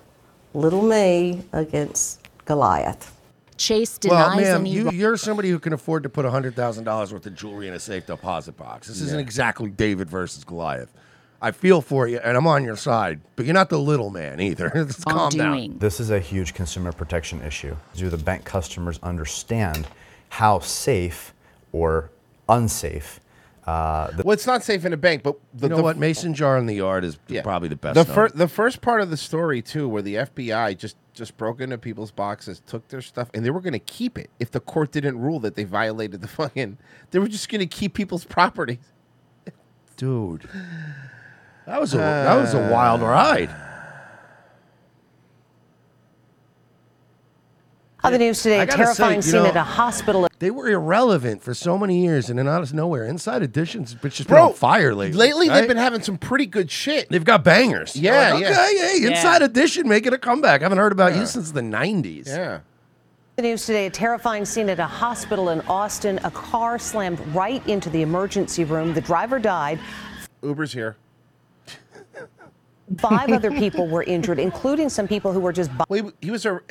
S39: little me against Goliath.
S15: Chase
S5: Well, ma'am, you, you're somebody who can afford to put $100,000 worth of jewelry in a safe deposit box. This isn't
S8: Yeah.
S5: exactly David versus Goliath. I feel for you, and I'm on your side, but you're not the little man either. Just calm down.
S40: This is a huge consumer protection issue. Do the bank customers understand how safe or unsafe uh, the
S8: well, it's not safe in a bank. But the,
S5: you know
S8: the-
S5: what? Mason jar in the yard is
S8: Yeah.
S5: probably the best.
S8: The,
S5: known.
S8: fir- the first part of the story too, where the FBI just just broke into people's boxes, took their stuff, and they were going to keep it if the court didn't rule that they violated the fucking. They were just going to keep people's property.
S5: dude. That was a that was a wild ride.
S12: Other news today,
S5: I
S12: a
S5: gotta
S12: terrifying
S5: say, you
S12: scene
S5: know,
S12: at a hospital.
S5: They were irrelevant for so many years, and then out of nowhere, Inside Editions, which just been on fire lately.
S8: Lately,
S5: right?
S8: they've been having some pretty good shit.
S5: They've got bangers.
S8: Yeah,
S5: Like,
S8: yeah.
S5: Okay, hey, Inside Edition making a comeback. I haven't heard about
S12: Yeah.
S5: you since the '90s.
S8: Yeah.
S12: The news today, a terrifying scene at a hospital in Austin. A car slammed right into the emergency room. The driver died.
S8: Uber's here.
S12: Five other people were injured, including some people who were just.
S8: Wait, he was a.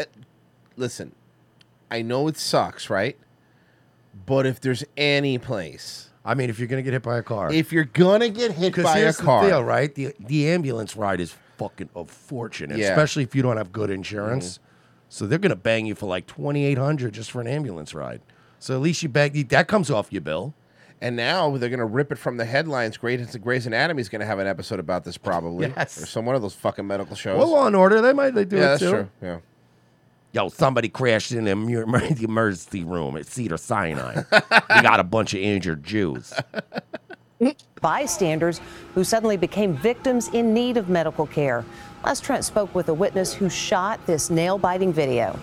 S8: Listen, I know it sucks, right? But if there's any place,
S5: I mean, if you're gonna get hit by a car,
S8: if you're gonna get hit
S5: Because
S8: by a
S5: here's
S8: car,
S5: the deal, right? The the ambulance ride is fucking a fortune,
S8: Yeah. Mm-hmm.
S5: especially if you don't have good insurance. So they're gonna bang you for like twenty eight hundred just for an ambulance ride. So at least you bang that comes off your bill.
S8: And now they're going to rip it from the headlines. Grey's, Grey's Anatomy is going to have an episode about this, probably.
S5: Yes.
S8: Or some one of those fucking medical shows.
S5: Well, Law and Order, they might they do
S8: yeah,
S5: it
S8: that's
S5: too.
S8: true. Yeah.
S5: Yo, somebody crashed in the emer- the emergency room at Cedar Sinai. we got a bunch of injured Jews.
S12: bystanders who suddenly became victims in need of medical care. Les Trent spoke with a witness who shot this nail biting video.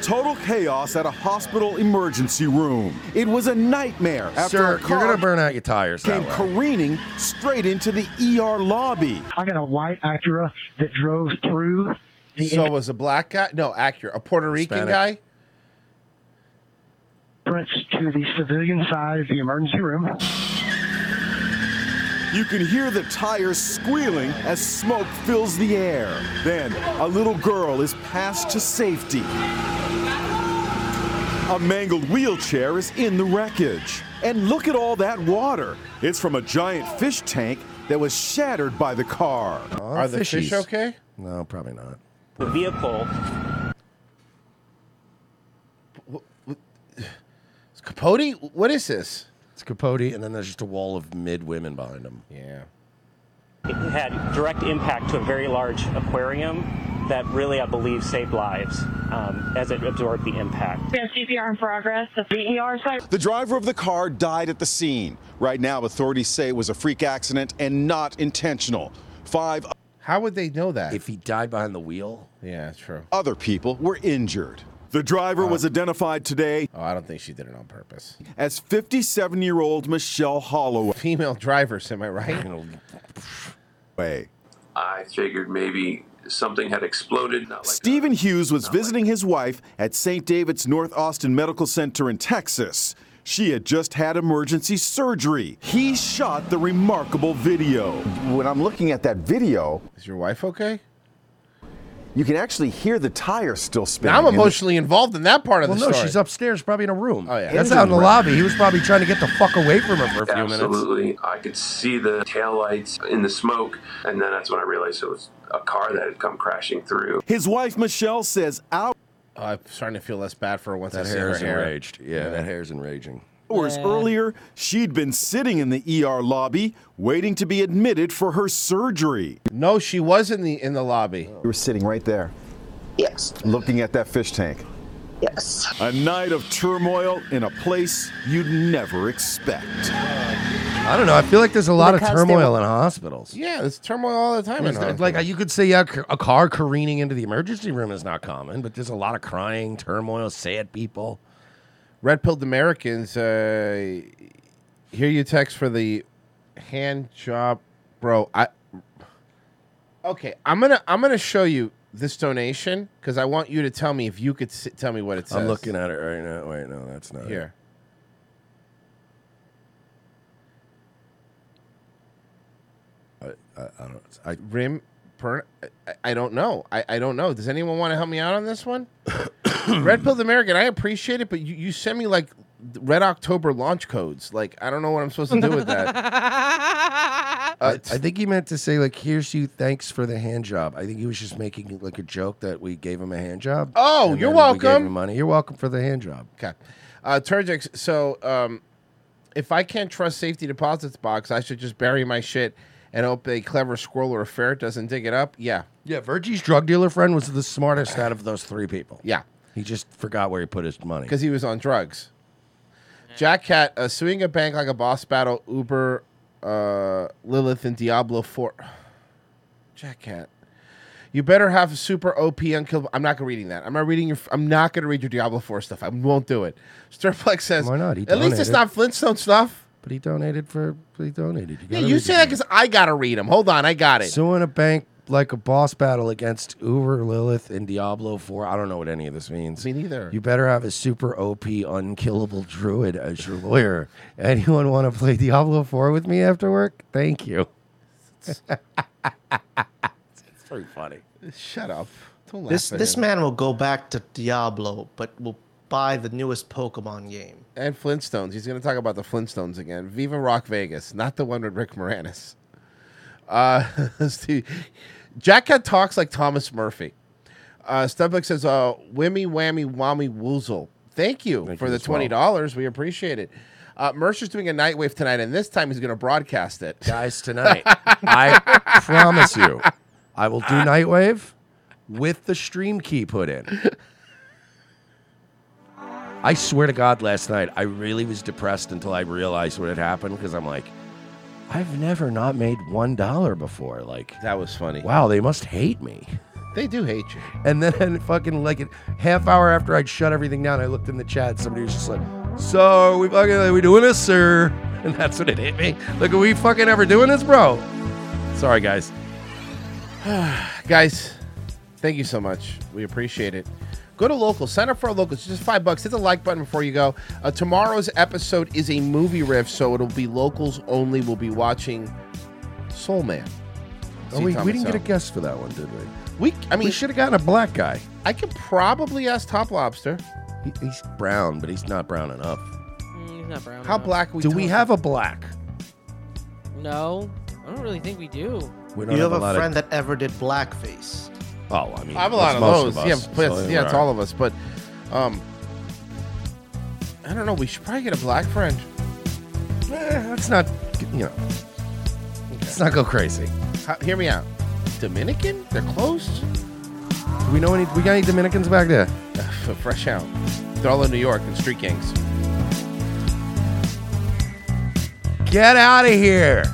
S17: Total chaos at a hospital emergency room. It was a nightmare after
S5: Sir,
S17: a
S5: you're
S17: car
S5: gonna burn out your tires.
S17: came
S5: That way.
S17: careening straight into the ER lobby.
S27: I got a white Acura that drove through the
S5: uh,
S8: So it was a black guy? No, Acura. A Puerto Rican
S27: Hispanic.
S8: guy?
S27: entrance to the civilian side of the emergency room.
S17: You can hear the tires squealing as smoke fills the air. Then, a little girl is passed to safety. A mangled wheelchair is in the wreckage. And look at all that water. It's from a giant fish tank that was shattered by the car.
S8: Are the fish okay?
S5: No, probably not.
S17: The vehicle
S8: It's Capote? What is this?
S5: It's Capote, and then there's just a wall of mid women behind him.
S8: Yeah.
S41: It had direct impact to a very large aquarium that really, I believe, saved lives um, as it absorbed the impact.
S27: We have CPR in progress. The VER site.
S17: The driver of the car died at the scene. Right now, authorities say it was a freak accident and not intentional. Five.
S8: How would they know that?
S5: If he died behind the wheel?
S8: Yeah, true. Uh,
S17: Other people were injured. The driver was identified today
S8: Oh, I don't think she did it on purpose.
S17: as 57 year old Michelle Holloway.
S8: Female drivers, am I right?
S17: Way.
S28: I figured maybe something had exploded. Not like
S17: Stephen Hughes was visiting his wife at St. David's North Austin Medical Center in Texas. She had just had emergency surgery. He shot the remarkable video.
S3: When I'm looking at that video,
S8: is your wife okay?
S3: You can actually hear the tires still spinning.
S8: Now I'm
S3: in the-
S8: emotionally involved in that part of
S3: Well,
S8: the
S3: no,
S8: story.
S3: she's
S5: upstairs, probably in a room.
S8: Oh yeah,
S5: That's out in the lobby. He was probably trying to get the fuck away from her for a few minutes.
S28: Absolutely. I could see the taillights in the smoke, and then that's when I realized it was a car that had come crashing through.
S17: His wife Michelle says out.
S8: I'm starting to feel less bad for her once
S5: That
S8: I see
S5: hair
S8: her
S5: is
S8: hair.
S5: enraged. Yeah, that hair is enraging.
S17: Hours
S8: Yeah.
S17: earlier, she'd been sitting in the ER lobby waiting to be admitted for her surgery.
S8: No, she was in the in the lobby.
S3: You were sitting right there. Yes. Looking at that fish tank.
S17: Yes. A night of turmoil in a place you'd never expect.
S5: I don't know. I feel like there's a lot
S8: Because
S5: of
S8: they
S5: turmoil
S8: were-
S5: in hospitals.
S8: Yeah, there's turmoil all the time. in
S5: It's
S8: hospitals.
S5: like uh, you could say a, c- a car careening into the emergency room is not common, but there's a lot of crying, turmoil, sad people.
S8: Red pilled Americans. Uh, hear you text for the hand job, bro. I okay. I'm gonna I'm gonna show you this donation because I want you to tell me if you could s- tell me what it says.
S5: I'm looking at it right now. Wait, no, that's not it.
S8: here.
S5: I, I, I don't. I,
S8: Rim. Per, I, I don't know. I, I don't know. Does anyone want to help me out on this one? Red Pilled American, I appreciate it, but you, you send me like Red October launch codes. Like, I don't know what I'm supposed to do with that. Uh,
S5: I, I think he meant to say like, "Here's you, thanks for the hand job." I think he was just making like a joke that we gave him a hand job.
S8: Oh,
S5: and
S8: you're
S5: then we gave
S8: welcome.
S5: him money. You're welcome for the hand job.
S8: Okay. Uh, Turgix, so um, if I can't trust safety deposits box, I should just bury my shit and hope a clever squirrel or a ferret doesn't dig it up. Yeah.
S5: Yeah, Virgie's drug dealer friend was the smartest out of those three people.
S8: Yeah.
S5: He just forgot where he put his money.
S8: Because he was on drugs. Jack Cat, uh, suing a bank like a boss battle, Uber, uh, Lilith, and Diablo 4. Jack Cat. You better have super OP unkillable. I'm not gonna reading that. I'm not reading your. I'm not gonna read your Diablo 4 stuff. I won't do it. Stirplex says. Why not?
S5: He
S8: At least it's
S5: donated.
S8: not Flintstone stuff.
S5: But he donated for. He donated.
S8: Yeah,
S5: gotta
S8: you
S5: read
S8: say
S5: it.
S8: that because I gotta read them. Hold on, I got it.
S5: Suing a bank like a boss battle against Uber, Lilith, and Diablo 4. I don't know what any of this means.
S8: Me neither.
S5: You better have a super OP, unkillable druid as your lawyer. Anyone want to play Diablo 4 with me after work? Thank you. it's very funny.
S8: Shut up. Don't laugh
S9: This
S8: at
S9: this
S8: him.
S9: man will go back to Diablo, but will buy the newest Pokemon game.
S8: and Flintstones. He's going to talk about the Flintstones again. Viva Rock Vegas, not the one with Rick Moranis. Uh, Steve- Jack Cat talks like Thomas Murphy. Uh, Stubbuck says, uh, "Whammy, whammy, whammy, woozle." Thank you for
S5: you
S8: the
S5: as well.
S8: twenty dollars. We appreciate it. Uh, Mercer's doing a night wave tonight, and this time he's going to broadcast it,
S5: guys. Tonight, I promise you, I will do Nightwave with the stream key put in. I swear to God, last night I really was depressed until I realized what had happened because I'm like, I've never not made one dollar before. Like
S8: that was funny.
S5: Wow, they must hate me.
S8: They do hate you.
S5: And then and fucking like a half hour after I'd shut everything down, I looked in the chat. Somebody was just like, "So are we fucking are we doing this, sir?" And that's when it hit me. Like, are we fucking ever doing this, bro? Sorry, guys.
S8: guys. Thank you so much. We appreciate it. Go to local. Sign up for our locals. It's just five bucks. Hit the like button before you go. Uh, tomorrow's episode is a movie riff, so it'll be locals only. We'll be watching Soul Man.
S5: Oh,
S8: See
S5: we, we
S8: Thomas
S5: didn't get
S8: L.
S5: a guest for that one, did we?
S8: We, I mean,
S5: we should have gotten a black guy.
S8: I could probably ask Top Lobster.
S5: He, he's brown, but he's not brown enough.
S10: Mm, he's not brown
S8: How
S10: enough.
S8: black we
S5: Do we
S8: talking?
S5: have a black?
S10: No, I don't really think we do.
S5: We
S9: you
S5: have
S9: have a,
S5: a lot of-
S9: friend that ever did blackface.
S5: Oh, I mean,
S8: I have a lot
S5: it's
S8: of
S5: most
S8: those.
S5: us,
S8: yeah,
S5: so
S8: plus- yeah, it's
S5: we're-
S8: all of us. But um, I don't know. We should probably get a black friend.
S5: Eh, let's not, you know, let's not go crazy.
S8: Ho- hear me out. Dominican? They're closed.
S5: Do we know any? We got any Dominicans back there?
S8: Fresh out. They're all in New York and street gangs.
S5: Get out of here.